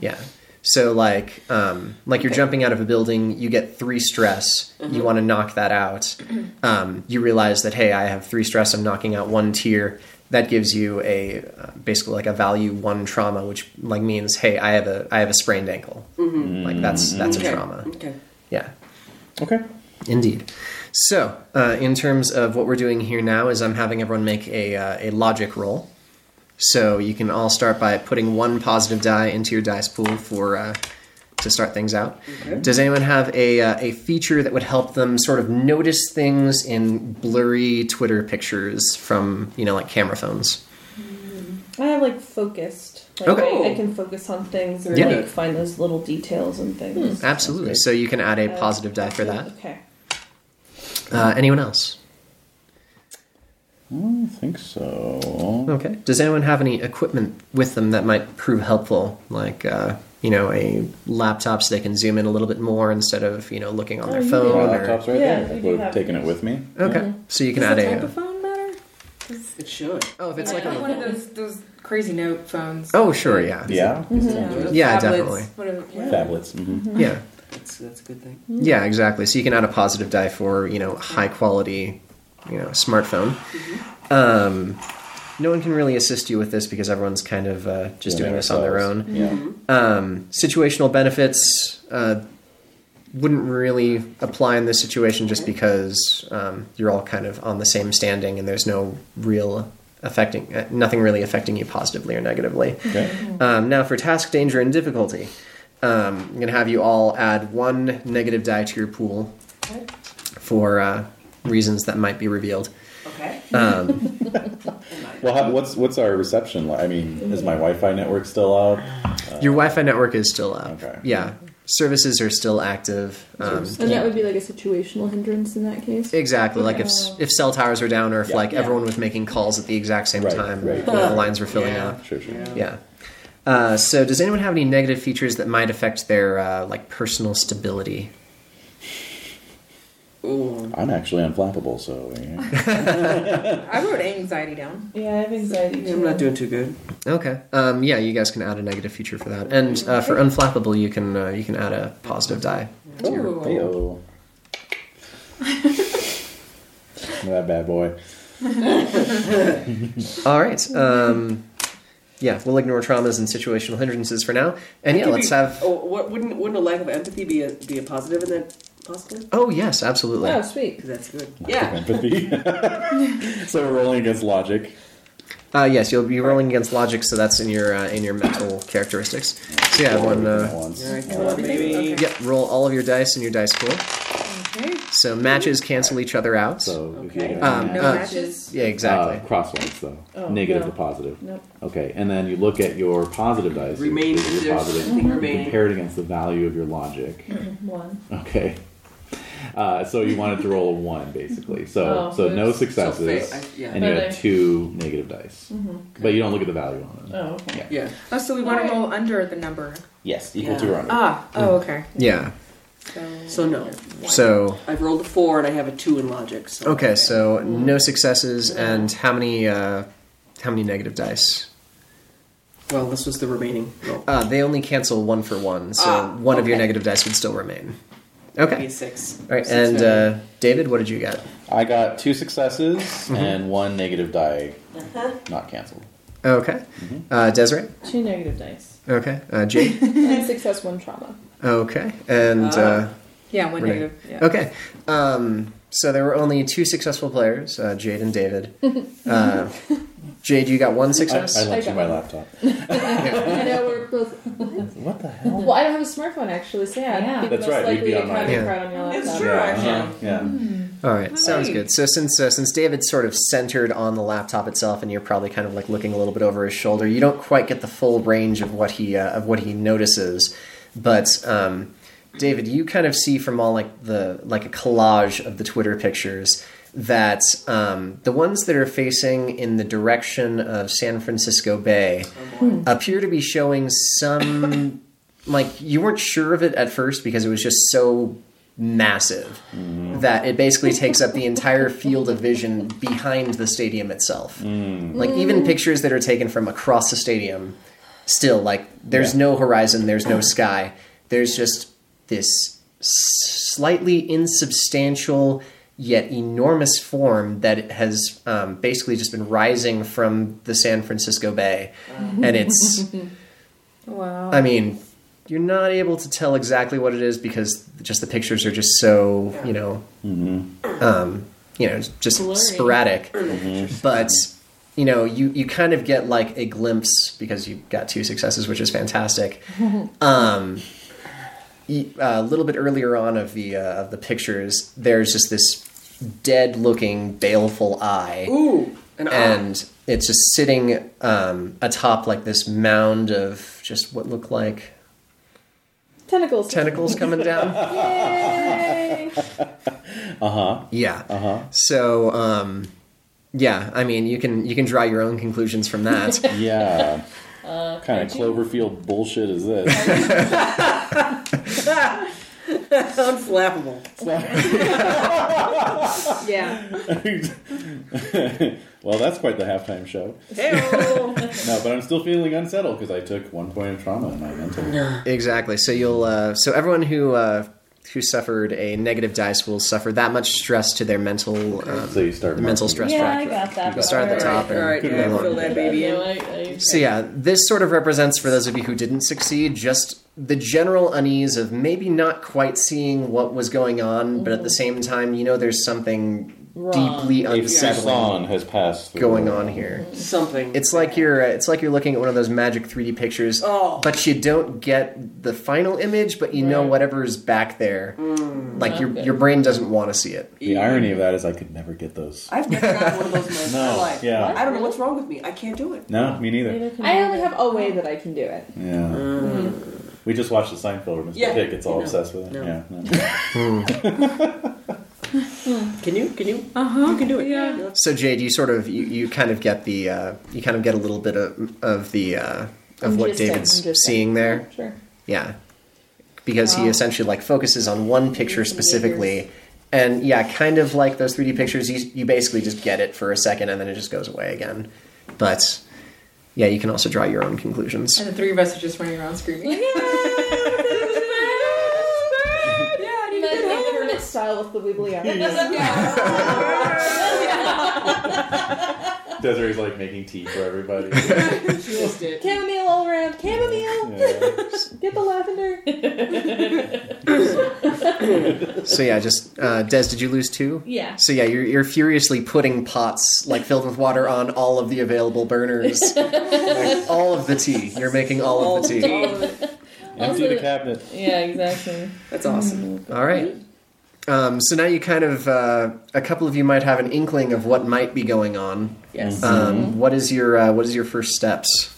S4: Yeah. So like um, like you're jumping out of a building, you get three stress. You
S7: Uh-huh.
S4: want to knock that
S7: *clears throat*
S4: out. Um, you realize that hey, I have three stress. I'm knocking out one tier. That gives you a uh, basically like a value one trauma, which like means hey, I have a I have a sprained ankle. Like that's that's
S7: Mm-hmm. Okay.
S4: a trauma.
S7: Okay.
S4: Yeah.
S5: Okay.
S4: Indeed. So, uh, in terms of what we're doing here now, is I'm having everyone make a uh, a logic roll. So you can all start by putting one positive die into your dice pool for uh, to start things out. Does anyone have a uh, a feature that would help them sort of notice things in blurry Twitter pictures from you know like camera phones?
S3: I have like focused. Like,
S4: Okay.
S3: I, I can focus on things or
S4: Yeah.
S3: like find those little details and things.
S4: Absolutely. So you can add a positive die for that.
S3: Okay.
S4: Uh, anyone else?
S5: I think so.
S4: Okay. Does anyone have any equipment with them that might prove helpful? Like, uh, you know, a laptop so they can zoom in a little bit more instead of, you know, looking
S9: Oh,
S4: on their
S3: you
S5: My
S3: do.
S4: phone. or-
S5: laptop's right
S3: Yeah, we
S5: there. I
S3: do
S5: would have
S3: have
S5: taken it with me.
S4: Okay. So you can
S9: Does
S4: add
S9: the type
S4: a.
S9: of phone matter?
S7: It should.
S4: oh, if it's
S6: Like
S4: like
S6: one
S4: a.
S6: of those those crazy note phones.
S4: Oh, sure, yeah.
S5: Yeah.
S4: Yeah,
S6: Tablets,
S4: definitely.
S6: Whatever.
S5: Tablets. hmm
S4: Yeah.
S7: That's, that's a good thing.
S4: Yeah, exactly. So you can add a positive die for you know high quality, you know smartphone.
S9: Mm-hmm.
S4: Um, no one can really assist you with this because everyone's kind of uh, just doing this on their own.
S5: Yeah.
S4: Um, situational benefits uh, wouldn't really apply in this situation just because um, you're all kind of on the same standing and there's no real affecting uh, nothing really affecting you positively or negatively.
S5: Okay.
S4: Um, now for task danger and difficulty, um, I'm going to have you all add one negative die to your pool for uh, reasons that might be revealed.
S7: Okay.
S4: Um,
S5: Well, how, what's what's our reception like? I mean, is my Wi-Fi network still up?
S4: your Wi-Fi network is still up.
S5: Okay.
S4: Yeah, services are still active. Um,
S9: And that would be like a situational hindrance in that case.
S4: exactly. Like if s- if cell towers were down, or if
S5: Yeah.
S4: like everyone was making calls at the exact same
S5: Right,
S4: time,
S5: right.
S4: you know, the lines were filling
S7: Yeah.
S4: up.
S5: Sure, sure.
S4: Yeah. Uh, so, does anyone have any negative features that might affect their uh, like personal stability?
S7: Ooh.
S5: I'm actually unflappable, so yeah.
S6: I wrote anxiety down.
S3: Yeah, I have anxiety too.
S7: I'm not doing too good.
S4: Okay. Um, yeah, you guys can add a negative feature for that, and uh, for unflappable, you can uh, you can add a positive die.
S6: Ooh.
S5: Heyo. *laughs* that bad boy.
S4: All right. Um, yeah, we'll ignore traumas and situational hindrances for now, and yeah,
S7: Could
S4: let's
S7: be-
S4: have.
S7: Oh, what wouldn't wouldn't a lack of empathy be a be a positive in that possibly?
S4: Oh yes, absolutely.
S9: Oh, sweet.
S7: Because that's good.
S6: Yeah.
S5: Empathy. *laughs* so we're rolling against logic.
S4: Uh, yes, you'll be rolling against logic, so that's in your uh, in your mental characteristics. So yeah, one.
S5: Everything at
S4: Uh,
S5: once.
S7: All right, come on, baby.
S6: Okay.
S4: yeah, roll all of your dice in your dice pool.
S6: Okay.
S4: So matches cancel each other out.
S5: So if
S7: Okay.
S5: you
S4: Um,
S6: No
S4: uh,
S6: matches.
S4: yeah, exactly.
S5: Uh, cross ones though,
S3: Oh,
S5: negative
S3: no.
S5: to positive.
S3: Nope.
S5: Okay, and then you look at your positive dice. you-
S7: Remain-
S5: your
S7: there's something remaining.
S5: Compare it against the value of your logic.
S3: Hmm. One.
S5: Okay. Uh, so you wanted to roll a one, basically. So
S3: Oh,
S5: so no
S3: oops.
S5: successes,
S7: So fail. I- yeah.
S5: and you
S3: Okay.
S5: had two negative dice, but you don't look at the value on it.
S3: Oh, okay.
S7: Yeah.
S6: Oh, so we want to roll under the number.
S5: Yes, equal
S7: Yeah.
S5: to or under.
S6: Ah. Oh, okay.
S4: Yeah.
S6: So.
S7: So no,
S4: So
S7: I've rolled a four and I have a two in logic. So
S4: okay, so no successes, and how many uh, how many negative dice?
S7: Well, this was the remaining. roll.
S4: Uh, they only cancel one for one, so
S7: Ah,
S4: one of your
S7: okay.
S4: negative dice would still remain.
S7: Be a
S4: Okay.
S7: six.
S4: All right,
S7: Six
S4: and
S7: value.
S4: uh, David, what did you get?
S5: I got two successes
S1: Mm-hmm.
S5: and one negative die, not canceled.
S4: Okay.
S5: Mm-hmm.
S4: Uh, Desiree?
S3: Two negative dice.
S4: Okay. Uh, Jade?
S9: And success, one trauma.
S4: okay. And uh,
S6: Yeah, one
S4: Renee?
S6: negative. Yeah.
S4: Okay. Um, so there were only two successful players, uh, Jade and David. Uh, Jade, you got one
S5: I, I
S4: success?
S5: lent
S9: I
S5: you
S9: got
S5: my
S9: one.
S5: laptop.
S9: I know we're both.
S5: What the hell?
S9: Well, I don't have a smartphone actually, so yeah.
S3: Yeah.
S9: I'd
S5: That's
S9: most
S5: right, we'd
S9: likely
S5: be
S9: to
S5: on
S9: kind of
S4: my-
S9: cry on your
S6: It's
S9: laptop.
S6: true.
S5: Yeah,
S6: actually.
S5: uh-huh, yeah.
S4: All right, sounds
S6: Alright.
S4: good. So since uh, since David's sort of centered on the laptop itself, and you're probably kind of like looking a little bit over his shoulder, you don't quite get the full range of what he uh, of what he notices. But um, David, you kind of see from all like the like a collage of the Twitter pictures that um, the ones that are facing in the direction of San Francisco Bay appear to be showing some like you weren't sure of it at first because it was just so massive that it basically takes up the entire field of vision behind the stadium itself. Like even pictures that are taken from across the stadium, still like there's
S5: Yeah.
S4: no horizon, there's no sky. There's just this slightly insubstantial yet enormous form that has um, basically just been rising from the San Francisco Bay, and it's.
S6: Wow.
S4: I mean, you're not able to tell exactly what it is because just the pictures are just so you know, um, you know, just
S3: Blurry.
S4: sporadic. But you know, you you kind of get like a glimpse because you got two successes, which is fantastic. um, y- uh, a little bit earlier on of the uh, of the pictures, there's just this dead-looking, baleful eye
S7: ooh, an and
S4: and it's just sitting um, atop like this mound of just what look like
S9: Tentacles.
S4: tentacles coming down.
S9: Yay!
S4: yeah.
S5: Uh huh.
S4: So um, yeah, I mean, you can you can draw your own conclusions from that.
S5: Yeah. kind of Cloverfield bullshit is this? *laughs*
S7: Unflappable.
S9: Yeah.
S5: well, that's quite the halftime show. No, but I'm still feeling unsettled because I took one point of trauma in my mental.
S4: Exactly. So you'll uh, so everyone who uh, who suffered a negative dice will suffer that much stress to their mental um,
S5: So you start
S4: the mental
S5: marking.
S4: stress
S3: yeah, I
S4: factor.
S3: got that.
S5: You got
S4: Start at the
S3: part.
S4: top.
S7: All right,
S4: and
S7: yeah,
S4: move on.
S7: fill that baby
S3: No,
S7: in.
S3: I, I,
S4: So yeah, this sort of represents for those of you who didn't succeed just the general unease of maybe not quite seeing what was going on, but at the same time, you know, there's something
S3: Wrong.
S4: deeply
S5: If
S4: unsettling
S5: Susan has passed through-
S4: going on here.
S7: Something.
S4: It's like you're uh, it's like you're looking at one of those magic 3D pictures,
S7: Oh.
S4: but you don't get the final image, but you know
S3: Right. Mm,
S4: whatever's back there. like your
S3: Okay.
S4: your brain doesn't want to see it.
S5: The irony of that is I could never get those.
S7: I've never gotten one of those moments in
S5: *laughs*
S7: my
S5: No,
S7: life.
S5: yeah.
S7: I don't know what's wrong with me. I can't do it.
S5: No, me neither.
S9: *laughs* I only have a way that I can do it.
S5: Yeah. We just watched the Seinfeld where Mr.
S7: Mm-hmm. Yeah,
S5: Pitt gets all
S7: you know.
S5: obsessed with it.
S7: No.
S5: Yeah. no. *laughs*
S7: Can you? Can you? Uh
S6: Uh-huh.
S7: huh. You can do it. Yeah.
S4: So Jade, you sort of you, you kind of get the uh, you kind of get a little bit of of the uh, of
S9: I'm
S4: what
S9: just saying,
S4: David's
S9: I'm just
S4: seeing
S9: saying.
S4: there.
S9: Sure.
S4: Yeah. Because
S3: Oh.
S4: he essentially like focuses on one picture specifically. And yeah, kind of like those 3D pictures, you, you basically just get it for a second and then it just goes away again. But yeah, you can also draw your own
S3: *laughs*
S4: conclusions.
S6: And the three of us are just running around screaming.
S9: And then internet style with the wibbly arm.
S5: Desiree's like making tea for
S7: *laughs*
S5: everybody.
S9: Chamomile all around. Chamomile.
S5: Yeah.
S9: Get the lavender.
S4: So yeah, just uh, Des, did you lose two?
S3: Yeah.
S4: So yeah, you're, you're furiously putting pots like filled with water on all of the available burners, Like, all of the tea. You're making all of the tea.
S7: All of it.
S5: Empty the
S3: Also-
S5: cabinet.
S3: Yeah, exactly.
S7: That's awesome.
S4: All right. Um, so now you kind of uh, a couple of you might have an inkling of what might be going on.
S7: Yes.
S5: Mm-hmm.
S4: Um, what is your uh, what is your first steps?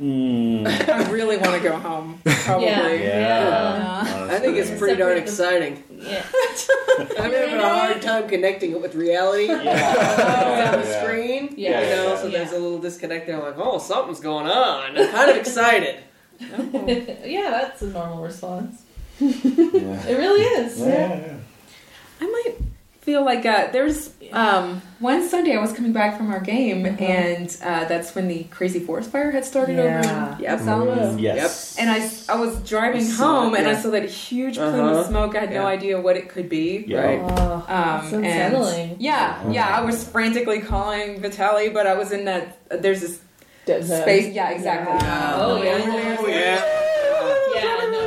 S5: Mm-hmm.
S6: I really want to go home.
S3: *laughs*
S6: Probably.
S3: Yeah. Uh,
S5: Yeah.
S7: I think it's pretty darn exciting.
S3: Yeah.
S7: I'm having a hard time connecting it with
S5: *laughs*
S7: reality.
S5: Yeah.
S7: on Oh, the screen.
S3: Yeah.
S7: You know, so
S3: Yeah.
S7: there's a little disconnect there. I'm like, oh, something's going on. I'm kind of excited.
S3: yeah, that's a normal *laughs* response.
S5: Yeah.
S3: It really is.
S5: Yeah.
S6: I might feel like uh, there's um, one Sunday I was coming back from our game, and uh, that's when the crazy forest fire had started
S3: Yeah.
S6: over in
S7: Yep.
S6: Los Alamos.
S5: Yes.
S6: And I, oh, I was driving
S7: I saw
S6: home
S7: it,
S6: and I
S7: yeah.
S6: saw that huge plume
S7: Uh-huh.
S6: of smoke. I had no
S7: Yeah.
S6: idea what it could be.
S5: Yeah.
S7: Right.
S3: Oh, that's
S6: Um,
S3: unsettling.
S6: and yeah,
S5: Oh.
S6: yeah, I was frantically calling Vitaly, but I was in that. There's this
S9: Dead zone.
S6: space. Yeah, exactly.
S3: *laughs* Oh, yeah.
S7: Oh, yeah.
S3: Yeah, no.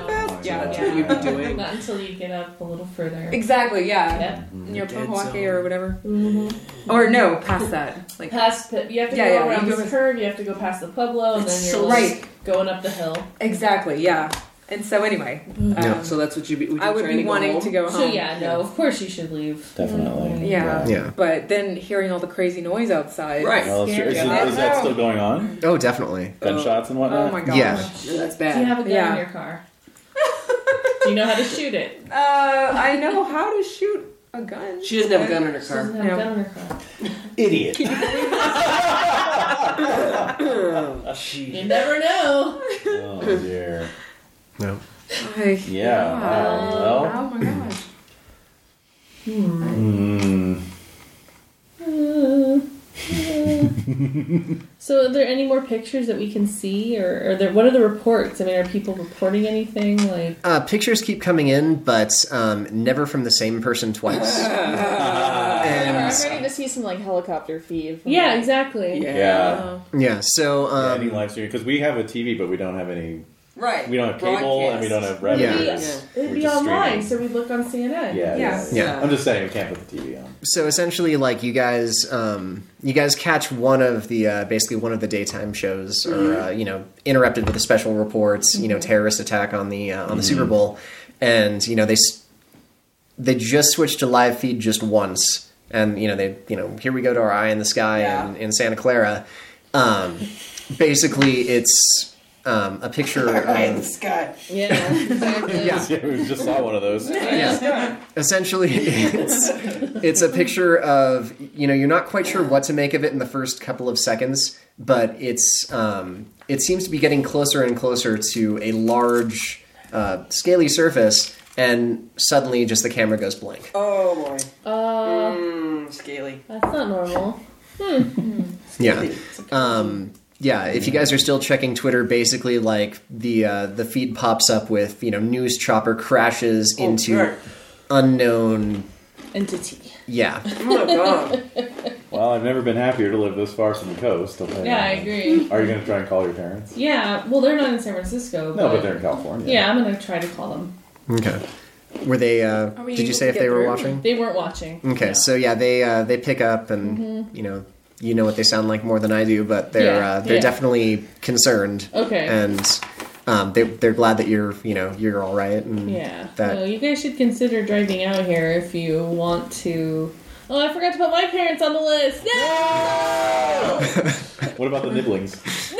S6: Yeah,
S7: That's
S3: yeah.
S7: what you'd be doing.
S3: Not until you get up a little further.
S6: Exactly. Yeah.
S3: Yep.
S6: Near
S7: Dead
S6: Pohawake
S7: zone.
S6: or whatever. Or no, past that. Like
S3: Past, the- you have to
S6: Mm-hmm. Yeah,
S3: go
S6: yeah,
S3: around
S6: you go
S3: this
S6: with-
S3: curve. You have to go past the Pueblo, and then
S7: It's
S3: you're
S7: so
S3: like,
S6: right.
S3: going up the hill.
S6: exactly. Yeah. And so anyway,
S3: Mm.
S6: um,
S7: So that's what you'd be. Would you
S6: I would
S7: trying
S6: be
S7: to go
S6: wanting
S7: home?
S6: to go home.
S3: So yeah, no, of course you should leave.
S5: Definitely.
S6: Yeah.
S4: Yeah.
S6: But then hearing all the crazy noise outside.
S7: Right.
S5: Well, is, is,
S6: Yeah.
S5: is that still going on?
S4: Oh, definitely.
S5: Gunshots and whatnot?
S6: Oh my gosh.
S4: Yeah.
S7: No, that's
S3: Do you
S7: bad.
S3: have a gun
S6: Yeah.
S3: in your car? Do you know how to shoot it? She
S6: Uh, I know how to shoot a gun.
S7: She doesn't have a gun in her
S3: doesn't
S7: car.
S3: have a gun in her car.
S5: Idiot.
S7: She
S3: You never know.
S5: oh dear.
S4: No.
S6: Like,
S5: Yeah. wow. Well,
S6: Oh my gosh.
S5: Hmm.
S3: So, are there any more pictures that we can see, or are there? What are the reports? I mean, are people reporting anything? Like,
S4: Uh, pictures keep coming in, but um, never from the same person twice.
S9: I'm
S4: and
S9: ready to see some like helicopter feed. from,
S3: uh, yeah,
S9: like,
S3: exactly.
S7: Yeah.
S5: Yeah.
S4: yeah, so
S5: yeah. Any
S4: um,
S5: live streaming because we have a TV, but we don't have any.
S7: right.
S5: We don't have cable, and we don't have revenue.
S4: Yeah.
S3: It'd
S5: We're
S3: be
S5: just
S3: online,
S5: streaming.
S3: so we'd look on CNN.
S5: Yeah, yeah,
S6: Yeah.
S4: Yeah.
S5: I'm just saying we can't put the TV on.
S4: so essentially, like you guys, um, you guys catch one of the uh, basically one of the daytime shows, or uh, you know, interrupted with a special reports, you know, terrorist attack on the uh, on the Super Bowl, and you know they s- they just switched to live feed just once, and you know they you know here we go to our eye in the sky
S7: Yeah.
S4: in, in Santa Clara. Um, basically, it's um, a picture of
S7: sky.
S6: *laughs*
S3: Yeah. exactly.
S4: Yeah.
S5: Yeah, *laughs* we just saw one
S3: *laughs*
S5: of those.
S4: yeah. *laughs* Essentially, it's it's a picture of you know you're not quite sure what to make of it in the first couple of seconds, but it's um, it seems to be getting closer and closer to a large uh, scaly surface, and suddenly just the camera goes blank.
S7: Oh boy.
S3: Uh,
S7: Mm, scaly.
S5: *laughs*
S3: that's not normal.
S5: Uh,
S4: Yeah.
S7: Oh,
S4: Um, yeah, if you guys are still checking Twitter, basically like the uh, the feed pops up with you know news chopper crashes
S7: Oh,
S4: into
S7: sure.
S4: unknown.
S3: Entity.
S4: Yeah,
S7: Oh
S5: *laughs*
S7: my god.
S5: Well, I've never been happier to live this far from the coast. I'll tell you
S3: Yeah, I
S5: that.
S3: agree.
S5: Are you going to try and call your parents?
S3: Yeah. Well, they're not in San Francisco.
S5: No, but they're in California.
S3: Yeah, I'm gonna try to call them.
S4: Okay. Were they? Uh,
S6: Are we
S4: did you
S6: able
S4: say
S6: to
S4: if
S6: get
S4: they were
S6: through?
S4: watching?
S3: They weren't watching.
S4: Okay,
S3: No.
S4: so yeah, they uh, they pick up and you know you know what they sound like more than I do, but they're
S3: Mm-hmm. Yeah,
S4: uh, they're
S3: yeah.
S4: definitely concerned.
S3: Okay.
S4: And um, they they're glad that you're you know you're all right and
S3: Yeah.
S4: that
S3: So you guys should consider driving out here if you want to. Oh, I forgot to put my parents on the list. No!
S5: What about the
S3: *laughs*
S5: nibblings?
S3: No!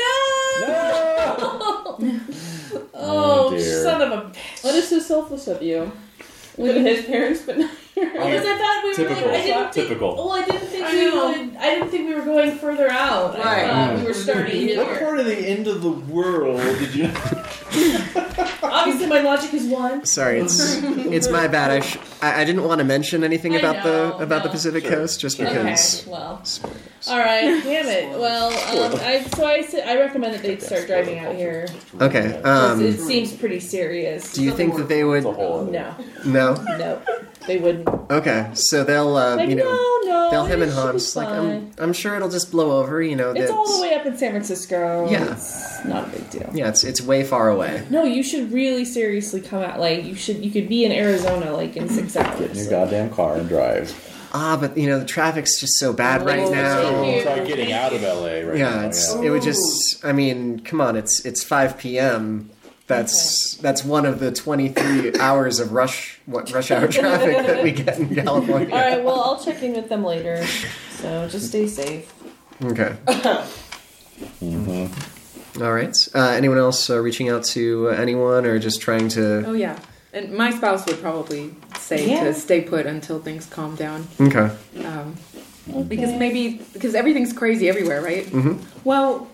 S5: Oh,
S3: Oh,
S5: dear.
S3: son of a bitch.
S9: What is so selfless of you? Look at his parents, but not yours.
S3: Because I thought we were
S5: Typical.
S3: like, I didn't
S5: Typical.
S3: Think, well, I didn't think
S9: I
S3: we
S9: know.
S3: would. I didn't think we were going further out. I
S9: Right.
S4: Mm.
S3: thought we were starting
S5: What
S3: here.
S5: part of the end of the world did you?
S3: Obviously, my logic is one.
S4: Sorry, it's it's my bad. I, sh- I I didn't want to mention anything
S3: I
S4: about
S3: know,
S4: the about the
S3: no.
S4: Pacific
S5: Sure.
S4: Coast just
S5: Sure.
S4: because.
S3: Okay. Well. All right. Damn it. Well, um, I, so I, said- I recommend that they start driving out here.
S4: Okay.
S3: Because
S4: Um,
S3: it seems pretty serious.
S4: do you think that they would?
S5: It's a whole other-
S3: No,
S4: No.
S3: no, they wouldn't.
S4: Okay. So they'll uh,
S3: Like,
S4: you know.
S3: no, no,
S4: They'll hem
S3: it
S4: and
S3: should
S4: haw. I'm
S3: be
S4: just like,
S3: fine.
S4: I'm, I'm sure it'll just blow over. You know,
S3: It's
S4: that's,
S3: all the way up in San Francisco.
S4: Yeah.
S3: It's not a big deal.
S4: Yeah, it's it's way far away.
S3: No, you should really seriously come out. Like, you should, you could be in Arizona like in six
S5: Get in your
S3: hours.
S5: goddamn car and drive.
S4: Ah, but you know the traffic's just so bad right
S3: Oh,
S4: now.
S3: thank
S5: It's like getting out of LA right now.
S4: Yeah, it's it would just. I mean, come on, it's it's 5 p.m. That's that's one of the 23 hours of rush what rush hour traffic that we get in California.
S3: All right. Well, I'll check in with them later. So just stay safe.
S4: Okay. All right. Uh, anyone else uh, reaching out to uh, anyone or just trying to?
S6: Oh yeah, and my spouse would probably say
S3: Yeah.
S6: to stay put until things calm down,
S4: Okay.
S6: um, because maybe because everything's crazy everywhere, right? Mm-hmm. Well,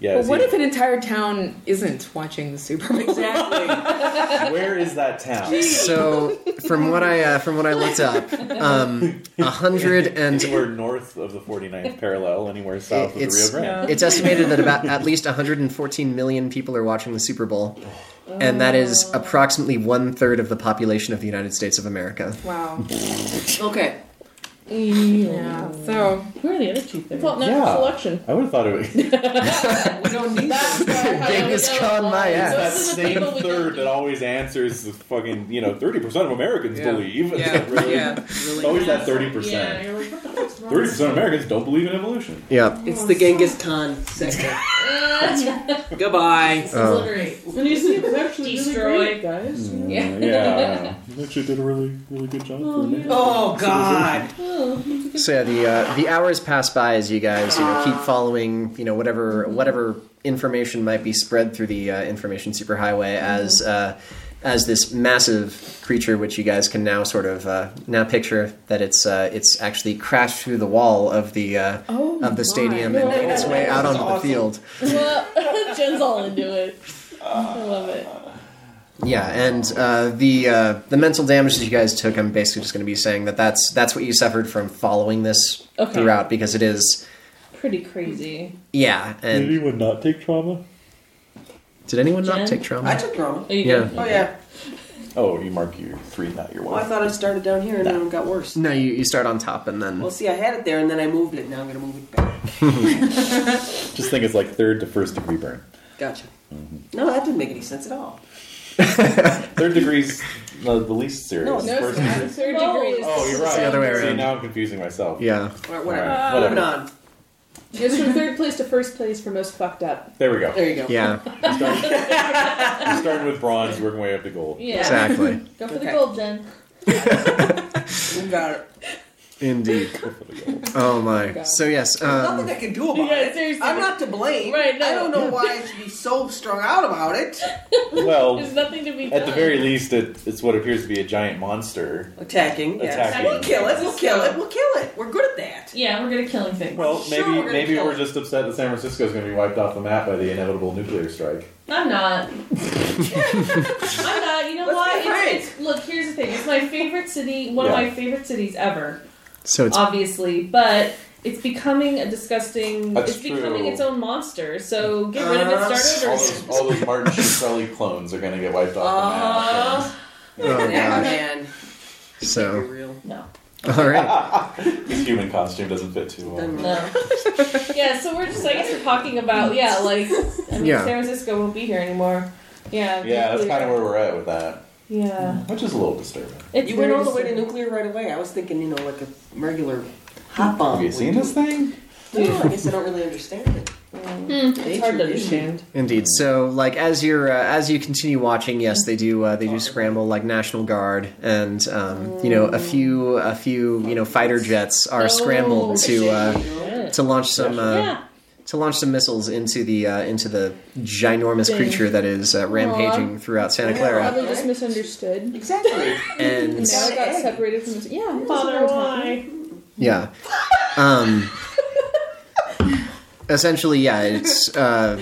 S5: yeah.
S6: but
S5: see,
S6: what if an entire town isn't watching the Super Bowl?
S7: Exactly.
S5: where is that town?
S4: So from what I uh, from what I looked up, um, a hundred and
S5: Anywhere north of the 49th parallel, anywhere south of the Rio
S4: it's
S5: Grande.
S4: it's estimated that about at least 114 million people are watching the Super Bowl, and that is approximately one third of the population of the United States of America.
S6: *laughs* Wow.
S7: okay.
S6: Yeah. So
S3: Who are the other two things?
S9: Well, natural
S5: Yeah.
S9: selection.
S5: I would have thought it
S7: *laughs*
S5: was
S7: We don't need
S3: That's why I
S4: *laughs* Genghis
S3: would know
S4: Khan, my
S3: why.
S4: ass.
S3: Those
S5: that
S3: are the
S5: same
S3: people we
S5: third
S3: don't-
S5: that always answers the fucking, you know, 30% of Americans believe. *laughs* It's
S7: Yeah.
S5: like, really?
S7: Yeah.
S5: It's
S7: Really.
S5: always that 30%.
S3: Yeah, you're like, what the fuck's wrong?
S5: 30% of Americans don't believe in evolution.
S4: Yeah.
S7: It's the Genghis Khan
S5: *laughs*
S7: sector.
S3: *laughs*
S4: Oh.
S7: Goodbye.
S3: Obliterate.
S9: And you see, it was actually
S3: Destroy.
S9: really great, guys.
S3: Yeah.
S5: Yeah. Actually did a really, really good job for me.
S7: Oh God.
S4: So yeah, the uh, the hours pass by as you guys you know keep following you know whatever whatever information might be spread through the uh, information superhighway as. Uh, as this massive creature, which you guys can now sort of uh, now picture that it's uh, it's actually crashed through the wall of the uh, of the stadium and made its way out onto the field.
S3: Well, *laughs* Jen's all into it. I love it.
S4: Yeah, and uh, the uh, the mental damage that you guys took, I'm basically just going to be saying that that's that's what you suffered from following this
S3: Okay.
S4: throughout because it is
S3: Pretty crazy.
S4: yeah. And
S5: anyone not take trauma?
S4: Did anyone
S3: Jen?
S4: not take trauma?
S7: I took drama.
S3: Are you
S4: Yeah.
S3: good?
S7: Oh yeah.
S5: Oh, you mark your three, not your
S7: Well, I
S5: one.
S7: thought I started down here and then it got worse.
S4: no, you, you start on top and then
S7: Well, see, I had it there and then I moved it. Now I'm gonna move it back.
S5: Just think it's like third to first degree burn.
S7: Gotcha.
S5: Mm-hmm.
S7: No, that didn't make any sense at all.
S5: *laughs* Third degree's the, the least serious.
S7: No,
S9: No,
S5: first
S9: it's
S5: degree-
S9: not. Third
S3: No.
S9: degree is
S5: Oh, you're right.
S4: the other way
S5: See,
S4: around.
S5: now I'm confusing myself.
S4: yeah.
S7: All right, whatever.
S5: All right, whatever.
S7: Moving on.
S9: It's from third place to first place for most fucked up.
S5: There we
S7: *laughs*
S5: go.
S7: There you go.
S4: Yeah,
S5: You're starting with bronze, working way up to
S3: *laughs*
S5: gold.
S3: Yeah.
S4: exactly.
S3: Go for the *laughs*
S7: Okay.
S3: gold, Jen.
S7: You got it.
S4: Indeed. Oh my.
S3: God.
S4: So yes.
S7: Nothing
S4: Um,
S7: I can do about
S3: Yeah,
S7: it.
S3: seriously.
S7: I'm not to blame.
S3: Right, no.
S7: I don't know why I should be so strung out about it.
S5: Well,
S3: There's nothing to be done.
S5: at the very least, it, it's what appears to be a giant monster.
S7: Attacking. Yeah.
S5: Attacking.
S7: We'll kill it. We'll kill it. We'll kill it. We're good at that.
S3: Yeah, we're good at killing things.
S5: Well,
S7: Sure,
S5: maybe
S7: we're gonna
S5: maybe
S7: kill
S5: we're
S7: it.
S5: just upset that San Francisco is going to be wiped off the map by the inevitable nuclear strike.
S3: I'm not. I'm not. You know
S7: Let's
S3: why?
S7: be frank.
S3: It's, it's, look, here's the thing. It's my favorite city, one
S5: Yeah.
S3: of my favorite cities ever, *laughs*
S4: so it's
S3: obviously, but it's becoming a disgusting.
S5: That's
S3: it's becoming
S5: true.
S3: its own monster. So get rid of
S7: Uh,
S3: it. Start over.
S5: All those,
S3: again.
S5: all those *laughs* Martin Shkreli clones are going to get wiped off
S3: Uh,
S4: oh gosh.
S7: man. You're
S4: So
S7: real.
S3: no,
S4: all right.
S5: the map. His human costume doesn't fit too well.
S3: no. yeah, so we're just I guess we're talking about yeah, like I mean,
S4: Yeah.
S3: San Francisco won't be here anymore. Yeah.
S5: Yeah, that's
S3: nuclear.
S5: kind of where we're at with that,
S3: Yeah,
S5: which is a little disturbing.
S3: it's
S7: You went
S3: very
S7: all the way to
S3: disturbing.
S7: nuclear right away. I was thinking, you know, like a regular hot bomb.
S5: Have you
S7: would
S5: seen
S7: do.
S5: this thing?
S7: No, I guess I don't really understand it.
S3: It's hard to understand.
S4: Indeed. So, like, as you're uh, as you continue watching, yes, they do uh, they do scramble like National Guard, and um, you know a few a few you know fighter jets are
S3: Oh,
S4: scrambled to uh,
S3: Yeah.
S4: to launch some uh,
S3: Yeah.
S4: to launch some missiles into the uh, into the ginormous
S3: Thing.
S4: creature that is uh, rampaging throughout Santa
S3: *laughs*
S4: Clara,
S9: Probably just misunderstood.
S7: Exactly.
S4: and
S9: Now it got separated from. Its, yeah, it was a
S3: Father,
S9: long
S3: why?
S4: yeah, um, essentially, yeah, it's. Uh,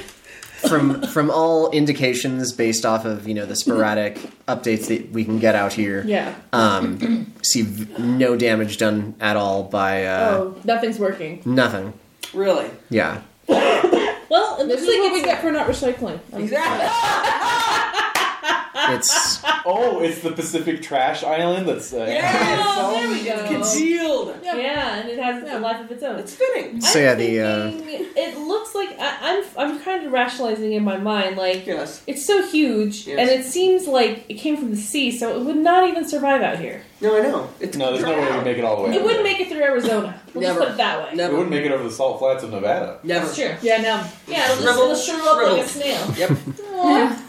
S4: from from all indications based off of you know the sporadic updates that we can get out here
S3: Yeah.
S4: um see v- no damage done at all by uh
S3: oh, nothing's working.
S4: nothing
S7: really?
S4: yeah
S3: Well, it looks
S9: This is
S3: like
S9: what we
S3: it's
S9: get for not recycling.
S7: *laughs* Exactly.
S4: it's
S5: Oh, it's the Pacific Trash Island. That's uh,
S3: Oh, there we go.
S7: Concealed.
S3: Yeah, and it has a life of its own.
S7: It's fitting.
S4: so
S3: I'm
S4: yeah the uh
S3: thinking it looks like I, I'm. I'm kind of rationalizing in my mind, like
S7: Yes.
S3: it's so huge,
S7: Yes.
S3: and it seems like it came from the sea, so it would not even survive out here.
S7: No, I know. It's
S5: no, there's no way we make it all the way.
S3: It
S5: over
S3: wouldn't
S5: there.
S3: make it through Arizona. We'll just
S7: Never.
S3: put it that way.
S5: It
S7: Never.
S5: wouldn't make it over the salt flats of Nevada.
S7: Never.
S3: That's true. Yeah, no. Yeah, it'll just it'll shrivel up like a
S7: *laughs*
S3: snail.
S7: Yep.
S3: *laughs* Aw.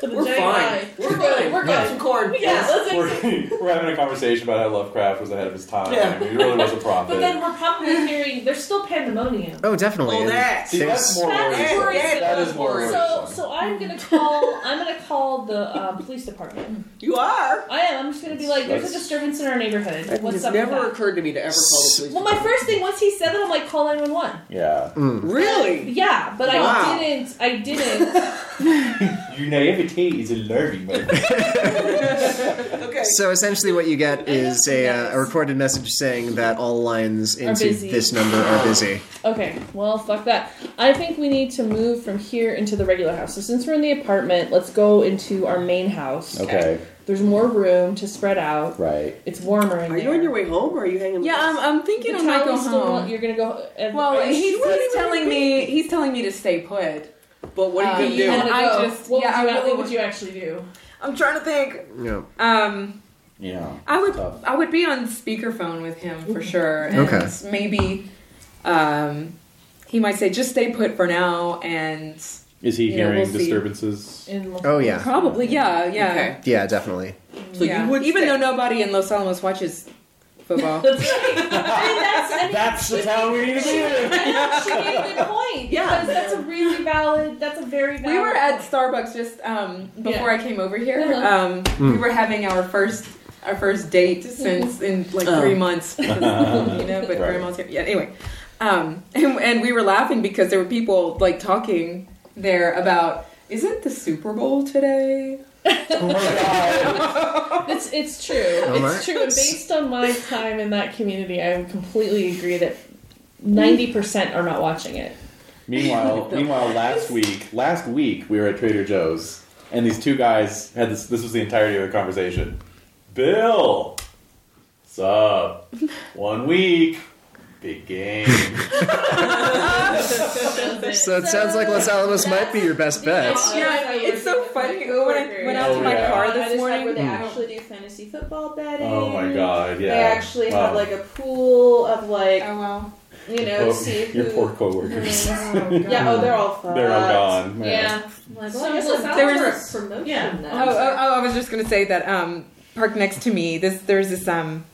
S3: To the
S7: We're
S3: giant
S7: fine.
S3: eye.
S7: We're good. We're good. Some corn.
S3: Yeah, let's
S5: We're, *laughs* we're having a conversation about how Lovecraft was ahead of his time.
S7: Yeah.
S5: and he really was a
S3: But
S5: prophet.
S3: then we're probably hearing there's still pandemonium.
S4: oh definitely
S7: All that.
S5: See, that's more
S3: That's
S5: worrisome.
S3: worrisome.
S5: That is more
S7: So-
S3: So,
S5: worrisome.
S3: so I'm gonna call. I'm gonna call the uh, police department.
S7: You are.
S3: I am. I'm just gonna be like, "There's a disturbance in our neighborhood. What's
S7: it's
S3: up?"
S7: never
S3: with
S7: occurred to me to ever call the
S3: that?
S7: police.
S3: Well, my first thing once he said that, I'm like, "Call 911."
S5: Yeah.
S7: really?
S3: Yeah, but
S7: Wow.
S3: I didn't. I didn't. *laughs*
S5: Your naivety is alarming, man.
S7: Okay.
S4: so essentially what you get is a, uh, a recorded message saying that all lines into
S3: busy.
S4: this number are busy
S3: okay. Well, fuck that. I think we need to move from here into the regular house. So since we're in the apartment, let's go into our main house. There's more room to spread out.
S1: Right.
S3: It's warmer in
S7: Are
S3: there.
S7: you on your way home or are you hanging
S6: Yeah, I'm, I'm thinking
S3: The
S6: I might go
S3: towel's still-
S6: home.
S3: You're gonna go. and-
S6: Well,
S3: are you
S6: he's,
S3: sure?
S6: he's telling me he's telling me to stay put.
S7: But what are
S6: Um,
S7: you
S3: You
S7: going
S6: and
S7: to
S3: wanna
S7: do?
S6: I
S3: go.
S6: just-
S3: what
S6: yeah, I
S3: would you,
S6: really
S3: what would
S6: would-
S3: you actually do?
S6: I'm trying to think.
S4: yeah
S6: Um,
S5: *laughs* Yeah.
S6: I would
S5: Tough.
S6: I would be on speakerphone with him for sure. And
S4: Okay.
S6: Maybe um, he might say just stay put for now and
S5: Is he
S6: Yeah,
S5: hearing
S6: we'll see.
S5: disturbances?
S3: In
S4: oh yeah
S6: probably yeah yeah.
S7: Okay.
S4: yeah definitely
S7: So
S6: yeah.
S7: you would
S6: even
S7: stay.
S6: though nobody in Los Alamos watches
S7: *laughs*
S6: football.
S3: That's right. I mean, that's, *laughs* I mean,
S5: That's the town we need to be in.
S3: she made a good point.
S6: Yeah.
S3: Because that's a really valid, that's a very valid.
S6: We were at Starbucks just um, before I came over here.
S3: Uh-huh.
S6: Um, We were having our first our first date since in like
S7: Oh.
S6: three months, because, you know. But
S5: Right.
S6: grandma's here. Yeah. Anyway, um, *laughs* and, and we were laughing because there were people like talking there about isn't the Super Bowl today?
S3: It's, it's true.
S4: my.
S3: It's true. And based on my time in that community, I would completely agree that 90% are not watching it.
S5: Meanwhile, meanwhile, last week, last week we were at Trader Joe's, and these two guys had this. This was the entirety of the conversation. Bill, *laughs* sup? One week, big game.
S4: so it sounds like los alamos might be your best bet
S6: Yeah, it's so funny. When I went out
S5: Oh,
S6: to my
S5: yeah.
S6: car
S9: I
S6: this
S9: just like where
S6: morning,
S9: they actually do fantasy football betting.
S5: oh my god! Yeah,
S9: They actually
S5: Wow.
S9: have like a pool of like
S6: oh wow,
S9: you
S5: Your
S9: know
S5: poor-
S9: see
S5: *laughs*
S9: who.
S5: your poor coworkers.
S9: yeah, oh, they're all fucked.
S5: *laughs* They're all gone.
S9: Like,
S3: So
S9: well, I guess
S3: look,
S9: that's
S6: there
S9: a
S6: was-
S9: promotion.
S3: yeah.
S9: then.
S6: Oh, oh, oh, I was just gonna say that um, parked next to me. This there's this um,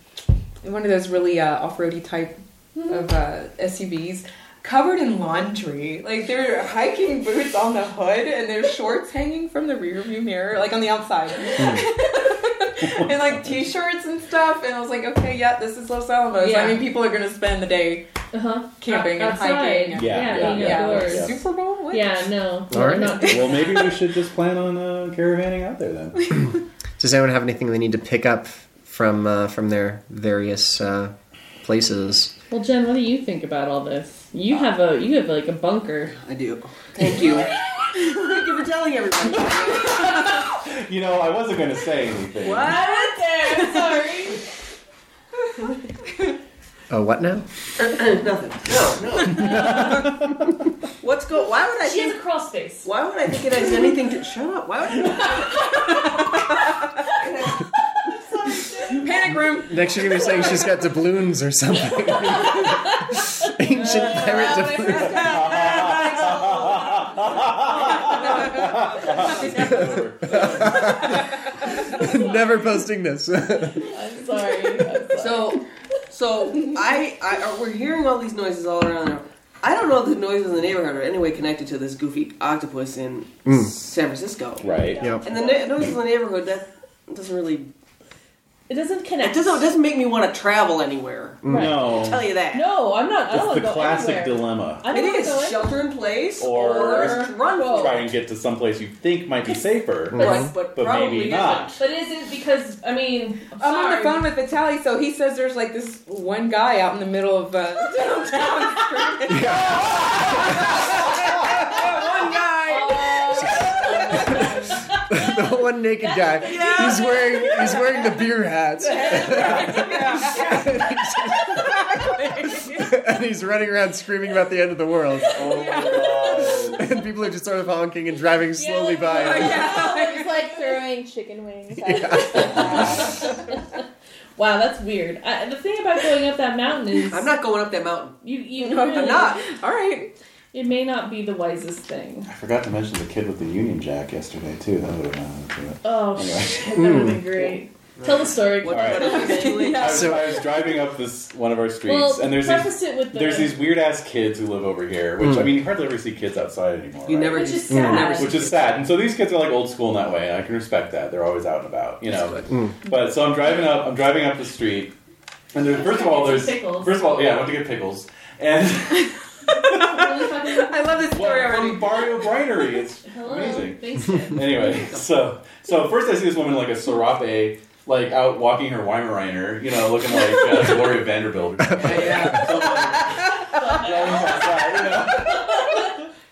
S6: one of those really uh, off-roady type of uh, SUVs covered in laundry. Like they're hiking boots on the hood and their shorts hanging from the rearview mirror, like on the outside. *laughs* and like t-shirts and stuff and I was like, okay, yeah, this is Los Alamos.
S3: Yeah.
S6: I mean, people are going to spend the day
S3: Uh-huh.
S6: camping and
S3: Outside.
S6: hiking.
S3: Yeah,
S6: and-
S5: Yeah,
S3: being
S5: yeah,
S3: outdoors.
S5: yeah.
S6: Super Bowl? What?
S3: Yeah, no.
S4: All right.
S3: Not-
S5: well, maybe we should just plan on uh, caravanning out there then.
S4: Does anyone have anything they need to pick up from uh, from their various uh, places?
S3: well, Jen, what do you think about all this? You have a you have like a bunker.
S7: I do.
S6: Thank you.
S7: Thank you for telling *laughs* everyone.
S5: You know, I wasn't going to say anything. *laughs*
S6: What? There, sorry.
S4: Oh, what now?
S7: Nothing. No, no. *laughs* What's go? Why would I
S3: She has a
S7: think?
S3: crawl space.
S7: Why would I think it has anything to? Shut up. Why would?
S6: Panic room.
S4: Next, you're gonna be saying she's got doubloons or something. *laughs* Ancient pirate doubloons. Never posting *laughs* this.
S3: I'm sorry. I'm sorry.
S7: So, so I, I uh, we're hearing all these noises all around. Now. I don't know if the noises in the neighborhood are anyway connected to this goofy octopus in San Francisco.
S5: Right.
S4: yep.
S7: And the na- noises in the neighborhood that doesn't really
S3: it doesn't
S7: it
S3: connect.
S7: doesn't it doesn't make me want to travel anywhere.
S3: Right.
S5: No.
S7: I'll tell you that.
S3: No, I'm not. I don't
S5: It's
S3: want
S5: the
S3: to go
S5: classic
S3: anywhere.
S5: dilemma.
S3: I
S7: *laughs* It
S3: don't wanna go
S7: is
S3: in-
S7: shelter in place
S5: Or-
S7: Oh run
S3: Whoa.
S7: for
S5: Try and get to someplace you think might be
S3: *laughs*
S5: safer,
S7: But, but
S5: but
S7: probably
S5: maybe
S7: isn't.
S5: not.
S3: But is it because I mean? I'm,
S6: *laughs* I'm on the
S3: *laughs* sorry.
S6: phone with Vitaly, so he says there's like this one guy out in the middle of uh, downtown. one
S3: Oh.
S6: guy.
S4: the one naked guy. He's wearing he's wearing the beer hats. *laughs* and he's running around screaming about the end of the world.
S5: Oh
S4: *laughs*
S5: my
S4: And people are just sort of honking and driving slowly
S3: Yeah.
S4: by.
S7: Oh,
S9: It's like throwing chicken wings. At
S5: *laughs*
S3: Wow, that's weird. I, the thing about going up that mountain is
S7: I'm not going up that *laughs* mountain.
S3: You, you
S7: No,
S3: really-
S7: I'm not.
S6: All right.
S3: It may not be the wisest thing.
S5: I forgot to mention the kid with the Union Jack yesterday, too. That would have been it.
S3: Oh
S5: Anyway. Mm.
S3: shit, that would be great. Tell the story.
S7: What,
S5: All right.
S7: what is it, Julie? *laughs*
S5: I was,
S4: So-
S5: I was driving up this one of our streets,
S3: well,
S5: and there's these,
S3: preface it with the,
S5: there's these weird ass kids who live over here, which I mean, you hardly ever see kids outside anymore.
S7: You
S5: right?
S7: never
S3: which is
S7: just
S3: sad.
S5: which is sad. And so these kids are like old school in that way, and I can respect that. They're always out and about, you know. But so I'm driving up. I'm driving up the street, and there, first of all,
S3: Get
S5: there's
S3: some pickles.
S5: first of all, yeah, I went to get pickles,
S3: *laughs*
S5: and *laughs*
S3: Really fucking-
S6: I love this story
S5: well,
S6: already.
S5: from Barrio Brinery,
S3: *laughs*
S5: it's
S3: Hello.
S5: amazing.
S3: Thanks, Jen.
S5: Anyway, so so first I see this woman in, like a serape, like out walking her Weimaraner, you know, looking like uh, Gloria Vanderbilt. Or something.
S7: *laughs*
S5: So I'm like, driving outside, you know? *laughs*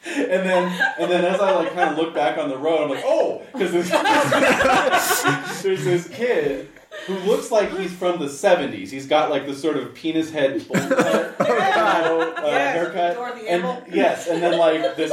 S5: And then, and then, as I like kind of look back on the road, I'm like, oh, because *laughs* there's this kid who looks like he's from the '70s. He's got like this sort of penis head bowl cut, uh,
S7: Yes,
S5: haircut,
S7: Dorothy Hamill.
S5: and yes, and then like this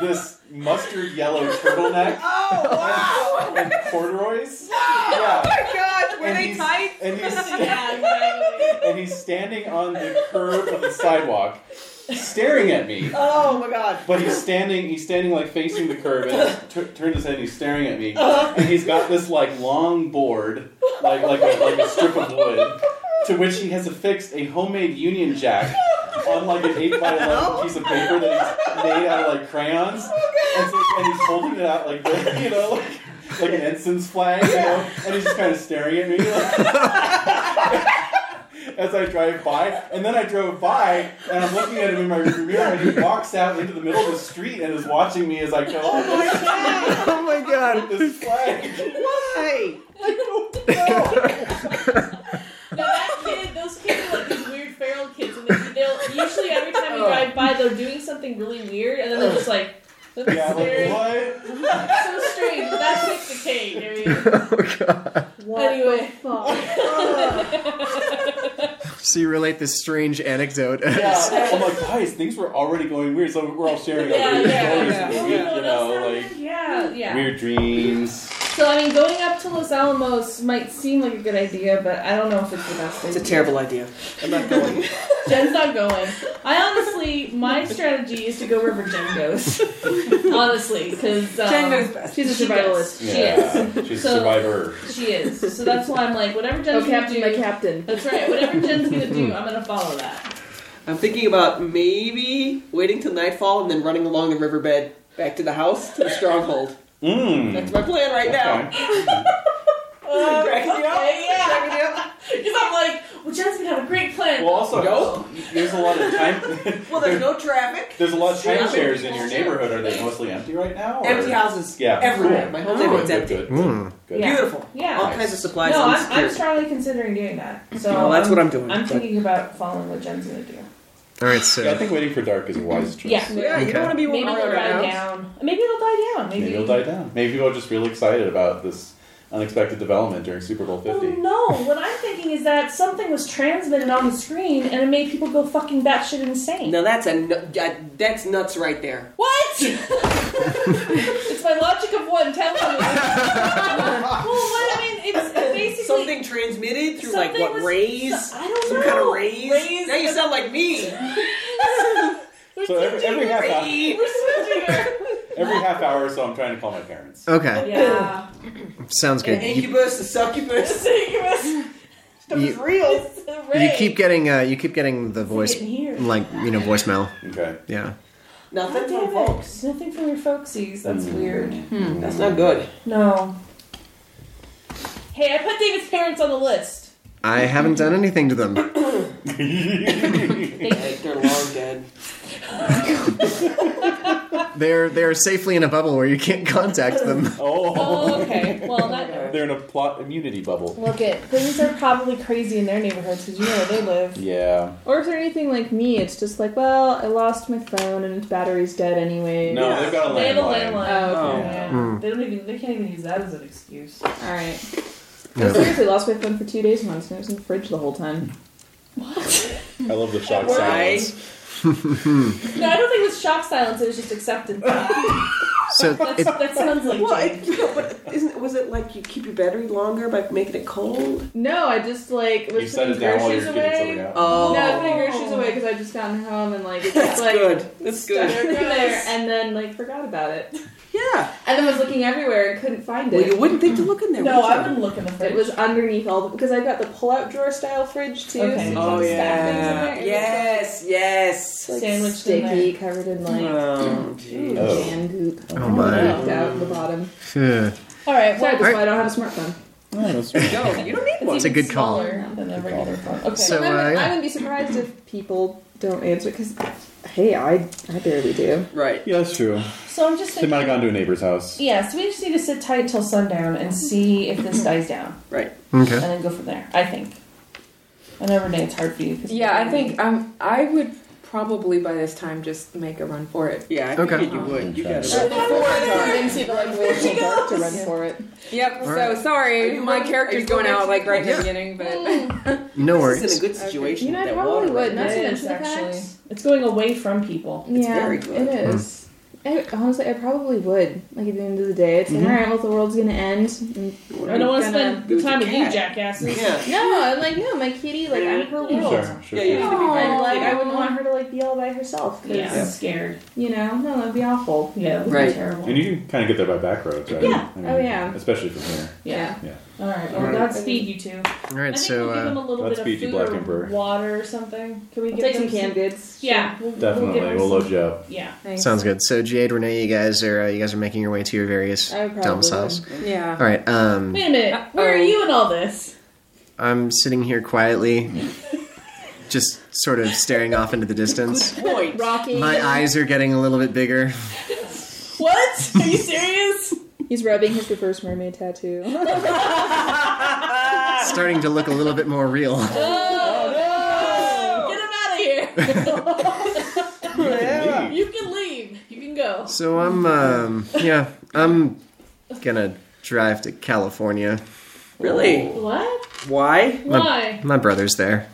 S5: this mustard yellow turtleneck
S7: Oh wow!
S5: and corduroys. Yeah.
S6: Oh my gosh, were
S5: And
S6: they
S5: he's-
S6: tight?
S5: And he's, sta-
S3: yeah, exactly.
S5: and he's standing on the curb of the sidewalk, staring at me.
S7: oh my *laughs* god!
S5: But he's standing, he's standing like facing the curb, and he's tur turned his head. and He's staring at me, and he's got this like long board, like like a, like a strip of wood, to which he has affixed a homemade Union Jack on like an eight by eleven piece of paper that he's made out of like crayons, and, so, and he's holding it out like *laughs* this, you know, like, like an ensign's flag, you know, and he's just kind of staring at me. like- As I drive by, and then I drove by, and I'm looking at him in my rearview mirror, and he walks out into the middle of the street and is watching me as I go oh,
S4: Oh my god.
S5: this flag.
S7: Why?
S3: Now that kid, those kids are like these weird feral kids, and they, they'll usually every time
S6: Oh.
S3: we drive by, they're doing something really weird, and then they're just like, they're
S5: Yeah,
S3: staring.
S5: like what?
S3: so strange. but That's like the cake. I mean,
S4: *laughs* Oh god.
S9: What
S3: Anyway.
S9: the fuck?
S4: So you relate this strange anecdote as
S5: Yeah, I'm like, guys, things were already going weird, so we're all
S6: Oh,
S5: sharing like
S3: Yeah,
S5: weird
S3: yeah,
S5: stories
S3: Oh, no,
S5: from the week,
S6: yeah.
S3: that
S5: you know,
S3: sounds-
S5: like
S3: yeah, yeah.
S5: weird dreams.
S3: So I mean, going up to Los Alamos might seem like a good idea, but I don't know if it's the best
S7: It's
S3: idea.
S7: *laughs* a terrible idea. I'm not going.
S3: Jen's not going. I honestly, honestly, my strategy is to go wherever Jen
S4: *laughs*
S3: goes. honestly, because um,
S6: Jen goes best.
S3: she's a
S6: She
S3: survivalist. She, is.
S5: Yeah, she's
S3: So-
S5: a survivor.
S3: She is. So that's why I'm like, whatever Jen's
S9: Oh,
S3: gonna
S9: Captain,
S3: do.
S9: my captain.
S3: That's right. Whatever Jen's gonna do, I'm gonna follow that.
S7: I'm thinking about maybe waiting till nightfall and then running along the riverbed back to the house to the stronghold. That's
S5: Mm.
S7: my plan right now.
S3: *laughs*
S5: Okay.
S7: Cracking you up?
S3: Oh, Okay, yeah.
S7: Cracking you up?
S3: Because I'm like, well, Jen's gonna have a great plan.
S5: Well, also,
S7: Nope.
S5: there's a lot of time. *laughs*
S7: Well, there's no traffic.
S5: There's a lot of
S7: Stupid.
S5: timeshares in your neighborhood. Are they mostly empty right now? or-
S7: Empty houses.
S5: Yeah,
S7: Everywhere.
S5: cool.
S7: My whole
S5: Good,
S7: neighborhood's
S5: good,
S7: empty.
S5: good, good.
S4: *laughs* Hmm.
S5: Good.
S3: Yeah.
S7: Beautiful.
S3: yeah.
S7: All kinds of supplies.
S3: no,
S7: and
S3: I'm, I'm
S7: security.
S3: strongly considering doing that. So
S7: Well, that's
S3: I'm,
S7: what I'm doing.
S3: I'm
S7: but-
S3: thinking about following what Jen's gonna do.
S4: All right,
S5: Yeah, I
S4: so
S5: think waiting for dark is a wise choice.
S3: Yeah.
S7: Yeah, you
S4: Okay.
S7: don't want to be
S3: Maybe
S7: walking
S3: it'll
S7: around.
S3: die down. Maybe it'll die down. Maybe,
S5: Maybe it'll die down. Maybe people are just really excited about this unexpected development during Super Bowl 50.
S3: Oh no! What I'm thinking is that something was transmitted on the screen and it made people go fucking batshit insane.
S7: Now that's a nu- that- that's nuts right there.
S3: What? it's my logic of one. Tell me. well, what I mean, it's basically
S7: Something transmitted through like
S3: something
S7: what
S3: was-
S7: rays,
S3: I don't
S7: some
S3: know.
S7: kind of rays.
S3: Rays.
S7: Now you sound like me.
S3: We're
S5: So every,
S3: switching
S5: every, half hour,
S3: her. We're switching her.
S5: every half hour or so, I'm trying to call my parents.
S7: *laughs*
S4: okay,
S3: Yeah.
S4: sounds good.
S7: An
S4: You,
S7: *laughs* incubus, a succubus.
S3: *laughs* Stuff is
S4: You-
S3: real.
S4: you keep getting uh, you keep getting the voice
S3: getting here.
S4: like you know voicemail.
S5: Okay.
S4: Yeah.
S7: Nothing
S3: God
S7: from
S3: damn
S7: folks.
S3: it. Nothing from your folksies. That's
S4: Mm.
S3: weird.
S7: That's not good.
S3: No. Hey, I put David's parents on the list.
S4: I haven't done anything to them.
S7: Like, they're long dead.
S4: They're they're safely in a bubble where you can't contact
S5: *laughs*
S4: them.
S5: Oh,
S3: Oh, okay. Well, not
S7: *laughs*
S3: there.
S5: they're in a plot immunity bubble.
S3: Look at things are probably crazy in their neighborhoods because you know where they live.
S5: Yeah.
S9: Or if they're anything like me, it's just like, well, I lost my phone and its battery's dead anyway.
S5: No,
S7: Yeah.
S5: they've got a landline.
S3: They have a landline.
S9: Oh,
S5: okay.
S3: Yeah.
S4: Hmm.
S3: They don't even. They can't even use that as an excuse.
S9: all right. I
S4: Yeah.
S9: seriously lost my phone for two days once, and it was in the fridge the whole time.
S5: I love the shock
S3: Why?
S5: silence.
S3: *laughs* No, I don't think it was shock silence. It was just *laughs* acceptance.
S4: So
S3: That's,
S4: it,
S3: that sounds like
S7: Well,
S3: Jake.
S7: it, you know, but isn't was it like you keep your battery longer by making it cold?
S9: No, I just like
S5: You
S9: was
S5: set it
S9: putting
S5: down while you're
S9: groceries
S5: getting something
S9: away.
S5: out.
S7: Oh,
S9: No, I was putting groceries away because I just gotten home and like
S7: *laughs*
S9: it's
S7: that's
S9: just like
S7: good. That's
S9: stuck
S7: good.
S9: in there, and then like forgot about it,
S7: Yeah.
S9: and then was looking everywhere and couldn't find it.
S7: Well, you wouldn't think to look in there.
S3: No,
S7: would
S3: I
S7: you?
S3: wouldn't look in the fridge.
S9: It was underneath all the because I've got the pull-out drawer style fridge too.
S3: Okay.
S9: So
S7: Oh
S9: you can stack things in there.
S7: yeah.
S9: It was,
S7: Yes. Yes.
S9: Like,
S3: Sandwiched in
S9: sticky, covered in like
S7: Oh,
S9: ooh,
S7: geez.
S5: Oh.
S9: jam goop,
S4: oh my.
S9: leaked out the bottom.
S4: Phew.
S3: All right. Well,
S9: Sorry, that's why I don't have a smartphone.
S7: No, you don't need one.
S4: It's a good call.
S3: smaller Than a regular phone. Okay.
S4: So
S9: I'm,
S4: uh,
S9: I
S4: yeah.
S9: wouldn't be surprised if people don't answer because hey, I I barely do.
S7: Right.
S5: Yeah, that's true.
S3: So I'm just
S5: They
S3: thinking.
S5: might have gone to a neighbor's house.
S3: Yeah, so we just need to sit tight till sundown and see if
S4: Mm-hmm.
S3: this dies down,
S7: Right.
S3: and
S4: Okay.
S3: then go from there. I think. I know Renee, it's hard for you. 'cause-
S6: Yeah, I think um, I would probably by this time just make a run for it.
S7: Yeah. I
S4: Okay.
S7: figured you would. You got
S9: Before
S7: it.
S9: it's dark to run for it.
S6: Yep.
S4: All
S6: So
S4: right.
S7: Are
S6: sorry,
S7: you
S6: my
S7: going- are
S6: character's
S7: you
S6: going
S7: going
S6: out
S7: to-
S6: like right in
S4: Yeah.
S6: the beginning, *laughs* but
S4: No
S7: This
S4: worries.
S7: isn't a good situation.
S9: You know,
S7: with
S9: I
S7: that
S9: probably
S7: water
S9: would.
S7: right
S9: Not to
S3: It
S9: mention
S3: is,
S9: the
S3: actually.
S9: fact.
S3: It's going away from people.
S9: It's
S7: very good.
S9: It is. I, honestly, I probably would. Like at the end of the day, it's like, all right, well, the world's gonna end. and
S7: there.
S3: I don't want to
S9: Gonna
S3: spend
S7: lose
S3: the time
S7: a
S3: with you,
S7: cat.
S3: jackasses.
S7: Yeah.
S9: No, I'm like, no, my kitty, like, I'm her world.
S5: Sure, sure.
S7: Yeah, yeah.
S5: sure.
S9: And like, I wouldn't want her to like be all by herself. 'cause,
S3: Yeah, I'm scared.
S9: You know, no, that'd be awful.
S3: Yeah, that would be
S7: Right.
S3: terrible.
S5: And you can kind of get there by back roads, right?
S9: Yeah.
S5: I mean,
S9: Oh, yeah.
S5: Especially from here.
S3: Yeah.
S5: Yeah.
S3: All right. Well, Godspeed, you two.
S4: All
S3: I
S4: right.
S3: think
S4: So
S3: we'll give them a
S4: uh,
S3: little bit of
S5: Godspeed, you
S3: food
S5: Black
S3: or
S5: Emperor.
S3: water or something. Can we
S9: We'll
S3: give
S9: take
S3: them
S9: some canned goods.
S3: Yeah, we'll, We'll,
S5: Definitely.
S3: give
S5: We'll,
S3: them some-
S5: load you up.
S3: Yeah.
S4: sounds good. So Jade, Renee, you guys are uh, you guys are making your way to your various
S9: I would probably
S4: domiciles.
S7: Uh-huh.
S6: yeah.
S4: All right. Um,
S3: Wait a minute. Where are
S6: Uh-oh.
S3: you in all this?
S4: I'm sitting here quietly, just sort of staring off into the distance.
S7: Point.
S9: Rocking.
S4: My eyes are getting a little bit bigger.
S3: What? *laughs* Are you serious?
S9: He's rubbing his reverse mermaid tattoo. *laughs*
S4: starting to look a little bit more real.
S3: Get him out of here.
S5: Yeah.
S3: You can leave. You can go.
S4: So I'm, um, yeah, I'm gonna drive to California.
S7: Really?
S3: What?
S7: Why?
S4: Um,
S3: Why?
S4: My brother's there.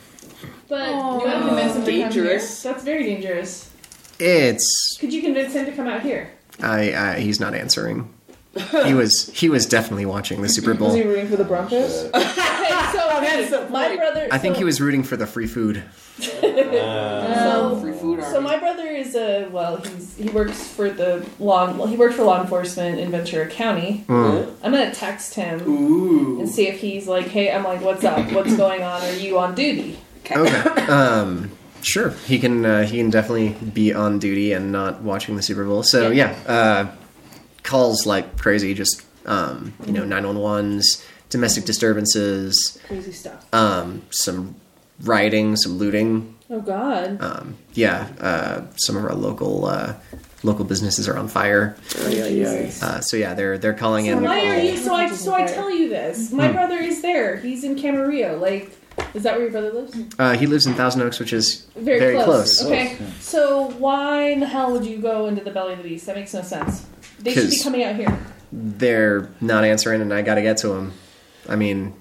S3: But you have to convince him to
S7: Dangerous.
S3: come here. That's very dangerous.
S4: It's
S3: Could you convince him to come out here?
S4: I, I he's not answering. He was he was definitely watching the Super
S9: Was he
S4: Bowl.
S9: rooting for the Broncos?
S3: Okay, so okay,
S7: the
S3: my
S7: point.
S3: brother.
S4: I think
S3: so-
S4: he was rooting for the free food.
S3: So,
S7: food army.
S3: So my brother is a well, he's he works for the law. Well, he worked for law enforcement in Ventura County.
S4: Hmm.
S3: I'm gonna text him
S7: Ooh.
S3: and see if he's like, hey, I'm like, what's up? What's going on? Are you on duty?
S4: Okay. Um, sure. He can. Uh, he can definitely be on duty and not watching the Super Bowl. So yeah, uh, calls like crazy. Just um, you know, nine one ones, domestic disturbances,
S3: Crazy stuff.
S4: um, some rioting, some looting.
S3: Oh God.
S4: Um, yeah. Uh, some of our local uh, local businesses are on fire. Uh, so yeah, they're they're calling in.
S3: Why are
S4: all-
S3: you? So I so I tell you this. My
S4: Hmm.
S3: brother is there. He's in Camarillo. Like, is that where your brother lives?
S4: Uh, he lives in Thousand Oaks, which is
S3: Very,
S4: Very
S3: close.
S4: close.
S3: Okay. So why in the hell would you go into the belly of the beast? That makes no sense. They should be
S4: 'Cause-
S3: coming out here.
S4: they're not answering, and I got to get to him. I mean,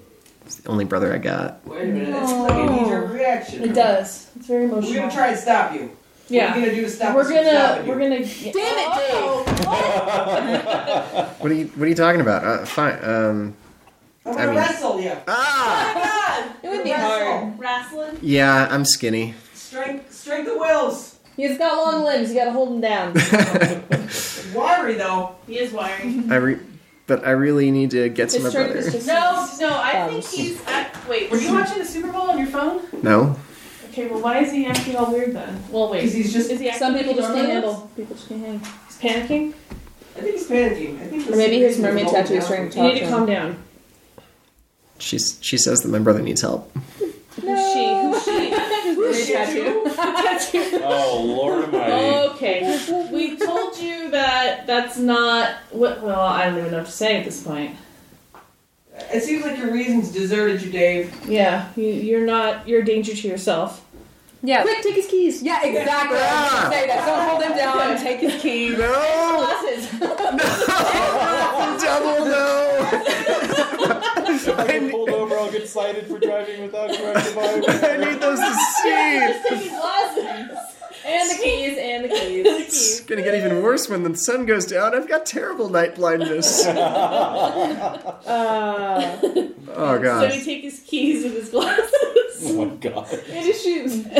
S4: it's the only brother I got.
S2: Wait a minute, that's like a knee-jerk reaction.
S3: It does. It's very
S2: We're
S3: emotional.
S2: gonna try and stop you. What are
S3: Yeah.
S2: we gonna do to stop us
S3: We're
S2: from
S3: gonna.
S2: stopping you?
S3: We're gonna.
S6: Damn it,
S4: What are you What are you talking about? Uh, fine. Um,
S2: I'm
S4: I
S2: gonna
S4: mean-
S2: wrestle you.
S4: ah,
S3: It would be
S2: Wrestle.
S3: hard. Wrestling.
S4: yeah, I'm skinny. *laughs*
S2: Strength, strength of wills.
S3: He's got long limbs. You gotta hold him
S5: *laughs*
S3: down.
S2: Wiry though.
S3: he is wiring.
S4: I re- but I really need to get to
S3: His
S4: my
S3: strength
S4: brother.
S3: is just.
S11: No,
S3: *laughs*
S11: no,
S3: Um,
S11: I think
S9: Thumbs.
S11: he's. At, wait, were you watching the Super Bowl on your phone?
S4: No,
S11: Okay, well, why is he acting all weird then?
S3: Well, wait.
S2: Because he's just.
S11: Is he acting
S3: Some
S11: like
S3: people
S11: he
S3: just can't
S11: normally
S3: handle. People just can't hang. He's panicking.
S2: I think he's panicking. I think
S9: Or maybe his
S2: he's
S9: mermaid tattoo is trying
S3: You
S9: to talk
S3: need
S9: to
S3: to
S9: him.
S3: calm down.
S4: she's she says that my brother needs help.
S3: Who's she? *laughs* Who's she? Tattoo.
S5: Oh, Lord
S3: Oh,
S5: Almighty.
S3: Okay. We told you that that's not what. Well, I don't even know what to say at this point.
S2: It seems like your reasons deserted you, Dave.
S3: Yeah, you, you're not. You're a danger to yourself.
S6: Yeah.
S9: Quick, take his keys.
S6: Yeah, exactly. I was gonna Say that. Don't hold him down. Take his keys.
S4: No,
S3: Glasses.
S4: double no.
S10: If I get pulled over, I'll get cited for driving without corrective eye.
S4: I need those to see.
S3: Take his *laughs* glasses. And the keys. And the keys. *laughs* the
S4: It's
S3: keys.
S4: gonna get even worse when the sun goes down. I've got terrible night blindness.
S9: Uh,
S4: Oh
S3: So
S4: god.
S3: he take his keys with his glasses. *laughs*
S5: Oh my god. Oh,
S3: And his shoes.
S4: Not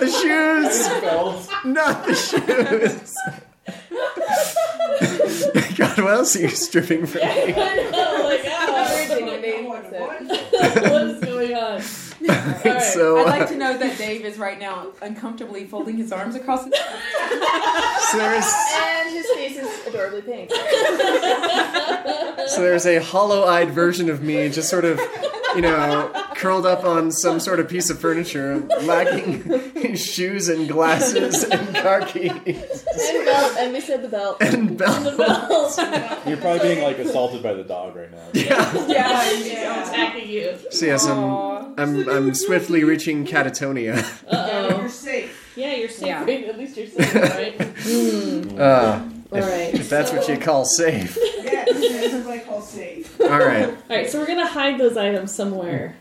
S4: the *laughs* shoes!
S5: Belt.
S4: Not the shoes! *laughs* God, what else are you stripping from
S3: I
S4: me?
S3: know, like, I don't know
S2: Oh, what- what?
S3: what is going on. Alright.
S4: So,
S6: *laughs* I'd
S4: uh,
S6: like to know that Dave is right now uncomfortably folding his arms across his
S4: so there's
S9: and his face is adorably pink.
S4: so there's a hollow-eyed version of me, just sort of, you know, curled up on some sort of piece of furniture, lacking *laughs* shoes and glasses and car keys
S9: and belt, and we said
S3: *laughs*
S9: the belt.
S4: and belt.
S9: *laughs*
S5: You're probably being like assaulted by the dog right now.
S4: Yeah.
S3: Yeah, *laughs* yeah. attacking you.
S4: So yes, I'm I'm I'm swiftly reaching catatonia.
S2: Yeah, You're
S3: Uh-oh.
S2: safe.
S3: Yeah, you're safe.
S6: Yeah.
S3: Right? *laughs* At least you're safe, right?
S4: Uh,
S9: *laughs* All right.
S4: if that's what you call safe.
S2: Yeah, this is like all safe.
S4: All right.
S3: Alright, so we're gonna hide those items somewhere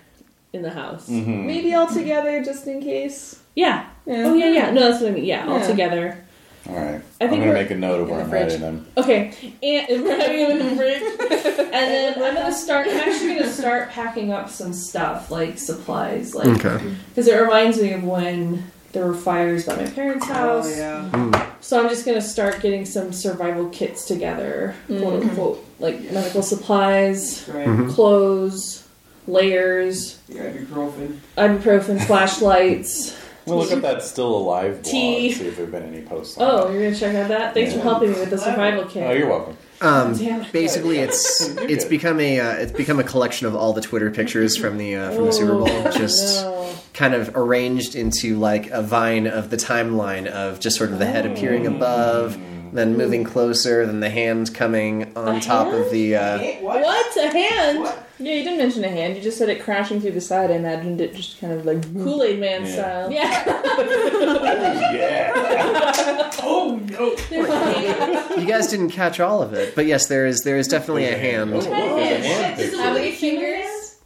S3: in the house.
S9: *laughs* Maybe all together, just in case.
S3: Yeah.
S9: Yeah.
S3: Oh, yeah, yeah. No, that's what I mean. Yeah, all
S9: Yeah.
S3: together.
S5: Alright.
S3: I
S5: I'm
S3: think
S5: gonna
S3: we're-
S5: make a note of where
S6: the
S5: I'm
S6: fridge.
S5: hiding them.
S3: Okay, and and we're having them in
S9: *laughs*
S3: the fridge. And then I'm gonna start, I'm actually gonna start packing up some stuff, like supplies, like
S4: Okay.
S3: Because it reminds me of when there were fires by my parents' house.
S2: Oh yeah.
S4: Hmm.
S3: So I'm just gonna start getting some survival kits together, quote unquote, like medical supplies,
S2: Right.
S4: Hmm.
S3: clothes, layers,
S2: You have your girlfriend.
S4: *laughs*
S3: ibuprofen, flashlights.
S5: We'll look at that still alive blog
S3: Tea.
S5: see if there have been any posts on it.
S3: Oh, you're gonna check out that? Thanks for helping me with the survival kit.
S5: Oh, you're welcome.
S4: Um,
S3: Damn it.
S4: basically, it's it's become a uh, it's become a collection of all the Twitter pictures from the uh, from the Super Bowl,
S3: Oh,
S4: just
S3: no.
S4: kind of arranged into like a vine of the timeline of just sort of the head appearing above, then moving closer, then the hand coming on
S3: A
S4: top of the. Uh,
S2: Hey, what?
S3: What? A hand?
S2: What?
S9: Yeah, you didn't mention a hand. You just said it crashing through the side. I imagined it just kind of like. *laughs*
S3: Kool Aid Man
S5: Yeah.
S3: style.
S5: Oh,
S3: Yeah.
S5: Yeah.
S2: Oh no.
S3: There's a hand.
S4: you guys didn't catch all of it, but yes, there is there is definitely a hand.
S5: Oh, look, there's a hand
S3: Is it
S5: picture.
S3: a little fingers?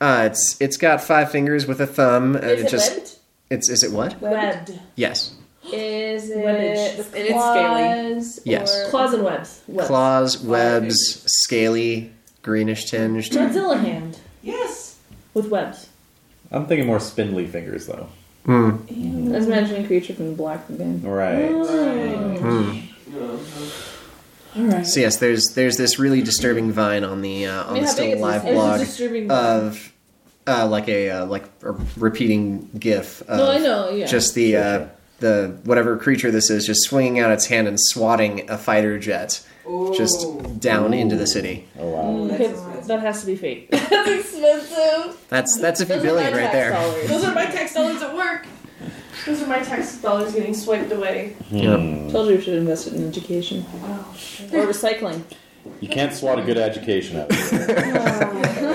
S4: Uh, it's it's got five fingers with a thumb, and
S9: Is
S4: it
S9: it
S4: just
S9: webbed?
S4: it's is it what?
S3: Webbed.
S4: Yes,
S9: Is it
S3: Webbage.
S9: with
S6: And *laughs* it's scaly.
S9: claws
S4: Yes.
S9: or-
S3: Claws and webs. Webs.
S4: claws, webs, scaly, greenish tinged.
S3: Godzilla hand
S2: Yes.
S3: with webs.
S5: I'm thinking more spindly fingers though.
S4: Mm.
S9: I was mentioning creature from the Black Lagoon.
S5: Right.
S4: Mm.
S9: Alright.
S4: So yes, there's there's this really disturbing vine on the uh,
S9: I
S4: on
S9: mean,
S4: the
S9: how big
S4: still
S9: is
S4: live
S9: this? It's a
S4: blog
S9: disturbing vine.
S4: of uh, like a uh, like a repeating GIF. Of
S9: No, I know, yeah.
S4: uh, Just the uh, the whatever creature this is, just swinging out its hand and swatting a fighter jet just down into the city.
S5: Oh wow!
S9: Okay, that has to be fake. That's expensive.
S4: That's that's a few
S9: Those are my
S4: billion right
S9: tax
S4: there.
S11: *laughs*
S9: dollars.
S11: Those are my tax dollars at work. Those are my tax dollars getting swiped away.
S5: Hmm.
S9: Told you we should invest it in education
S11: Oh,
S9: or recycling.
S5: You can't swat a good education out. of it.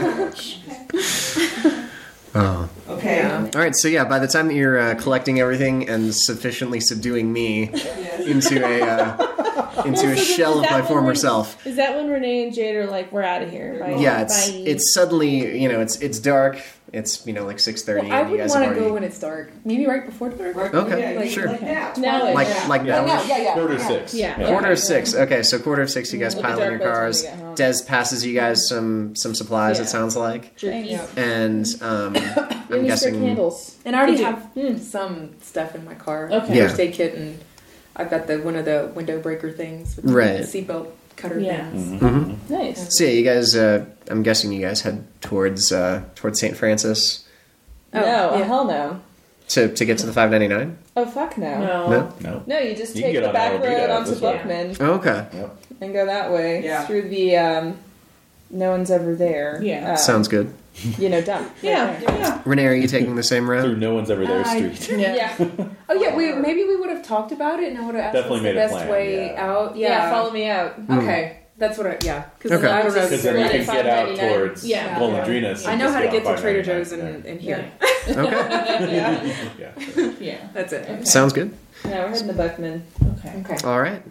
S4: Oh.
S2: Okay.
S4: All right, so yeah, by the time that you're uh, collecting everything and sufficiently subduing me into a
S9: *laughs*
S4: uh, into a
S9: Well, so is
S4: shell of
S9: that
S4: my
S9: when
S4: former
S9: Ren-
S4: self,
S9: Is that when Renee and Jade are like, "We're out of here"? Bye.
S4: yeah, it's
S9: Bye.
S4: it's suddenly you know it's it's dark. It's you know like six thirty,
S6: I
S4: and you
S6: would
S4: guys
S6: want
S4: have
S6: to
S4: already
S6: go when it's dark. Maybe right before dark.
S4: Okay,
S6: Like-
S4: sure.
S6: Like
S2: now.
S9: Now it's-
S4: like like now.
S6: Yeah. Yeah, yeah, yeah.
S5: Quarter
S6: yeah.
S5: six.
S9: Yeah.
S4: Quarter of six. Okay, so quarter of six, you guys
S9: Look at
S4: pile in your
S9: dark
S4: cars.
S9: boats when we get home.
S4: Des passes you guys some some supplies.
S9: Yeah.
S4: It sounds like,
S9: Jerky.
S6: Yeah.
S4: and
S9: *coughs*
S4: um, I'm
S9: Maybe
S4: guessing.
S9: for candles.
S6: And I already
S9: Did you-
S6: have Hmm, some stuff in my car.
S9: Okay.
S4: Yeah.
S6: First aid kit and I've got the one of the window breaker things with
S4: Right.
S6: the seatbelt cutter
S9: Yeah.
S5: Mm-hmm.
S6: things.
S4: Mhm.
S9: Nice.
S4: So yeah, you guys. Uh, I'm guessing you guys head towards uh, towards St. Francis
S6: Oh,
S9: no, uh,
S6: yeah.
S9: hell no.
S4: to to get to the 599.
S9: Oh fuck no.
S11: No.
S4: No.
S5: No.
S9: No, you just
S5: You can
S9: take
S5: get
S9: the
S5: on
S9: back
S5: Alameda out
S9: road onto
S5: this way.
S9: Buckman
S4: Oh, okay.
S5: Yep.
S9: and go that way
S2: Yeah.
S9: through the um, no one's ever there.
S11: Yeah.
S9: uh,
S4: Sounds good.
S9: you know dump. right
S11: Yeah,
S9: there.
S11: yeah.
S4: Renee, are you taking the same
S5: Through
S4: route?
S5: no one's ever there
S3: *laughs*
S6: I-
S5: street.
S9: yeah.
S6: *laughs* Oh yeah, we maybe we would have talked about it and I would have asked
S5: Definitely
S6: what's the
S5: made a
S6: best
S5: plan,
S6: way
S5: yeah. Hmm.
S6: out.
S9: Yeah,
S6: Yeah.
S9: Follow me out.
S6: Okay. That's what I yeah. Because
S4: Okay.
S6: I don't know.
S5: Because then you
S9: Right,
S5: can get out
S9: 599.
S5: towards
S6: Yeah.
S5: well, Madrinas.
S6: I know how to get to Trader Joe's and, and here.
S4: Hmm. Okay.
S9: *laughs* yeah.
S6: *laughs*
S5: Yeah.
S11: Yeah.
S6: That's it.
S4: Sounds good.
S9: No, we're heading to Buckman.
S11: Okay.
S6: Okay.
S4: All right.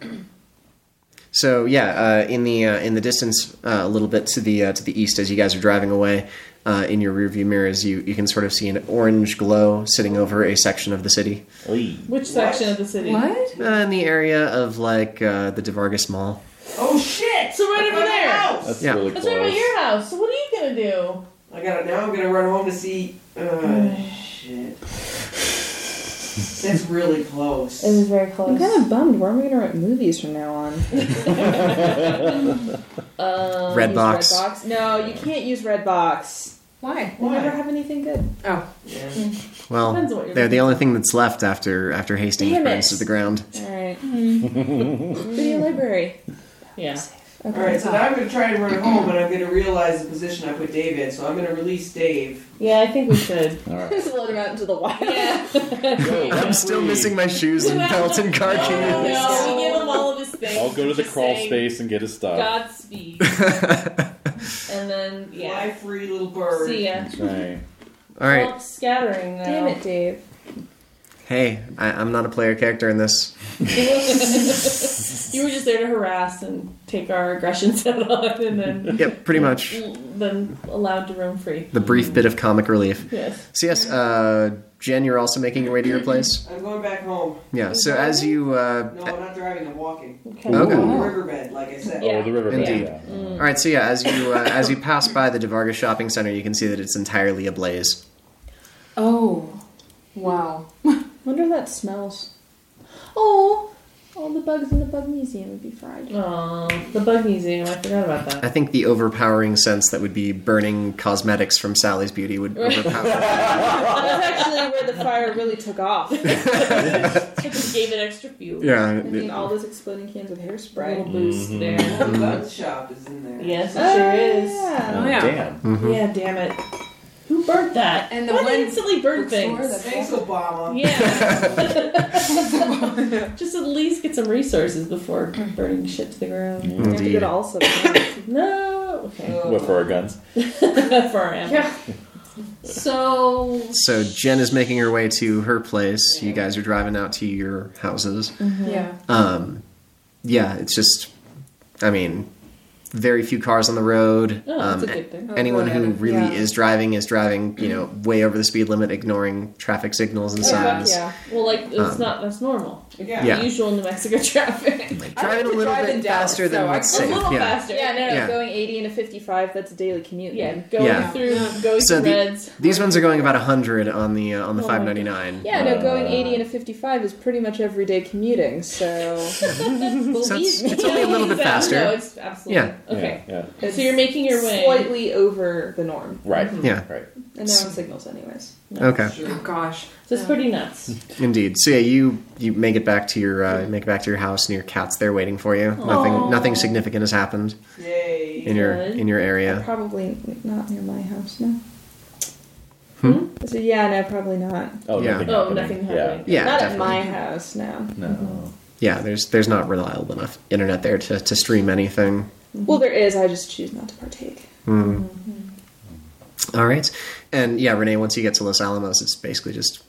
S4: So yeah, uh, in the uh, in the distance uh, a little bit to the uh, to the east as you guys are driving away, uh, in your rearview mirrors, you you can sort of see an orange glow sitting over a section of the city,
S5: Oy.
S3: Which section of the city?
S6: What?
S4: uh, in the area of like uh, the DeVargas Mall.
S2: Oh shit!
S3: So right over there.
S2: House.
S5: That's
S4: Yeah.
S5: really
S3: That's
S5: close.
S3: right by your house. So what are you gonna do?
S2: I got to Now I'm gonna run home to see. Uh, shit. That's really close.
S3: It was very close.
S9: I'm kind of bummed. Where am I going to rent movies from now on?
S3: Uh,
S9: um,
S4: Red
S9: use
S4: Box.
S9: Redbox. No, you can't use Redbox.
S6: Why?
S9: We never have anything good.
S6: Oh.
S2: Yeah.
S4: Well,
S3: Depends on what you're
S4: they're the only thing that's left after after Hastings
S9: Damn
S4: burns
S9: it.
S4: to
S3: *laughs*
S4: the ground.
S9: All right. Video library.
S3: yeah.
S9: Okay.
S2: All right, so now I'm gonna try and run home, and I'm gonna realize the position I put Dave in. So I'm gonna release Dave.
S3: Yeah, I think we should.
S5: All right.
S9: *laughs* Just let him out into the wild.
S3: *laughs* Yeah.
S4: I'm still missing my shoes
S3: *laughs*
S4: and belt and car
S3: No,
S4: keys.
S3: no, we give him all of his things.
S5: I'll go to the
S3: Just
S5: crawl
S3: saying,
S5: space and get his
S3: *laughs*
S5: stuff.
S3: Godspeed. and then yeah.
S2: Fly free, little bird.
S3: See ya.
S5: That's
S6: *laughs*
S5: right.
S4: All right.
S3: Well, scattering now.
S9: Damn it, Dave.
S4: Hey, I, I'm not a player character in this.
S3: *laughs* you were just there to harass and take our *laughs* aggressions out on, and then
S4: Yep, pretty much.
S3: then allowed to roam free.
S4: The brief bit of comic relief.
S3: Yes.
S4: So yes, uh, Jen, you're also making your way to your place.
S2: I'm going back home.
S4: Yeah. So as you, uh,
S2: No, I'm not driving. I'm walking.
S3: Okay.
S4: Okay.
S2: The riverbed, like I said.
S3: Yeah.
S5: Oh, the river.
S4: Indeed.
S5: Yeah.
S4: all right. So yeah, as you uh, as you pass by the DeVarga Shopping Center, you can see that it's entirely ablaze.
S6: Oh. Wow.
S9: Wonder if that smells. Oh, all the bugs in the bug museum would be fried.
S3: Oh, the bug museum. I forgot about that.
S4: I think the overpowering sense that would be burning cosmetics from Sally's Beauty would overpower.
S9: That's actually where the fire really took off.
S3: I just gave it extra fuel.
S9: *laughs* I mean,
S4: yeah.
S9: all those exploding cans of
S3: A
S9: hairspray.
S3: little boost
S5: Mm-hmm.
S2: The
S3: there.
S2: little gun shop is in there.
S3: Yes, it
S9: Oh,
S3: sure is.
S9: yeah.
S6: Oh, yeah.
S5: Damn.
S4: Mhm.
S3: Yeah, damn it. Who burnt that?
S6: And the
S3: Why
S6: one
S3: they instantly burn things?
S2: Thanks, Obama.
S3: Yeah. Just at least get some resources before burning shit to the ground.
S9: You have to go
S4: Indeed.
S9: to also.
S3: No. Okay.
S5: What for our guns?
S3: *laughs* For our ammo.
S9: yeah.
S6: So
S4: So Jen is making her way to her place. You guys are driving out to your houses.
S6: yeah.
S4: Um, yeah, it's just, I mean, very few cars on the road. Um,
S3: Oh, that's a good thing.
S4: a- Anyone
S3: Oh,
S4: who
S3: good.
S4: really
S3: Yeah.
S4: is driving is driving, you know, way over the speed limit, ignoring traffic signals and
S3: Oh, fuck
S4: signs.
S3: yeah. Well, like it's
S4: Um,
S3: not that's normal. It's
S4: Yeah.
S3: the
S4: Yeah.
S3: usual New Mexico *laughs* traffic.
S4: Like, driving a little bit faster than what's safe.
S9: A little
S4: yeah.
S9: faster. Yeah, no, no,
S4: Yeah.
S9: going 80 into 55, that's a daily commute.
S3: Yeah, going
S4: Yeah.
S3: through, going
S4: *laughs* So
S3: through
S4: the-
S3: reds.
S4: These ones are going about 100 on the uh, on the
S9: Oh my
S4: 599.
S9: Yeah, no, going
S3: Uh,
S9: 80 into 55 is pretty much everyday
S3: *laughs*
S9: commuting, so. Believe
S4: So it's-
S9: me.
S4: it's only a little bit faster.
S3: No, it's absolutely
S4: Yeah.
S3: okay.
S5: Yeah.
S9: It's
S3: So you're making your way.
S9: Slightly over the norm.
S5: Right.
S4: Yeah.
S5: Right.
S9: And no one signals, anyways.
S4: Okay.
S6: Oh gosh.
S3: So it's pretty nuts.
S4: Indeed. So yeah, you you make it back to your uh, make it back to your house, and your cat's there waiting for you. Nothing nothing significant has happened
S2: Yay.
S4: in your
S9: Good.
S4: in your area.
S9: Probably not near my house, no.
S4: Hmm?
S9: So, yeah, no, probably not.
S5: Oh,
S4: Yeah.
S5: nothing
S9: Oh,
S5: happening.
S9: nothing
S5: Yeah.
S9: happening.
S4: Yeah,
S9: not
S4: definitely.
S9: at my house, no.
S5: No.
S4: Yeah, there's there's not reliable enough internet there to, to stream anything.
S9: Well, there is, I just choose not to partake.
S4: Hmm. All right, and yeah, Renee. Once you get to Los Alamos, it's basically just.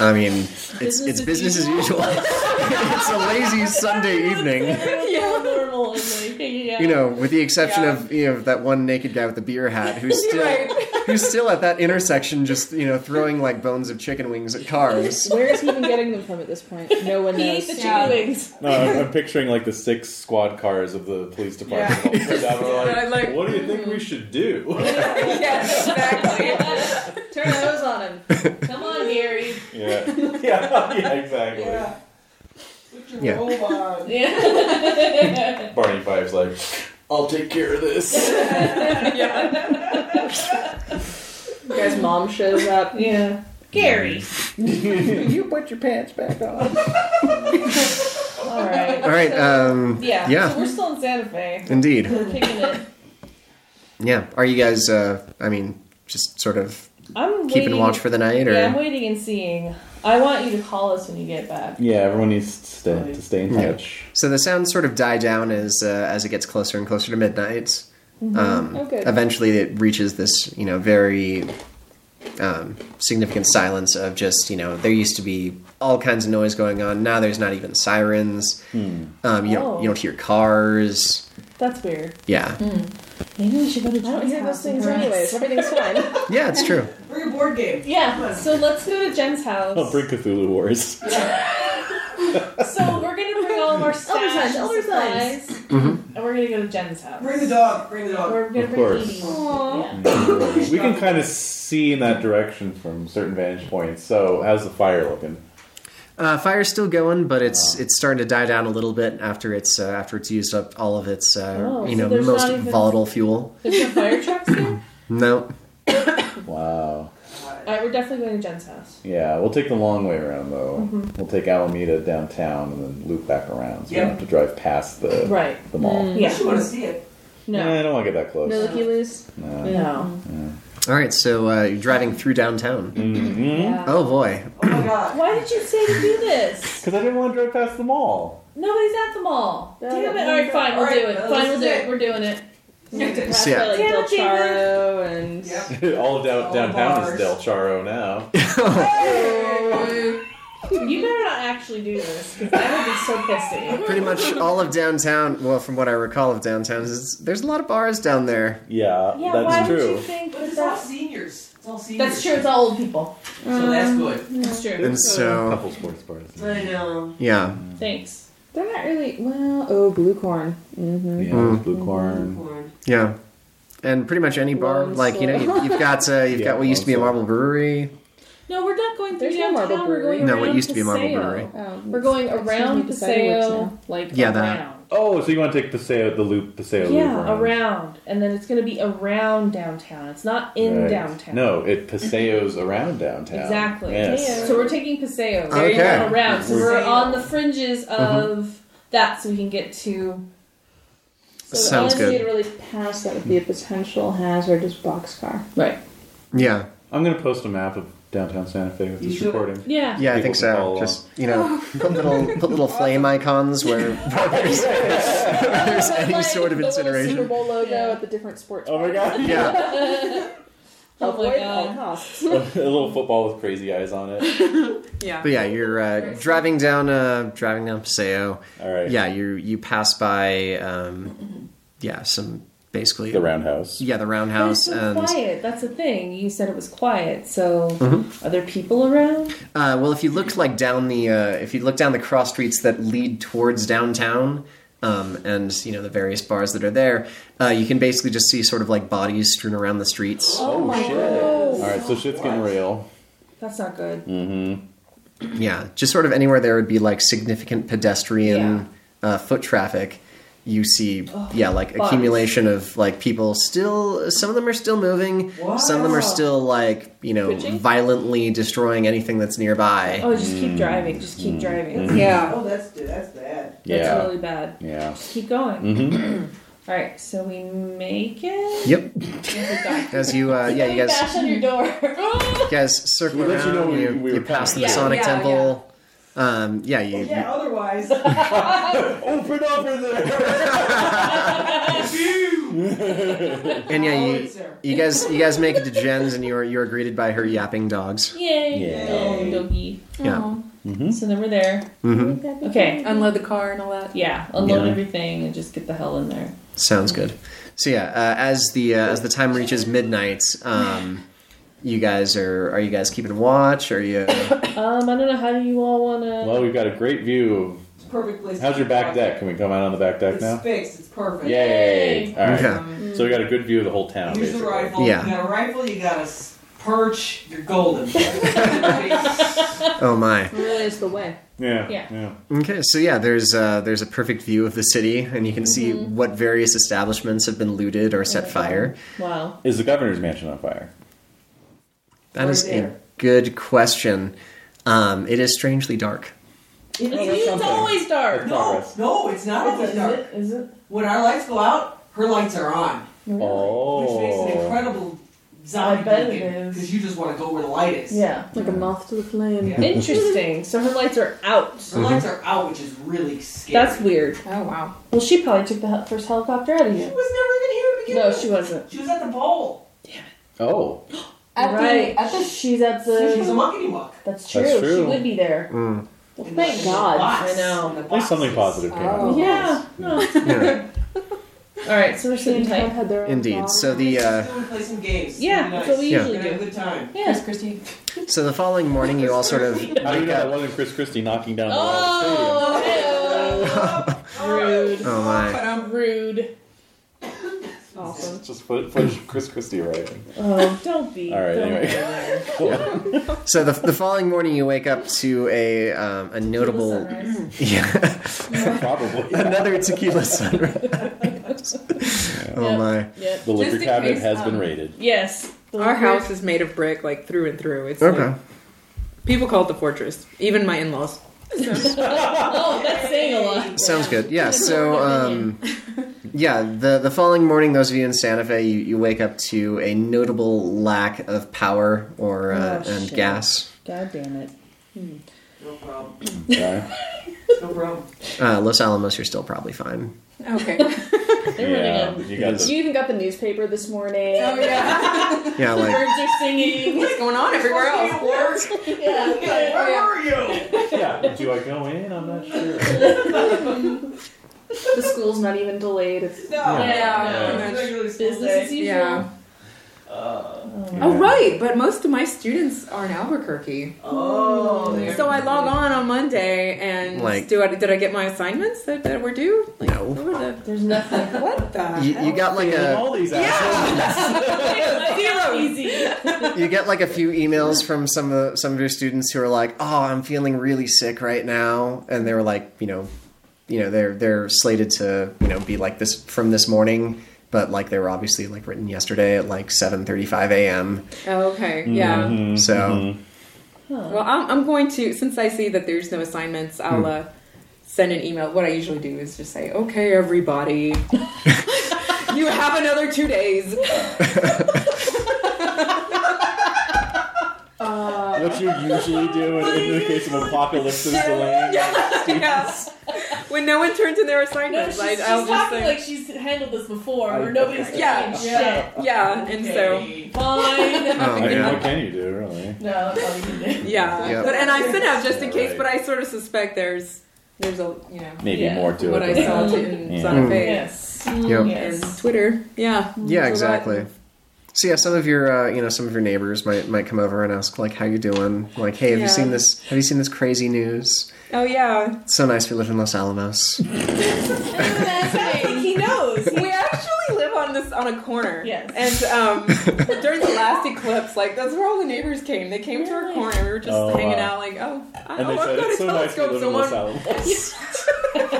S4: I mean, it's
S3: Business
S4: it's
S3: as
S4: business as usual. *laughs*
S3: usual.
S4: it's a
S3: *laughs*
S4: lazy Sunday evening.
S3: yeah, normal. And like, *laughs* yeah.
S4: You know, with the exception of you know that one naked guy with the beer
S3: *laughs*
S4: hat who's still who's still at that intersection, just you know throwing like bones of chicken wings
S3: *laughs*
S4: at cars.
S9: Where is he even getting them from at this point? No one
S3: he ate
S9: knows.
S3: the chicken
S6: Yeah.
S3: wings.
S5: No, I'm, I'm picturing like the six squad cars of the police department. all turned out and are
S6: *laughs* Yeah,
S5: like,
S6: like, hmm.
S5: what do you think we should
S6: *laughs*
S5: do?
S6: yes, exactly.
S3: Turn those on him. Come on, Gary.
S5: *laughs* yeah. yeah. Yeah. Exactly.
S2: Yeah. Put your
S4: Yeah.
S2: robe on.
S3: Yeah.
S5: Barney Five's like, I'll take care of
S6: *laughs*
S5: this.
S9: You guys' mom shows up.
S3: yeah. Gary.
S4: *laughs* you put your pants back on.
S3: *laughs* All right.
S4: All right. Um,
S3: Yeah.
S4: Yeah.
S3: So we're still in Santa Fe.
S4: Indeed.
S3: We're kicking it.
S4: Yeah. Are you guys? Uh, I mean, just sort of
S3: I'm
S4: *laughs* keeping
S3: waiting.
S4: watch for the night, or
S3: Yeah, I'm waiting and seeing. I want you to call us when you get back.
S5: Yeah. Everyone needs to stay, to stay in
S4: Yeah.
S5: touch.
S4: so the sounds sort of die down as uh, as it gets closer and closer to midnight. Um,
S3: Mm-hmm.
S9: Oh, good.
S4: Eventually, it reaches this you know very um, significant silence of just you know there used to be all kinds of noise going on. Now there's not even sirens. Um, you don't
S3: Oh. Hmm.
S4: you don't hear cars.
S3: That's weird.
S4: Yeah,
S3: Maybe we should go to
S9: I don't
S3: Jen's
S9: hear those
S3: house. and
S9: things
S3: rest.
S9: anyways. Everything's fine.
S4: yeah, it's
S3: *laughs*
S4: true.
S2: Bring a board game.
S3: Yeah. So let's go to Jen's house.
S5: Oh, bring Cthulhu
S6: *laughs*
S5: Wars.
S3: So we're gonna bring all of our stash
S9: Elder signs,
S3: and
S9: elder signs.
S3: supplies,
S4: Mm-hmm.
S3: and we're gonna go to Jen's house.
S2: Bring the dog. Bring the dog.
S3: We're gonna
S5: Of
S3: bring
S5: course.
S3: Edie.
S4: Mm.
S3: Yeah.
S5: we can kind of see in that direction from certain vantage points. So, how's the fire looking?
S4: Uh, fire's still going, but it's it's starting to die down a little bit after it's uh, after it's used up all of its uh,
S3: Oh,
S4: you
S3: so
S4: know
S3: there's
S4: most
S3: not even-
S4: volatile fuel.
S3: There's no fire trucks here.
S4: No,
S5: Wow.
S3: All right, we're definitely going to Jen's house.
S5: Yeah, we'll take the long way around though.
S3: Mm-hmm.
S5: We'll take Alameda downtown and then loop back around, so we
S2: Yeah.
S5: don't have to drive past the
S3: Right.
S5: the mall.
S2: I want to
S3: Yeah.
S2: see it.
S5: Eh,
S3: No.
S5: I don't want to get that close.
S9: No looky loos.
S5: No.
S3: No.
S4: all right. So uh, you're driving through downtown.
S5: Because
S4: Oh boy, *laughs*
S2: Oh my
S3: *laughs*
S2: god.
S3: Why did you say to do this?
S5: I didn't want to drive past the mall.
S3: Nobody's at the mall.
S9: No,
S3: Damn it!
S9: no,
S3: All right, fine. We'll
S2: All
S3: do
S2: right,
S3: it.
S2: no,
S3: Fine,
S2: this
S3: we'll
S2: is
S3: do it.
S2: it.
S3: We're doing it.
S9: Pass
S4: Yeah.
S9: by, like
S3: Yeah,
S9: Del
S3: David.
S9: Charo and
S2: Yep.
S5: *laughs* All down,
S2: All
S5: downtown is
S2: bars.
S5: Del Charo now.
S3: You better not actually do this because I would be so pissed at you.
S4: pretty much all of downtown. Well, from what I recall of downtown, is it's- there's a lot of bars down there.
S5: *laughs* Yeah,
S3: Yeah,
S5: that's
S3: why would
S5: true.
S3: you think
S2: But
S3: that
S2: it's all
S3: that's,
S2: seniors. It's all seniors.
S3: that's true? It's all old people.
S2: So that's good.
S3: That's true.
S4: And so
S5: Couple sports bars.
S2: I know.
S4: yeah,
S3: Thanks.
S9: they're not really well. Oh, blue corn. Mm-hmm.
S5: Yeah,
S4: Mm.
S5: blue corn.
S2: Corn.
S4: yeah. And pretty much any bar,
S9: Lone
S4: like you know,
S9: Star.
S4: you've, you've got uh, you've
S5: Yeah,
S4: got what used to be a
S5: Lone Star.
S4: marble brewery.
S3: No, we're not going through
S9: There's no
S3: downtown.
S9: Marble
S3: we're
S9: Brewery.
S3: going
S4: No,
S3: around
S4: it used to be a Marble
S3: Paseo.
S4: Brewery.
S9: Oh,
S3: We're going
S9: excuse me,
S3: around
S9: Poseidon works now.
S3: Paseo, like
S4: Yeah, that.
S3: around.
S5: Oh, so you want to take Paseo, the loop, Paseo loop
S3: Yeah,
S5: around.
S3: around, and then it's going to be around downtown. It's not in
S5: Right.
S3: downtown.
S5: No, it Paseo's around downtown.
S3: exactly.
S5: Yes.
S3: So we're taking Paseo
S4: There you Okay. Mm-hmm. go.
S3: around. So
S5: We're-
S3: we're on the fringes of that, so we can get to.
S9: So
S4: Sounds
S9: the only
S4: good.
S9: way to really pass that would be a potential hazard is boxcar.
S3: Right.
S4: Yeah,
S5: I'm going to post a map of downtown Santa Fe with
S2: You
S5: this
S2: should.
S5: recording.
S3: Yeah.
S4: yeah, I
S5: People
S4: think
S5: can follow
S4: so.
S5: along.
S4: Just you know, put little put little flame icons where, *laughs* where there's, where there's any
S9: Like,
S4: sort of
S9: the little Super *laughs*
S4: incineration.
S9: Bowl logo
S3: Yeah.
S9: at the different sports.
S5: Oh my
S4: *laughs*
S5: god.
S4: Yeah,
S3: Oh my
S9: Avoid at all
S3: God.
S5: *laughs*
S9: costs.
S5: a little football with crazy eyes on it.
S6: Yeah.
S4: but yeah, you're uh, driving down uh, driving down Paseo.
S5: All right.
S4: Yeah, you you pass by um, yeah, some basically
S5: The roundhouse.
S4: Yeah, the
S3: But it's
S4: roundhouse
S3: so
S4: and
S3: quiet. That's the thing. You said it was quiet. So
S4: Mhm.
S3: are there people around?
S4: Uh, well, if you look like down the uh, if you look down the cross streets that lead towards downtown, um, and you know the various bars that are there, uh, you can basically just see sort of like bodies strewn around the streets.
S3: Oh, my shit.
S5: All right, so shit's getting real.
S3: That's not good.
S5: Mm-hmm.
S4: Yeah, just sort of anywhere there would be like significant pedestrian uh, foot traffic. You see,
S3: Oh,
S4: yeah, like
S3: bodies.
S4: accumulation of like people still. Some of them are still moving. Some of them are
S3: Wow.
S4: still like you know
S3: Twitching?
S4: violently destroying anything that's nearby.
S3: Oh, just
S5: Mm-hmm.
S3: keep driving. Just keep driving.
S2: Oh, that's that's bad.
S3: That's
S4: Yeah.
S3: really bad.
S5: Yeah.
S3: Just keep going.
S4: Mhm.
S3: All right, so we make it.
S4: Yep.
S3: Thank God.
S4: As you, uh, yeah, you guys.
S3: Bash *laughs* on your door.
S4: You guys circle
S10: We let you
S4: around. You,
S10: know we-
S4: you,
S10: we were
S4: pass the
S10: coming. Yeah,
S4: Masonic
S10: yeah,
S4: Temple. Um, yeah, you.
S2: Yeah. Otherwise,
S10: Open up in there.
S5: *laughs*
S4: And yeah,
S2: oh,
S4: you, you guys, you guys make it to Jen's, and you're you're greeted by her yapping dogs.
S3: Yay.
S4: Yay.
S3: Oh, doggy.
S4: Yeah. Hmm?
S5: Mm-hmm.
S3: So then we're there.
S4: Mhm.
S3: Okay.
S6: Unload the car and all that.
S3: Yeah, unload
S4: Yeah.
S3: everything and just get the hell in there.
S4: Sounds good. So yeah, uh, as the uh, as the time reaches midnight, um, you guys are are you guys keeping watch? Are you?
S3: Um, I don't know. How do you all want to?
S5: Well, we've got a great view
S2: perfect place.
S5: of.
S2: to
S5: How's your back
S2: park.
S5: deck? Can we come out on the back deck
S2: It's
S5: now?
S2: fixed. It's perfect.
S5: Yay! All right.
S4: Okay.
S5: So we got a good view of the whole town.
S2: Use the
S5: basically.
S2: rifle.
S4: Yeah.
S2: You got a rifle. You got a s- perch. You're golden. *laughs*
S4: oh my.
S9: Really is the way.
S5: Yeah.
S9: Yeah.
S4: Okay, so yeah, there's uh, there's a perfect view of the city, and you can see
S3: Mm-hmm.
S4: what various establishments have been looted or
S3: Oh
S4: set fire.
S3: Wow.
S5: Is the governor's mansion on fire?
S4: That
S3: Or
S4: is a
S3: there.
S4: good question. Um, it is
S3: *laughs*
S4: strangely dark.
S3: It's,
S2: Oh, that's
S3: it's
S2: something.
S3: always dark.
S2: no, no, it's not always dark.
S3: Is it?
S2: When our lights go out, her lights are on, which makes an
S5: Oh.
S2: incredible zombie
S3: bet it is.
S2: because you just want to go where the light is.
S3: Yeah.
S9: Like a moth to the flame.
S2: Yeah.
S3: Interesting. So her lights are out.
S2: Her lights are out, which is really scary.
S3: That's weird.
S6: Oh wow.
S3: Well, she probably took the hel- first helicopter out of
S2: She
S3: you.
S2: was never even here to begin
S3: No,
S2: with.
S3: she wasn't.
S2: She was at the bowl.
S5: Oh.
S6: At the-
S3: right.
S6: at the-
S3: She's at
S2: She's a
S3: the.
S2: muckety muck.
S3: That's true.
S5: That's true.
S3: She would be there.
S4: Mm.
S3: Well, thank Oh God. I know.
S5: At least something positive came out.
S6: Oh.
S3: Yeah. No.
S4: Yeah.
S3: All right. So we're
S9: She
S3: sitting
S9: and Todd
S3: tight.
S9: had their own
S4: Indeed.
S9: problem.
S4: So the uh,
S2: We're play some games.
S3: Yeah,
S2: It'll be
S3: that's what we
S4: Yeah.
S3: usually
S2: We're gonna have a
S3: do.
S2: good time.
S3: Yeah.
S6: Yes, Christy.
S4: so the following morning, you all sort of
S3: *laughs*
S5: How do you
S4: wake
S5: know that
S4: up.
S5: wasn't Chris Christie knocking down the
S6: Oh,
S5: wall of
S3: Oh, *laughs* rude.
S4: Oh my!
S3: I'm rude.
S5: the stadium? Just foot- footage of Chris Christie writing.
S3: Oh, don't be.
S5: All right,
S3: don't
S5: anyway.
S3: be there.
S4: So the, the following morning, you wake up to a um, a notable
S3: Sunrise.
S4: *laughs* yeah,
S5: Probably.
S4: another tequila sunrise. Oh my!
S3: Yep.
S5: The liquor
S6: Just in
S5: cabinet
S6: case,
S5: has been *laughs*
S6: um,
S5: raided.
S3: Yes. The
S6: *laughs* Our
S3: liquor-
S6: house is made of brick, like through and through. It's
S4: Okay.
S6: like, people call it the fortress. Even my in-laws.
S3: Oh, that's saying a lot.
S4: Sounds good. Yeah. So, um, *laughs* yeah, the the following morning, those of you in Santa Fe, you, you wake up to a notable lack of power or uh,
S3: Oh,
S4: and
S3: shit.
S4: gas.
S3: God damn it.
S2: No
S3: *laughs*
S2: problem.
S5: Okay.
S2: No problem.
S4: Uh, Los Alamos, you're still probably fine.
S6: *laughs* Okay.
S3: They're
S5: yeah.
S3: running
S5: You got the,
S9: You even got the newspaper this morning.
S6: oh
S9: *laughs*
S6: yeah.
S4: Yeah,
S3: up.
S6: *laughs*
S4: like
S3: Birds are singing.
S6: What's going on everywhere else?
S2: Work.
S3: *laughs* yeah.
S2: *laughs* Where are you?
S5: yeah. Do I go in? I'm not *laughs* sure.
S9: The school's not even delayed. It's
S2: No.
S6: Yeah.
S2: It's regularly school
S3: Business as
S2: day.
S3: usual. *laughs*
S6: Yeah.
S5: Yeah.
S6: Oh right, but most of my students are in Albuquerque,
S2: Oh, there.
S6: so I log on on Monday and
S4: Like-
S6: do I did I get my assignments that, that were due? Like,
S4: No.
S6: what were the-
S3: There's nothing.
S6: what the?
S4: you, you got like a
S5: all these assholes.
S6: *laughs*
S3: Zero. Easy.
S4: you get like a few emails from some of the, some of your students who are like, "Oh, I'm feeling really sick right now," and they were like, you know, you know, they're they're slated to you know be like this from this morning. But like they were obviously like written yesterday at like seven thirty five a.m.
S6: Oh, okay, yeah.
S5: Mhm,
S4: So
S5: mhm.
S6: Well, I'm, I'm going to since I see that there's no assignments, I'll uh, send an email. What I usually do is just say, "Okay, everybody, you have another two days."
S5: what you usually do in, in the case of apocalypse is delaying.
S6: *laughs* yes. When no one turns in their
S3: No,
S6: assignments,
S3: she's,
S6: I,
S3: she's
S6: I'll just
S3: talking
S6: say,
S3: like she's handled this before, where nobody's doing
S6: Yeah.
S3: shit.
S6: "Yeah," and so.
S2: Okay.
S3: Fine.
S6: *laughs*
S4: Oh,
S5: I mean,
S4: yeah.
S5: what can you do, really?
S3: No, that's all you can do.
S6: Yeah,
S4: Yep.
S6: but and I sent out just in
S5: Yeah,
S6: case,
S5: right.
S6: but I sort of suspect there's there's a you know
S5: Maybe
S3: Yeah.
S5: more to
S6: what
S5: it.
S6: I
S5: than
S6: saw
S5: that.
S6: to in
S10: Mm.
S5: Yeah.
S6: Santa Fe.
S3: Yes.
S4: Yep.
S6: and Twitter. Yeah.
S4: Yeah, exactly. So yeah, some of your uh, you know some of your neighbors might might come over and ask like how you doing, like hey have
S6: Yeah.
S4: you seen this have you seen this crazy news?
S6: Oh yeah.
S4: It's so nice we live in Los Alamos.
S6: he knows. We actually live on this on a corner.
S3: Yes.
S6: And
S10: *laughs*
S6: um, during the last eclipse, like that's where all the neighbors came. They came to our corner. We were just
S10: Oh,
S6: hanging
S10: wow.
S6: out, like oh, I,
S10: And
S6: oh,
S10: they
S6: I'm
S10: said,
S6: going
S10: it's
S6: to
S10: so nice we
S6: telescope
S10: live in
S6: *laughs*
S10: Los
S6: someone.
S5: *laughs*
S10: Alamos.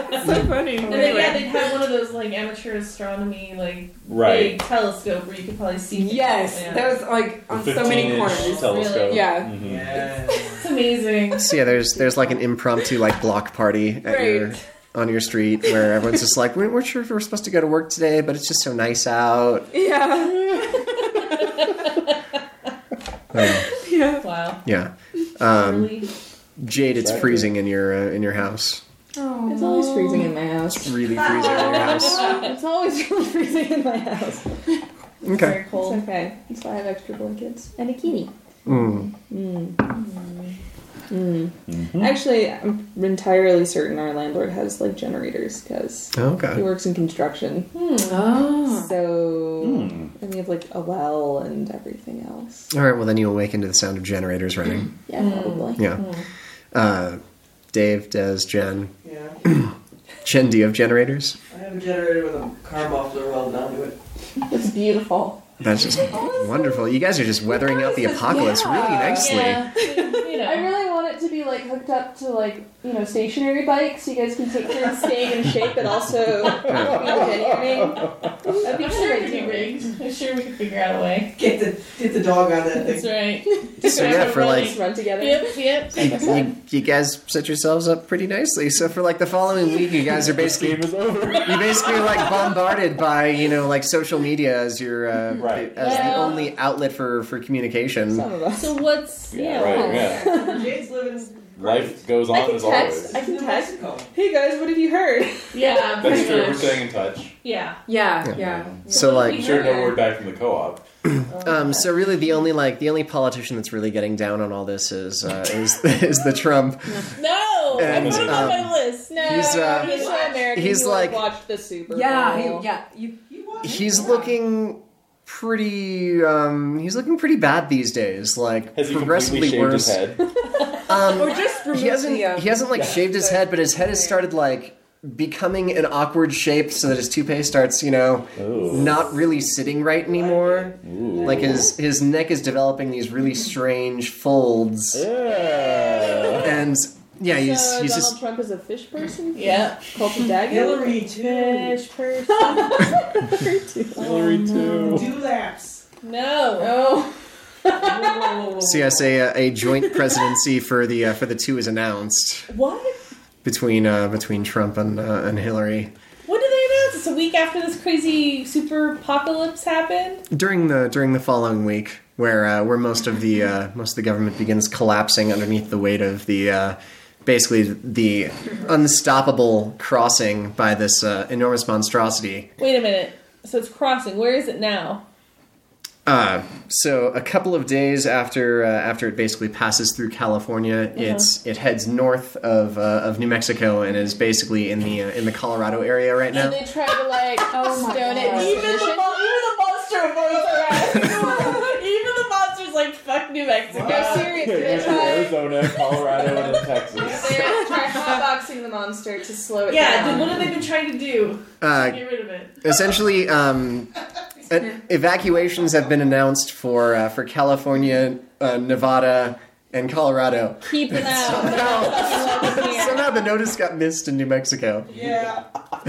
S6: It's so funny.
S3: And then, yeah, they'd have one of those like amateur astronomy like
S10: Right.
S3: big telescope where you could probably see.
S6: Yes,
S3: Yeah.
S6: that was like on
S10: The
S6: so many
S10: 15
S6: corners.
S10: inch telescope.
S6: Really? Yeah.
S10: Mhm.
S5: Mm-hmm.
S3: It's amazing.
S4: so yeah, there's there's like an impromptu like block party at your
S6: Right.
S4: on your street where everyone's just like we're, we're sure if we're supposed to go to work today, but it's just so nice out.
S6: Yeah.
S4: Um,
S6: yeah.
S3: Wow.
S4: yeah, um,
S3: Really?
S4: Jade, it's
S5: Exactly.
S4: freezing in your uh, in your house.
S9: It's always freezing in my house.
S4: It's really freezing in your house.
S9: It's always *laughs* freezing in my house.
S4: *laughs* Okay.
S3: Very cold.
S9: It's okay. That's why I have extra blankets and a kitty.
S4: Mm.
S5: Hmm.
S9: Actually, I'm entirely certain our landlord has like generators because he
S4: Okay.
S9: works in construction.
S6: Oh.
S9: Hmm. So and we have like a well and everything else.
S4: All right. Well, then you awaken to the sound of generators *clears throat* running.
S9: Yeah,
S6: Hmm.
S9: probably.
S4: Yeah. Uh, Dave, Des, Jen.
S2: Yeah.
S4: Jen, do you have generators?
S2: I have a generator with a car muffler welded onto it.
S9: It's beautiful.
S4: That's just wonderful. You guys are just weathering out the apocalypse really nicely.
S3: Yeah. you
S9: I
S3: know.
S9: really want it to be like hooked up to like you know stationary bikes. so you guys can take turns staying in shape, but also being *laughs* genuine. That'd be
S3: I'm
S9: just
S3: sure
S9: a
S3: it could
S9: great
S3: be
S9: deal.
S3: rigged. I'm sure we could figure out a way.
S2: Get the get the dog on that
S3: That's *laughs*
S2: thing.
S3: right.
S4: So yeah, for like
S9: Run together.
S3: Yep, yep. *laughs*
S4: you, you, you guys set yourselves up pretty nicely. So for like the following week, you guys are basically
S5: *laughs*
S10: Game is
S6: *laughs*
S10: over.
S4: you basically are like bombarded by you know like social media as your uh,
S10: Right.
S4: as the
S3: Yeah.
S4: only outlet for for communication.
S9: Some of us.
S3: So what's
S10: Yeah,
S3: yeah?
S10: right,
S6: *laughs*
S10: yeah.
S2: Jade's living.
S5: Life goes on
S9: I can
S5: as
S9: text.
S5: always.
S9: I can
S2: in
S9: text.
S2: Mexico.
S9: Hey guys, what have you heard?
S3: Yeah,
S5: That's
S3: pretty
S5: true. We're
S3: much.
S5: staying in touch.
S3: Yeah.
S6: Yeah.
S4: Yeah.
S6: Yeah.
S4: So
S5: I'm
S4: like
S5: sure no word back from the co-op.
S4: um, so really the only like the only politician that's really getting down on all this is uh, is *laughs* is the Trump.
S3: No,
S4: And,
S3: I put him on
S4: um,
S3: my list. No,
S4: he's, uh,
S3: he's not American.
S4: he's
S9: You, like,
S4: like-
S9: watched the Super
S6: Yeah.
S9: Bowl.
S6: he- yeah. You, you want
S4: He's looking pretty um he's looking pretty bad these days like
S5: Has he
S4: progressively
S5: completely shaved
S4: worse
S5: his head?
S4: um
S6: or just remove
S4: he hasn't
S6: the, uh,
S4: he hasn't like shaved his head, but his head has started like becoming an awkward shape so that his toupee starts, you know,
S5: Ooh.
S4: *laughs* not really sitting right anymore.
S5: Ooh.
S4: Like his his neck is developing these really strange folds.
S5: Yeah.
S4: And yeah, he's
S9: so
S4: he's
S9: Donald
S4: just
S9: Trump is a fish person.
S3: Yeah.
S9: Called the Dagon.
S2: Hillary too.
S3: Fish person.
S9: *laughs*
S10: Hillary too.
S2: Do laps.
S3: No.
S9: Oh.
S2: Whoa, whoa, whoa, whoa.
S4: so yes, a, uh, a joint presidency for the uh, for the two is announced
S3: What?
S4: between uh, between Trump and uh, and Hillary
S3: When did they announce this? A week after this crazy super apocalypse happened?
S4: during the during the following week, where uh, where most of the uh, most of the government begins collapsing underneath the weight of the uh, basically the unstoppable crossing by this uh, enormous monstrosity.
S3: Wait a minute. So it's crossing. Where is it now?
S4: Uh, so a couple of days after uh, after it basically passes through California, it's it heads north of uh, of New Mexico and is basically in the uh, in the Colorado area right now.
S9: And they try to like
S6: Oh my
S9: stone
S6: God.
S9: it.
S3: Even the, mon- even the monster avoids our ass. *laughs* even the monster's like, fuck New Mexico.
S9: No,
S10: Yeah,
S9: seriously,
S10: you
S9: they
S10: went to
S9: try.
S10: Arizona, Colorado, and then Texas.
S9: They try hotboxing the monster to slow it
S3: Yeah, then
S9: down.
S3: what have they been trying to do?
S4: Uh,
S3: Get rid of it.
S4: essentially um, e- evacuations have been announced for uh, for California, uh, Nevada, and Colorado.
S3: Keep it out.
S4: *laughs* Somehow, somehow the notice got missed in New Mexico.
S2: Yeah.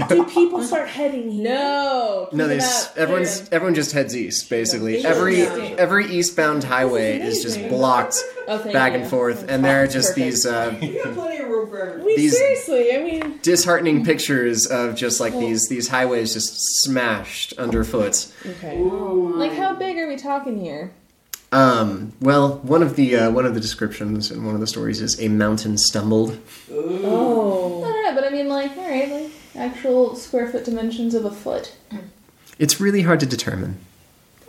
S3: Do people start heading here?
S9: No.
S4: No,
S9: keep
S4: they
S9: it
S4: s-
S9: up.
S4: everyone's everyone just heads east. Basically, every
S3: Interesting.
S4: every eastbound highway is just blocked
S9: Oh, thank
S4: back
S9: you.
S4: and forth, and there are just
S9: Perfect.
S4: these
S9: *laughs*
S4: uh,
S2: We got plenty of room for everyone.
S3: We
S4: These-
S3: seriously, I mean,
S4: disheartening pictures of just like these these highways just smashed underfoot.
S3: okay.
S9: Like how big are we talking here?
S4: Um, well, one of the uh, one of the descriptions in one of the stories is a mountain stumbled.
S9: I
S3: Oh,
S9: don't know, but I mean like all right, like actual square foot dimensions of a foot.
S4: It's really hard to determine.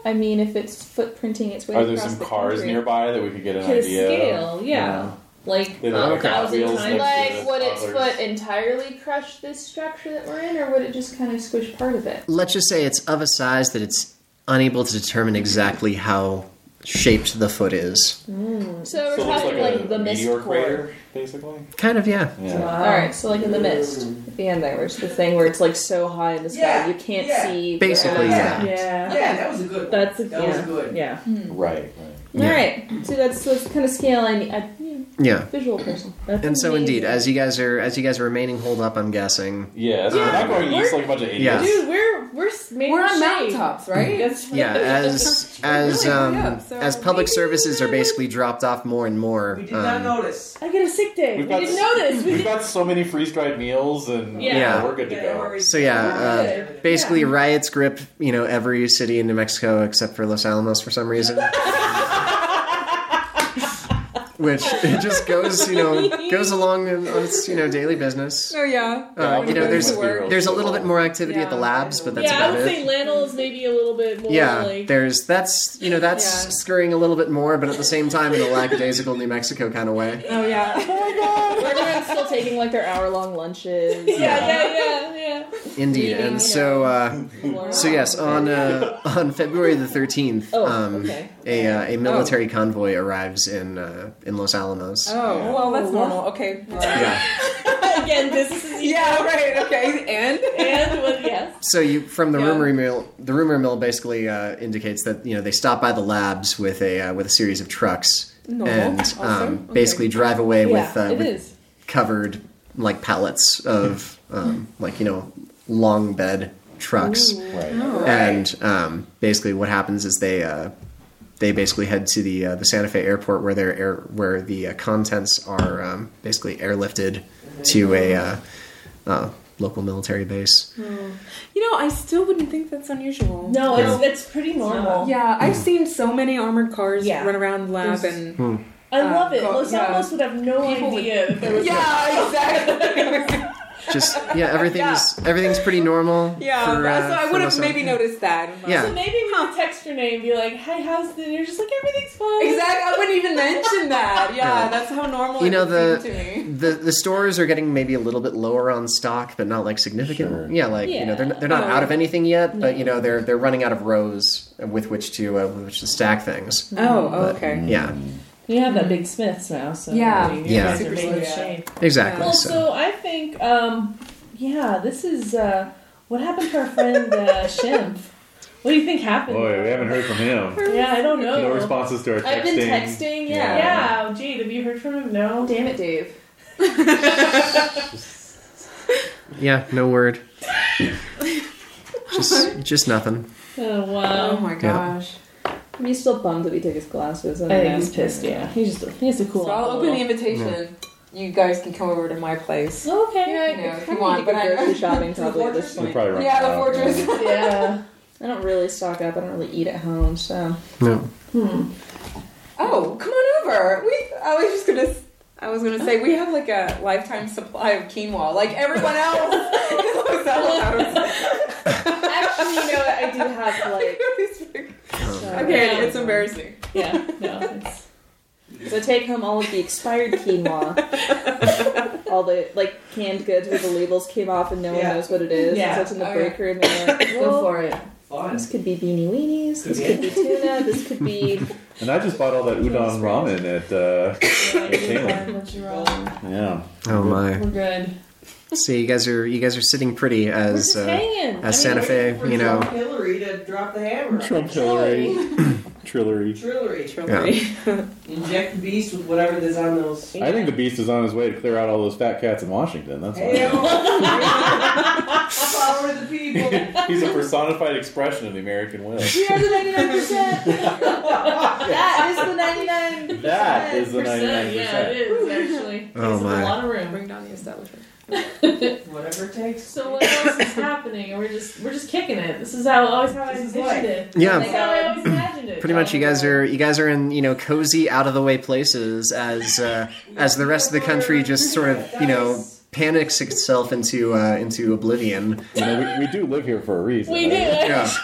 S9: I mean, if it's footprinting its way
S5: Are there
S9: across
S5: some
S9: the
S5: cars
S9: country.
S5: nearby that we could get an
S3: to
S5: idea?
S3: scale, yeah. like
S10: They don't
S3: a
S10: have
S3: thousand
S10: wheels
S3: times?
S10: next
S3: Like,
S10: to the
S3: would its
S10: toddlers.
S3: foot entirely crush this structure that we're in, or would it just kind of squish part of it?
S4: Let's just say it's of a size that it's unable to determine exactly how shaped the foot is.
S3: So we're
S10: So it looks
S3: talking
S10: like
S3: like,
S10: a
S3: the mist
S10: meteor
S3: core.
S10: crater, basically.
S4: Kind of, yeah.
S9: Wow.
S3: All right, so like in the mist.
S9: At the end there was the thing where it's like so high in the sky
S2: Yeah,
S9: you can't
S2: yeah.
S9: see.
S4: Basically,
S9: yeah.
S4: yeah.
S9: Yeah.
S2: Yeah, that was a good. One.
S9: That's a,
S2: That
S9: yeah.
S2: was good.
S9: Yeah.
S5: Right, right.
S4: Yeah.
S9: All right. So that's that's the kind of scale I need. I, yeah,
S4: Yeah.
S9: visual person.
S3: That's
S4: And so,
S3: amazing.
S4: indeed, as you guys are as you guys are remaining holed up, I'm guessing.
S5: Yeah, so we're not going east like a bunch of
S4: Yeah.
S5: idiots.
S3: Dude, we're we're s- made
S6: We're
S3: of
S6: on
S3: shade.
S6: mountaintops, right?
S3: That's
S4: Yeah, as as
S6: Really?
S4: um,
S6: Yeah, so
S4: as public services are basically dropped off more and more.
S2: We did
S4: um,
S2: not notice.
S3: I get a sick day.
S5: We've
S3: we
S5: got
S3: didn't
S5: s-
S3: notice. We
S5: We've
S3: didn't.
S5: got so many freeze dried meals, and
S3: Yeah.
S4: Yeah.
S5: we're good to go.
S4: So yeah, uh, basically riots grip you know every city in New Mexico except for Los Alamos for some reason, which it just goes you know goes along on its you know daily business.
S6: Oh yeah.
S4: Uh, you know, there's
S6: Must be real
S4: there's a little bit more activity at the labs, but that's
S3: yeah, I
S4: about
S3: would say
S4: it.
S3: Lanel is maybe a little bit more
S4: Yeah,
S3: like.
S4: there's that's you know that's
S6: Yeah.
S4: scurrying a little bit more, but at the same time in a lackadaisical New Mexico kind of way.
S6: Oh yeah.
S9: Everyone's still taking like their hour long lunches.
S3: *laughs* yeah, yeah, yeah,
S4: Indeed,
S9: Meeting,
S4: and
S9: you
S4: so uh,
S9: yeah.
S4: so yes, on uh, on February the thirteenth,
S9: Oh,
S4: um,
S9: okay.
S4: a uh, a military convoy arrives in uh, in Los Alamos.
S6: Oh well, that's normal. Okay.
S4: Yeah.
S6: *laughs*
S3: yeah. Again, business is
S6: Yeah. Right. Okay. And Oh,
S3: and with yes.
S4: So you from the
S6: Yeah.
S4: rumor mill, the rumor mill basically uh, indicates that you know they stop by the labs with a uh, with a series of trucks
S6: Normal.
S4: and
S6: Awesome.
S4: um,
S6: Okay.
S4: basically drive away with,
S3: yeah,
S4: uh,
S3: it
S4: with
S3: is.
S4: covered like pallets of um, like you know long bed trucks
S5: Right.
S4: and um, basically what happens is they uh, they basically head to the uh, the Santa Fe airport where their air where the uh, contents are um, basically airlifted to a uh, uh, local military base
S6: you know, I still wouldn't think that's unusual.
S3: No,
S4: Yeah.
S3: it's it's pretty normal.
S6: Yeah, I've seen so many armored cars
S3: Yeah.
S6: run around the lab
S3: There's-
S6: and
S3: I
S6: Uh,
S3: love it.
S6: go-
S3: Los
S6: yeah.
S3: Alamos would have no
S6: People would-
S3: idea if there was
S6: *laughs* yeah, exactly.
S4: just yeah everything's everything's pretty normal
S6: yeah,
S4: for, uh,
S6: so I
S4: for
S6: would have
S4: Los
S6: maybe
S4: Angeles.
S6: noticed that. I'm like,
S4: Yeah.
S3: So maybe we could text your name and be like, "Hi, how's the?" And you're just like, "Everything's fine."
S6: Exactly. I wouldn't even mention *laughs* that. Yeah,
S4: Yeah.
S6: that's how normal.
S4: You know,
S6: it would
S4: the-
S6: seem to me.
S4: the the stores are getting maybe a little bit lower on stock, but not like significant.
S5: Sure.
S4: Yeah, like you know they're they're not
S6: Yeah.
S4: out of anything yet, but you know they're they're running out of rows with which to uh, with which to stack things.
S6: Oh, oh,
S4: But-
S6: okay.
S4: Yeah,
S3: You have that big Smiths now, so
S6: Yeah.
S3: you
S4: Yeah.
S3: guys are made in shame.
S4: exactly.
S3: Well,
S4: so.
S3: so I think, um, yeah, this is uh, what happened to our friend uh, Shemp. What do you think happened?
S10: Boy, we haven't heard from him.
S3: Yeah, I don't know.
S10: No responses to our texting.
S9: I've been texting. Yeah.
S3: Yeah, oh, Jade, have you heard from him? No.
S9: Damn it, Dave.
S4: yeah, no word.
S3: *laughs*
S4: just just nothing.
S3: Oh
S6: Oh
S3: wow.
S6: my gosh.
S9: He's still bummed that we took his glasses. And
S3: I think he's pissed. Yeah, he's just he's a cool.
S6: So I'll
S3: off a
S6: open the
S3: little.
S6: invitation. You guys can come over to my place.
S3: Oh, Okay.
S9: Yeah,
S6: You know,
S9: I
S6: if
S9: kinda
S6: you want,
S9: need to
S6: but
S9: go
S6: I-
S9: grocery
S3: *laughs*
S9: shopping probably at this
S2: Fortress?
S5: We'll
S9: point.
S5: probably run
S6: Yeah, the
S5: out.
S6: fortress.
S3: Yeah.
S9: I don't really stock up. I don't really eat at home, so
S4: No.
S3: hmm,
S6: Oh, come on over. We. I was just gonna. s- I was gonna say we have like a lifetime supply of quinoa, like *laughs* everyone else. in Los *laughs* Alamos.
S9: actually, you know what? I do have like.
S4: Um,
S9: uh,
S6: okay, it's embarrassing.
S3: Yeah. No. It's,
S9: So take home all of the expired quinoa, *laughs* all the like canned goods where the labels came off and no one
S2: Yeah.
S9: knows what it is.
S3: Yeah.
S9: So it's in the
S6: Okay.
S9: break room. *laughs* And like,
S3: go
S9: well,
S3: for it.
S2: Fun.
S9: This could be beanie weenies. This could be tuna. This could *laughs* be
S5: And I just bought all that udon ramen at. Uh, yeah.
S4: Oh my.
S3: We're good.
S4: So you guys are you guys are sitting pretty
S3: We're
S4: as
S3: just
S4: uh,
S3: hanging. I mean,
S4: as Santa
S2: For
S4: Fe, you know.
S2: Trump Hillary to drop the hammer.
S3: *laughs*
S5: Trump Hillary. Trillery.
S2: Trillery.
S4: Yeah.
S6: *laughs*
S2: Inject the beast with whatever is on those.
S5: I think the beast is on his way to clear out all those fat cats in Washington. That's
S2: Hey,
S5: why.
S2: *laughs* power of the people.
S5: *laughs* He's a personified expression of the
S3: *laughs*
S5: American will.
S9: we are the ninety nine percent. That is the ninety nine.
S5: That is the 99%.
S3: Percent, yeah, it is actually.
S4: Oh,
S3: It's
S4: my.
S3: A lot of room.
S6: Bring down the establishment.
S2: Whatever it takes.
S3: So what else is happening? We're just we're just kicking it. This is how always how I
S2: This is
S3: envisioned
S2: life.
S3: it.
S4: Yeah.
S3: That's how I always imagined it.
S4: Pretty much, you guys are you guys are in you know cozy, out of the way places as uh, as the rest of the country just sort of you know panics itself into uh, into oblivion.
S5: You know, we, we do live here for a reason.
S3: We do.
S5: right?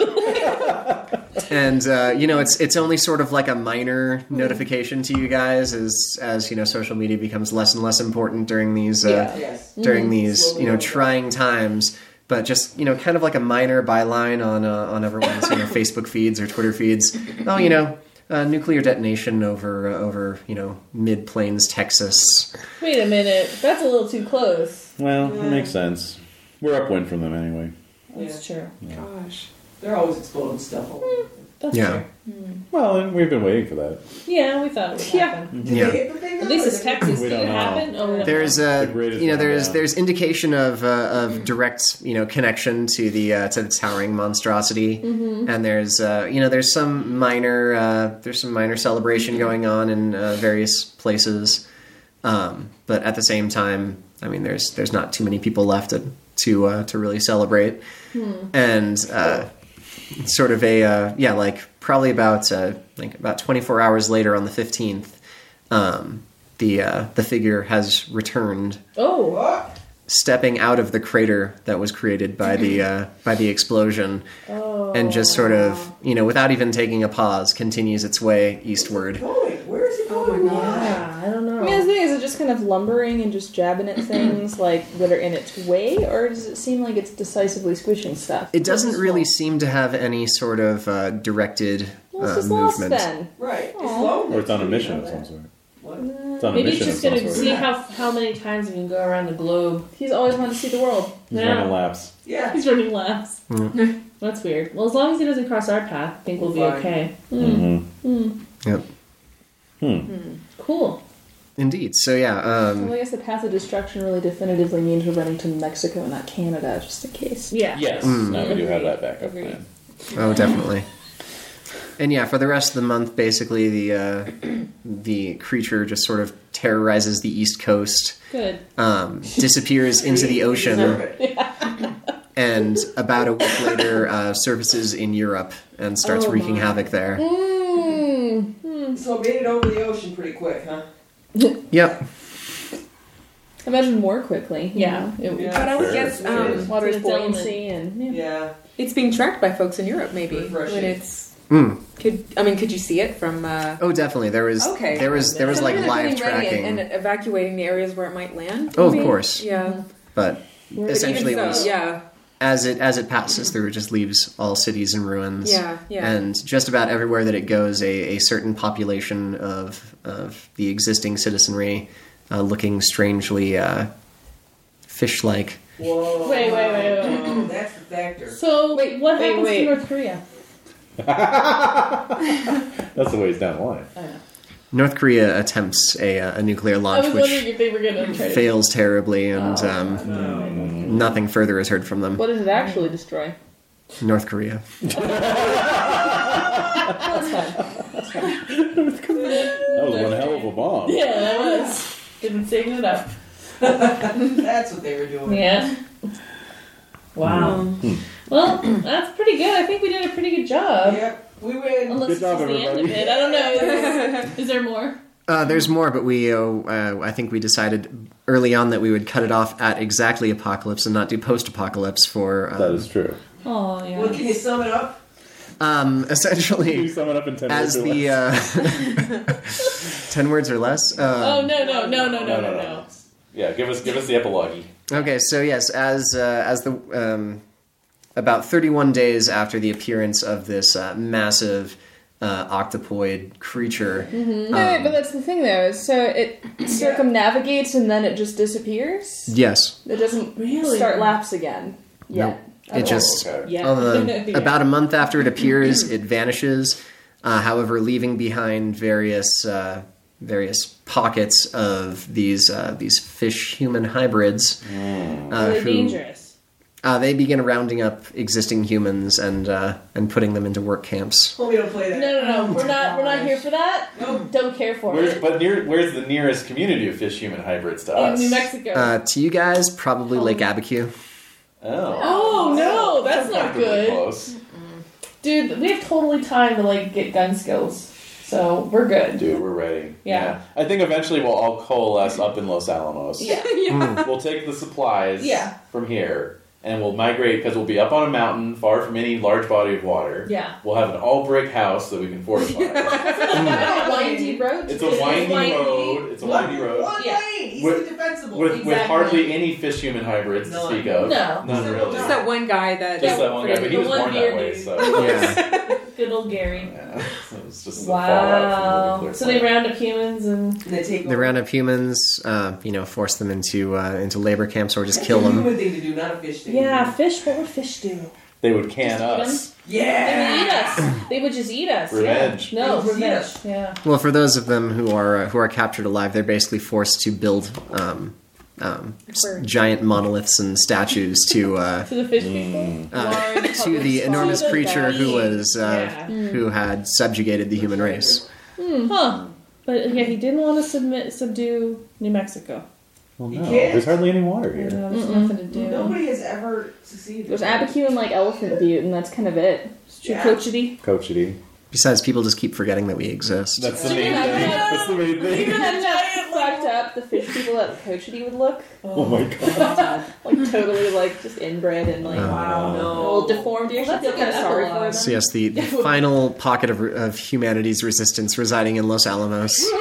S2: *laughs*
S4: Yeah. and uh, you know it's it's only sort of like a minor notification to you guys as as you know social media becomes less and less important during these uh,
S2: Yeah. Yes.
S4: during
S2: Mhm.
S4: these
S2: Slowly
S4: you know
S2: over.
S4: trying times but just you know kind of like a minor byline on uh, on everyone's
S2: *laughs*
S4: you know Facebook feeds or Twitter feeds oh you know uh, nuclear detonation over uh, over you know mid plains Texas
S3: Wait a minute, that's a little too close.
S5: Well, it makes sense. We're upwind from them anyway.
S3: That's true.
S6: Gosh.
S2: They're always exploding stuff. Oh, all over.
S3: That's
S5: yeah. Well, and we've been waiting for that.
S3: Yeah, we thought it would happen.
S4: Yeah.
S3: At least it's Texas.
S5: We
S3: Did it
S5: don't know.
S3: happen? Oh, we don't
S4: there's a
S5: greatest
S4: you know
S5: one,
S4: there's
S5: yeah.
S4: there's indication of uh, of direct you know connection to the uh, to the towering monstrosity
S3: Mhm.
S4: and there's uh, you know there's some minor uh, there's some minor celebration going on in uh, various places um, but at the same time I mean there's there's not too many people left to to, uh, to really celebrate
S12: Hmm.
S4: and uh, sort of a uh, yeah like probably about uh, like about 24 hours later on the 15th um, the uh, the figure has returned
S3: Oh.
S4: stepping out of the crater that was created by the uh, by the explosion
S3: Oh.
S4: and just sort of you know without even taking a pause continues its way eastward
S2: Where is it
S3: Oh,
S2: going?
S9: Yeah,
S3: I don't know.
S9: I mean, the thing is, it just kind of lumbering and just jabbing at things like that are in its way, or does it seem like it's decisively squishing stuff?
S4: it doesn't really seem to have any sort of uh, directed
S9: Well, it's
S4: uh,
S9: just lost
S4: movement
S9: then.
S2: Right. It's
S9: Aw.
S2: lonely.
S5: Or it's on a mission of some sort. It's on a
S3: Maybe it's
S5: mission
S3: just
S5: of some
S3: gonna
S5: sort.
S3: see how how many times we can go around the *laughs* globe.
S9: He's always wanted to see the world.
S5: He's
S3: Yeah.
S5: running laps.
S2: Yeah.
S3: He's running laps. *laughs* That's weird. Well, as long as he doesn't cross our path, I think we'll be
S2: Fine.
S3: okay.
S5: Mm-hmm.
S3: Mm.
S4: yep
S5: Hmm.
S3: Mm-hmm. Cool.
S4: indeed so yeah um,
S9: Well, I guess the path of destruction really definitively means we're running to Mexico and not Canada, just in case.
S3: Yeah.
S5: Yes.
S4: Mm.
S5: Now we do have that backup
S3: Agreed.
S5: plan.
S4: Oh, definitely. And yeah, for the rest of the month, basically the uh, the creature just sort of terrorizes the East Coast,
S3: Good.
S4: um, disappears into the ocean, and about a week later uh, surfaces in Europe and starts
S3: Oh,
S4: wreaking
S3: my.
S4: havoc there.
S3: Mm.
S2: So it made it over the ocean pretty quick, huh?
S4: Yep.
S9: Imagine more quickly. you
S3: Mm-hmm. Yeah.
S9: know? It-
S6: But I would
S5: Fair.
S6: guess
S5: Fair.
S6: um,
S9: Water is
S3: It's an element.
S9: buoyancy and yeah.
S2: Yeah.
S6: it's being tracked by folks in Europe, maybe.
S2: Refreshing.
S6: When it's
S4: Mm.
S6: could I mean, could you see it from? Uh,
S4: Oh, definitely. There was
S6: okay.
S4: there was there was
S6: So
S4: like
S6: maybe they're
S4: live
S6: getting ready
S4: tracking,
S6: and, and evacuating the areas where it might land.
S4: Oh, of
S6: maybe?
S4: course.
S6: Yeah.
S4: but
S6: But
S4: essentially it
S6: even so,
S4: was
S6: yeah.
S4: as it as it passes through, it just leaves all cities in ruins.
S6: Yeah, yeah.
S4: And just about everywhere that it goes, a, a certain population of of the existing citizenry, uh, looking strangely uh, fish-like.
S2: Whoa.
S3: Wait, wait, wait, wait.
S2: Whoa, That's the
S3: *laughs*
S2: factor.
S3: So what
S9: wait,
S3: happens
S9: wait.
S3: to North Korea?
S5: That's the ways down the line.
S4: North Korea attempts a, uh, a nuclear
S3: I was
S4: launch,
S3: wondering
S4: which
S3: if they were gonna try to.
S4: fails terribly, and
S3: Oh,
S4: um, nothing further is heard from them.
S9: What does it actually destroy?
S4: North Korea.
S5: That was one hell of a
S3: *laughs*
S5: bomb.
S3: Yeah, that was. Didn't save it up.
S2: That's what they were doing.
S3: Yeah. Wow. Well, that's pretty good. I think we did a pretty good job.
S2: Yep. We win.
S3: Unless
S5: Good
S3: it's
S5: job,
S3: just the end of
S5: everybody.
S3: it. I don't know. Is, is there more?
S4: Uh, there's more, but we uh, uh, I think we decided early on that we would cut it off at exactly apocalypse and not do post-apocalypse for. Um,
S5: That is true.
S3: Oh, yeah.
S2: Well, can you sum it up?
S4: um, *laughs*
S5: Can you
S4: essentially
S5: sum it up in ten
S4: as
S5: words or
S4: the
S5: less?
S4: uh,
S5: *laughs*
S4: 10 words or less
S3: oh,
S4: um,
S3: no, no, no, no, no,
S5: No,
S3: no,
S5: no, no.
S3: no.
S5: yeah, give us give us the epilogue.
S4: okay so yes as uh, as the um, about 31 days after the appearance of this uh, massive uh, octopoid creature
S9: Right, but that's the thing though. is So it circumnavigates and then it just disappears.
S4: yes
S9: It doesn't
S3: Really?
S9: start laps again. Yeah.
S4: Nope. it just
S5: Oh, Okay.
S3: Yeah.
S4: on the-
S3: *laughs* Yeah.
S4: Um, about a month after it appears it vanishes uh, however leaving behind various uh, various pockets of these uh, these fish human hybrids uh,
S3: Really
S4: who-
S3: dangerous.
S4: Uh, they begin rounding up existing humans and uh, and putting them into work camps.
S2: Tell me to play
S3: No,
S2: that.
S3: no, no. We're not. We're not here for that. Don't care for
S5: Where's
S3: it.
S5: but near where's the nearest community of fish human hybrids to
S3: In
S5: us?
S3: New Mexico.
S4: Uh, to you guys, probably Lake Abiquiu.
S5: Oh.
S3: oh no, that's not
S5: Comfortably
S3: good,
S5: Close.
S3: dude. We have totally time to like get gun skills, so we're good.
S5: Dude, we're ready.
S3: Yeah.
S5: I think eventually we'll *laughs* all coalesce up in Los Alamos.
S3: Yeah.
S5: We'll take the supplies
S3: Yeah.
S5: from here and we'll migrate because we'll be up on a mountain, far from any large body of water.
S3: Yeah.
S5: *laughs* We'll have an all brick house that we can
S3: *laughs*
S5: fortify.
S3: a windy road.
S5: it's a windy road. It's a windy road.
S2: One
S3: Yeah.
S2: lane, easily
S5: With-
S2: defensible.
S5: With, with
S3: Exactly.
S5: hardly any fish human hybrids to
S2: None.
S5: speak of.
S3: No.
S5: None really.
S6: Just
S5: Just
S6: that one guy that.
S5: that one guy, but
S3: The
S5: he was
S3: one
S5: born
S3: beard
S5: that way,
S3: dude.
S5: so.
S4: Yeah.
S3: Good old Gary. *laughs*
S5: Yeah. It was just the fallout from the
S3: Wow.
S5: nuclear
S3: So they
S5: plant.
S3: round up humans and
S2: They take
S4: They round up humans, uh, you know, force them into uh, into labor camps or just
S2: That's
S4: kill
S2: a *laughs*
S4: them.
S2: human thing to do, not a fish thing. to
S3: yeah,
S2: do.
S3: fish. What would fish do?
S5: They would can
S3: Just eat
S5: us.
S3: They would
S2: Yeah.
S3: eat us. They would just eat us. yeah.
S5: Revenge.
S3: No
S2: They would eat
S3: revenge.
S2: us.
S3: Yeah.
S4: Well, for those of them who are uh, who are captured alive, they're basically forced to build um, um, s-
S6: Aquarium.
S4: giant monoliths and statues to uh,
S3: To the fish
S5: *laughs* Hmm.
S3: people.
S4: uh,
S3: Large
S4: to
S3: public
S4: the
S3: spa.
S4: enormous
S3: To the
S4: creature who
S3: dying.
S4: was uh,
S3: Yeah.
S4: who had subjugated the human race.
S3: Mm. Huh. But yeah, he didn't want to submit subdue New Mexico.
S5: Oh,
S1: Well,
S2: You
S1: no,
S2: can't.
S1: there's hardly any water
S3: Yeah,
S1: here.
S3: there's nothing to do.
S2: Nobody has ever succeeded.
S9: There's Abiquiu and like Elephant Butte, and that's kind of it.
S2: Yeah.
S9: *laughs*
S3: Chucochity.
S1: Cochiti.
S4: Besides, people just keep forgetting that we exist.
S5: That's the
S3: Yeah.
S5: main thing.
S3: Yeah.
S5: That's the main thing. *laughs*
S9: Even that fucked up the fish people at Cochiti would look
S1: Oh my god.
S9: like totally like just inbred and
S4: Um,
S9: like
S2: Wow, no.
S9: all deformed. You actually
S3: Well,
S9: feel
S3: that's
S9: kind
S3: like
S9: of
S3: an
S9: sorry for
S3: epilogue.
S9: them.
S4: So yes, the, the final pocket of, of humanity's resistance residing in Los Alamos.
S9: Yeah.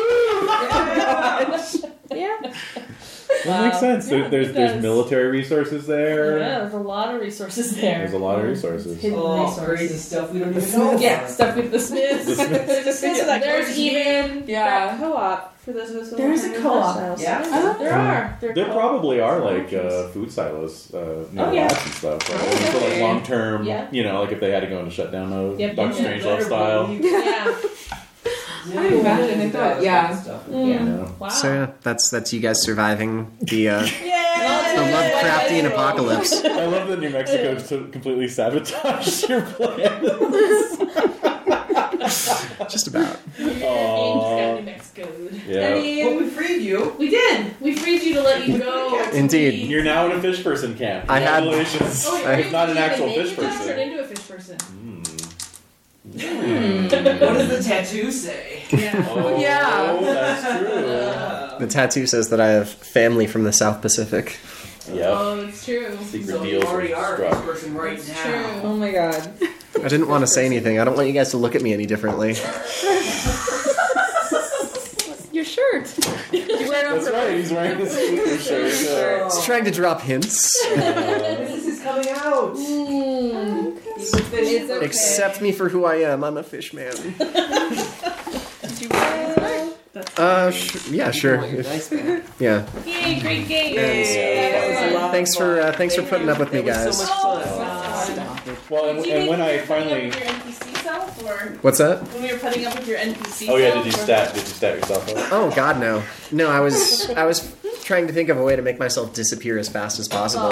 S5: That makes sense.
S3: Yeah,
S5: there, there's
S3: it
S5: there's
S3: does.
S5: military resources
S3: *laughs*
S5: there.
S3: Yeah, there's a lot of resources there.
S5: There's a lot of resources.
S3: Hidden
S2: Oh, crazy
S3: resources.
S2: stuff we don't even know.
S3: Yeah,
S2: about.
S3: stuff with the Smiths.
S5: The Smiths.
S3: There's, There's even
S6: Yeah.
S9: That co-op for those of us. who
S3: There's
S9: live
S3: a
S9: in
S3: co-op.
S9: Los Angeles.
S2: Yeah.
S3: there are. There,
S5: There probably are like uh, food silos uh, near
S3: Oh, yeah.
S5: lots and stuff. Right?
S3: Oh,
S5: So like
S3: okay.
S5: long term,
S3: Yeah.
S5: you know, like if they had to go into shutdown mode,
S3: Yep,
S5: Doctor
S3: yeah.
S5: Strangelove style.
S2: Better *laughs*
S3: Yeah.
S2: believe-
S6: I imagine it does, yeah.
S2: Stuff.
S5: You
S3: Mm.
S5: know.
S3: Wow.
S4: So yeah, that's that's you guys surviving the uh, the
S3: Yeah.
S4: Lovecraftian apocalypse.
S5: I love that New
S3: *laughs*
S5: Mexico to completely sabotaged *laughs* your plan.
S4: Just about.
S3: Yeah, Thanks, got New Mexico.
S5: Yeah.
S3: I
S2: Well,
S3: mean,
S2: we freed you.
S3: we did. We freed you to let you go.
S4: Indeed.
S5: You're now in a fish person camp.
S4: I had-
S5: Congratulations.
S3: Oh,
S4: I-
S3: wait,
S5: It's not an
S3: you
S5: actual
S3: even
S5: fish
S3: made yourself Turn
S5: person. Hmm.
S3: into a fish person. Hmm.
S2: What does the tattoo say?
S3: *laughs* Yeah.
S5: Oh,
S6: Yeah.
S3: *laughs*
S5: that's true.
S2: Uh,
S4: The tattoo says that I have family from the South Pacific.
S5: yep.
S3: Oh, it's true.
S5: Secret
S2: so you
S5: deals
S2: already
S5: were
S2: are a
S5: struck.
S2: person right
S3: It's
S2: now.
S3: true.
S9: Oh my god.
S4: I didn't want to say anything. I don't want you guys to look at me any differently.
S6: Your shirt. you wear it on
S5: That's
S6: purpose.
S5: right. He's
S3: *laughs*
S5: wearing his sleeper shirt. so-
S4: Just trying to drop
S2: *laughs*
S4: hints.
S2: This is coming out.
S3: Mm.
S6: It's okay.
S4: Accept me for who I am. I'm a fish man.
S6: Did you wear it?
S4: Uh, sh- yeah, sure.
S2: Nice man.
S4: Yeah.
S3: Yay, great game.
S5: Yay.
S2: That was a lot of
S4: Thanks for
S2: fun.
S4: uh, thanks for putting up with me,
S2: That was
S4: guys.
S2: So much
S3: Oh,
S2: fun.
S3: that's
S5: Well, and,
S3: Did you
S5: and
S3: make
S5: when I
S3: your putting
S5: finally.
S3: up with your NPC self, or
S4: What's that?
S3: when we were putting up with your NPC
S5: Oh, yeah, did
S3: self,
S5: you
S3: or-
S5: stat? Did you stat yourself up?
S4: Oh God, no, no. I was I was trying to think of a way to make myself disappear as fast as possible.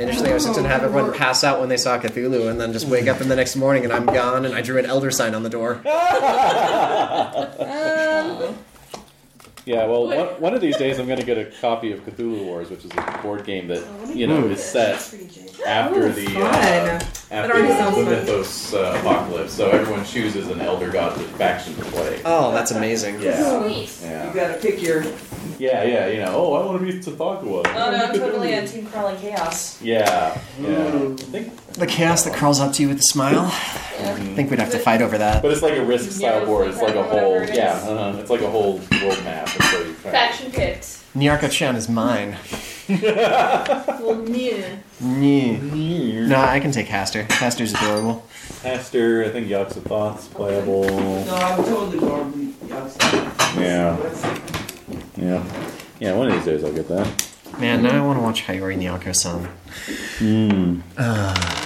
S4: Interesting. I was just gonna have everyone pass out when they saw Cthulhu, and then just wake up in the next morning and I'm gone. And I drew an elder sign on the door.
S5: Yeah, well, one, one of these days I'm going to get a copy of Cthulhu Wars, which is a board game that
S6: Oh,
S5: you know is set after the uh, after
S6: already
S5: the,
S6: sounds
S5: the
S6: fun.
S5: Mythos uh, apocalypse. So everyone chooses an elder god faction to play.
S4: Oh, that's amazing.
S5: Yeah,
S3: Sweet.
S2: You
S5: yeah,
S2: gotta pick your.
S5: yeah, yeah. You know, oh, I want to be Tatagua.
S3: Oh no, I'm totally on Team Crawling Chaos.
S5: Yeah, yeah. I think, mm.
S4: The chaos that crawls up to you with a smile. I think we'd have to fight over that.
S5: but it's like a risk style
S3: Yeah,
S5: board. It's like a
S3: whatever
S5: whole
S3: it is.
S5: yeah, uh it's like a whole world map. And so you try- *laughs*
S3: Faction picked.
S4: Nyarko Chan is mine.
S3: Well, yeah.
S4: Nyeh. No, I can take Haster. Haster's adorable.
S5: Pastor, I think Yachts of Thoth's playable.
S2: No, I'm totally wrong.
S5: Yeah.
S2: That's-
S5: Yeah, yeah. One of these days I'll get that.
S4: Man, now I want to watch Hayori Nyarko san.
S5: Mm.
S4: Ah,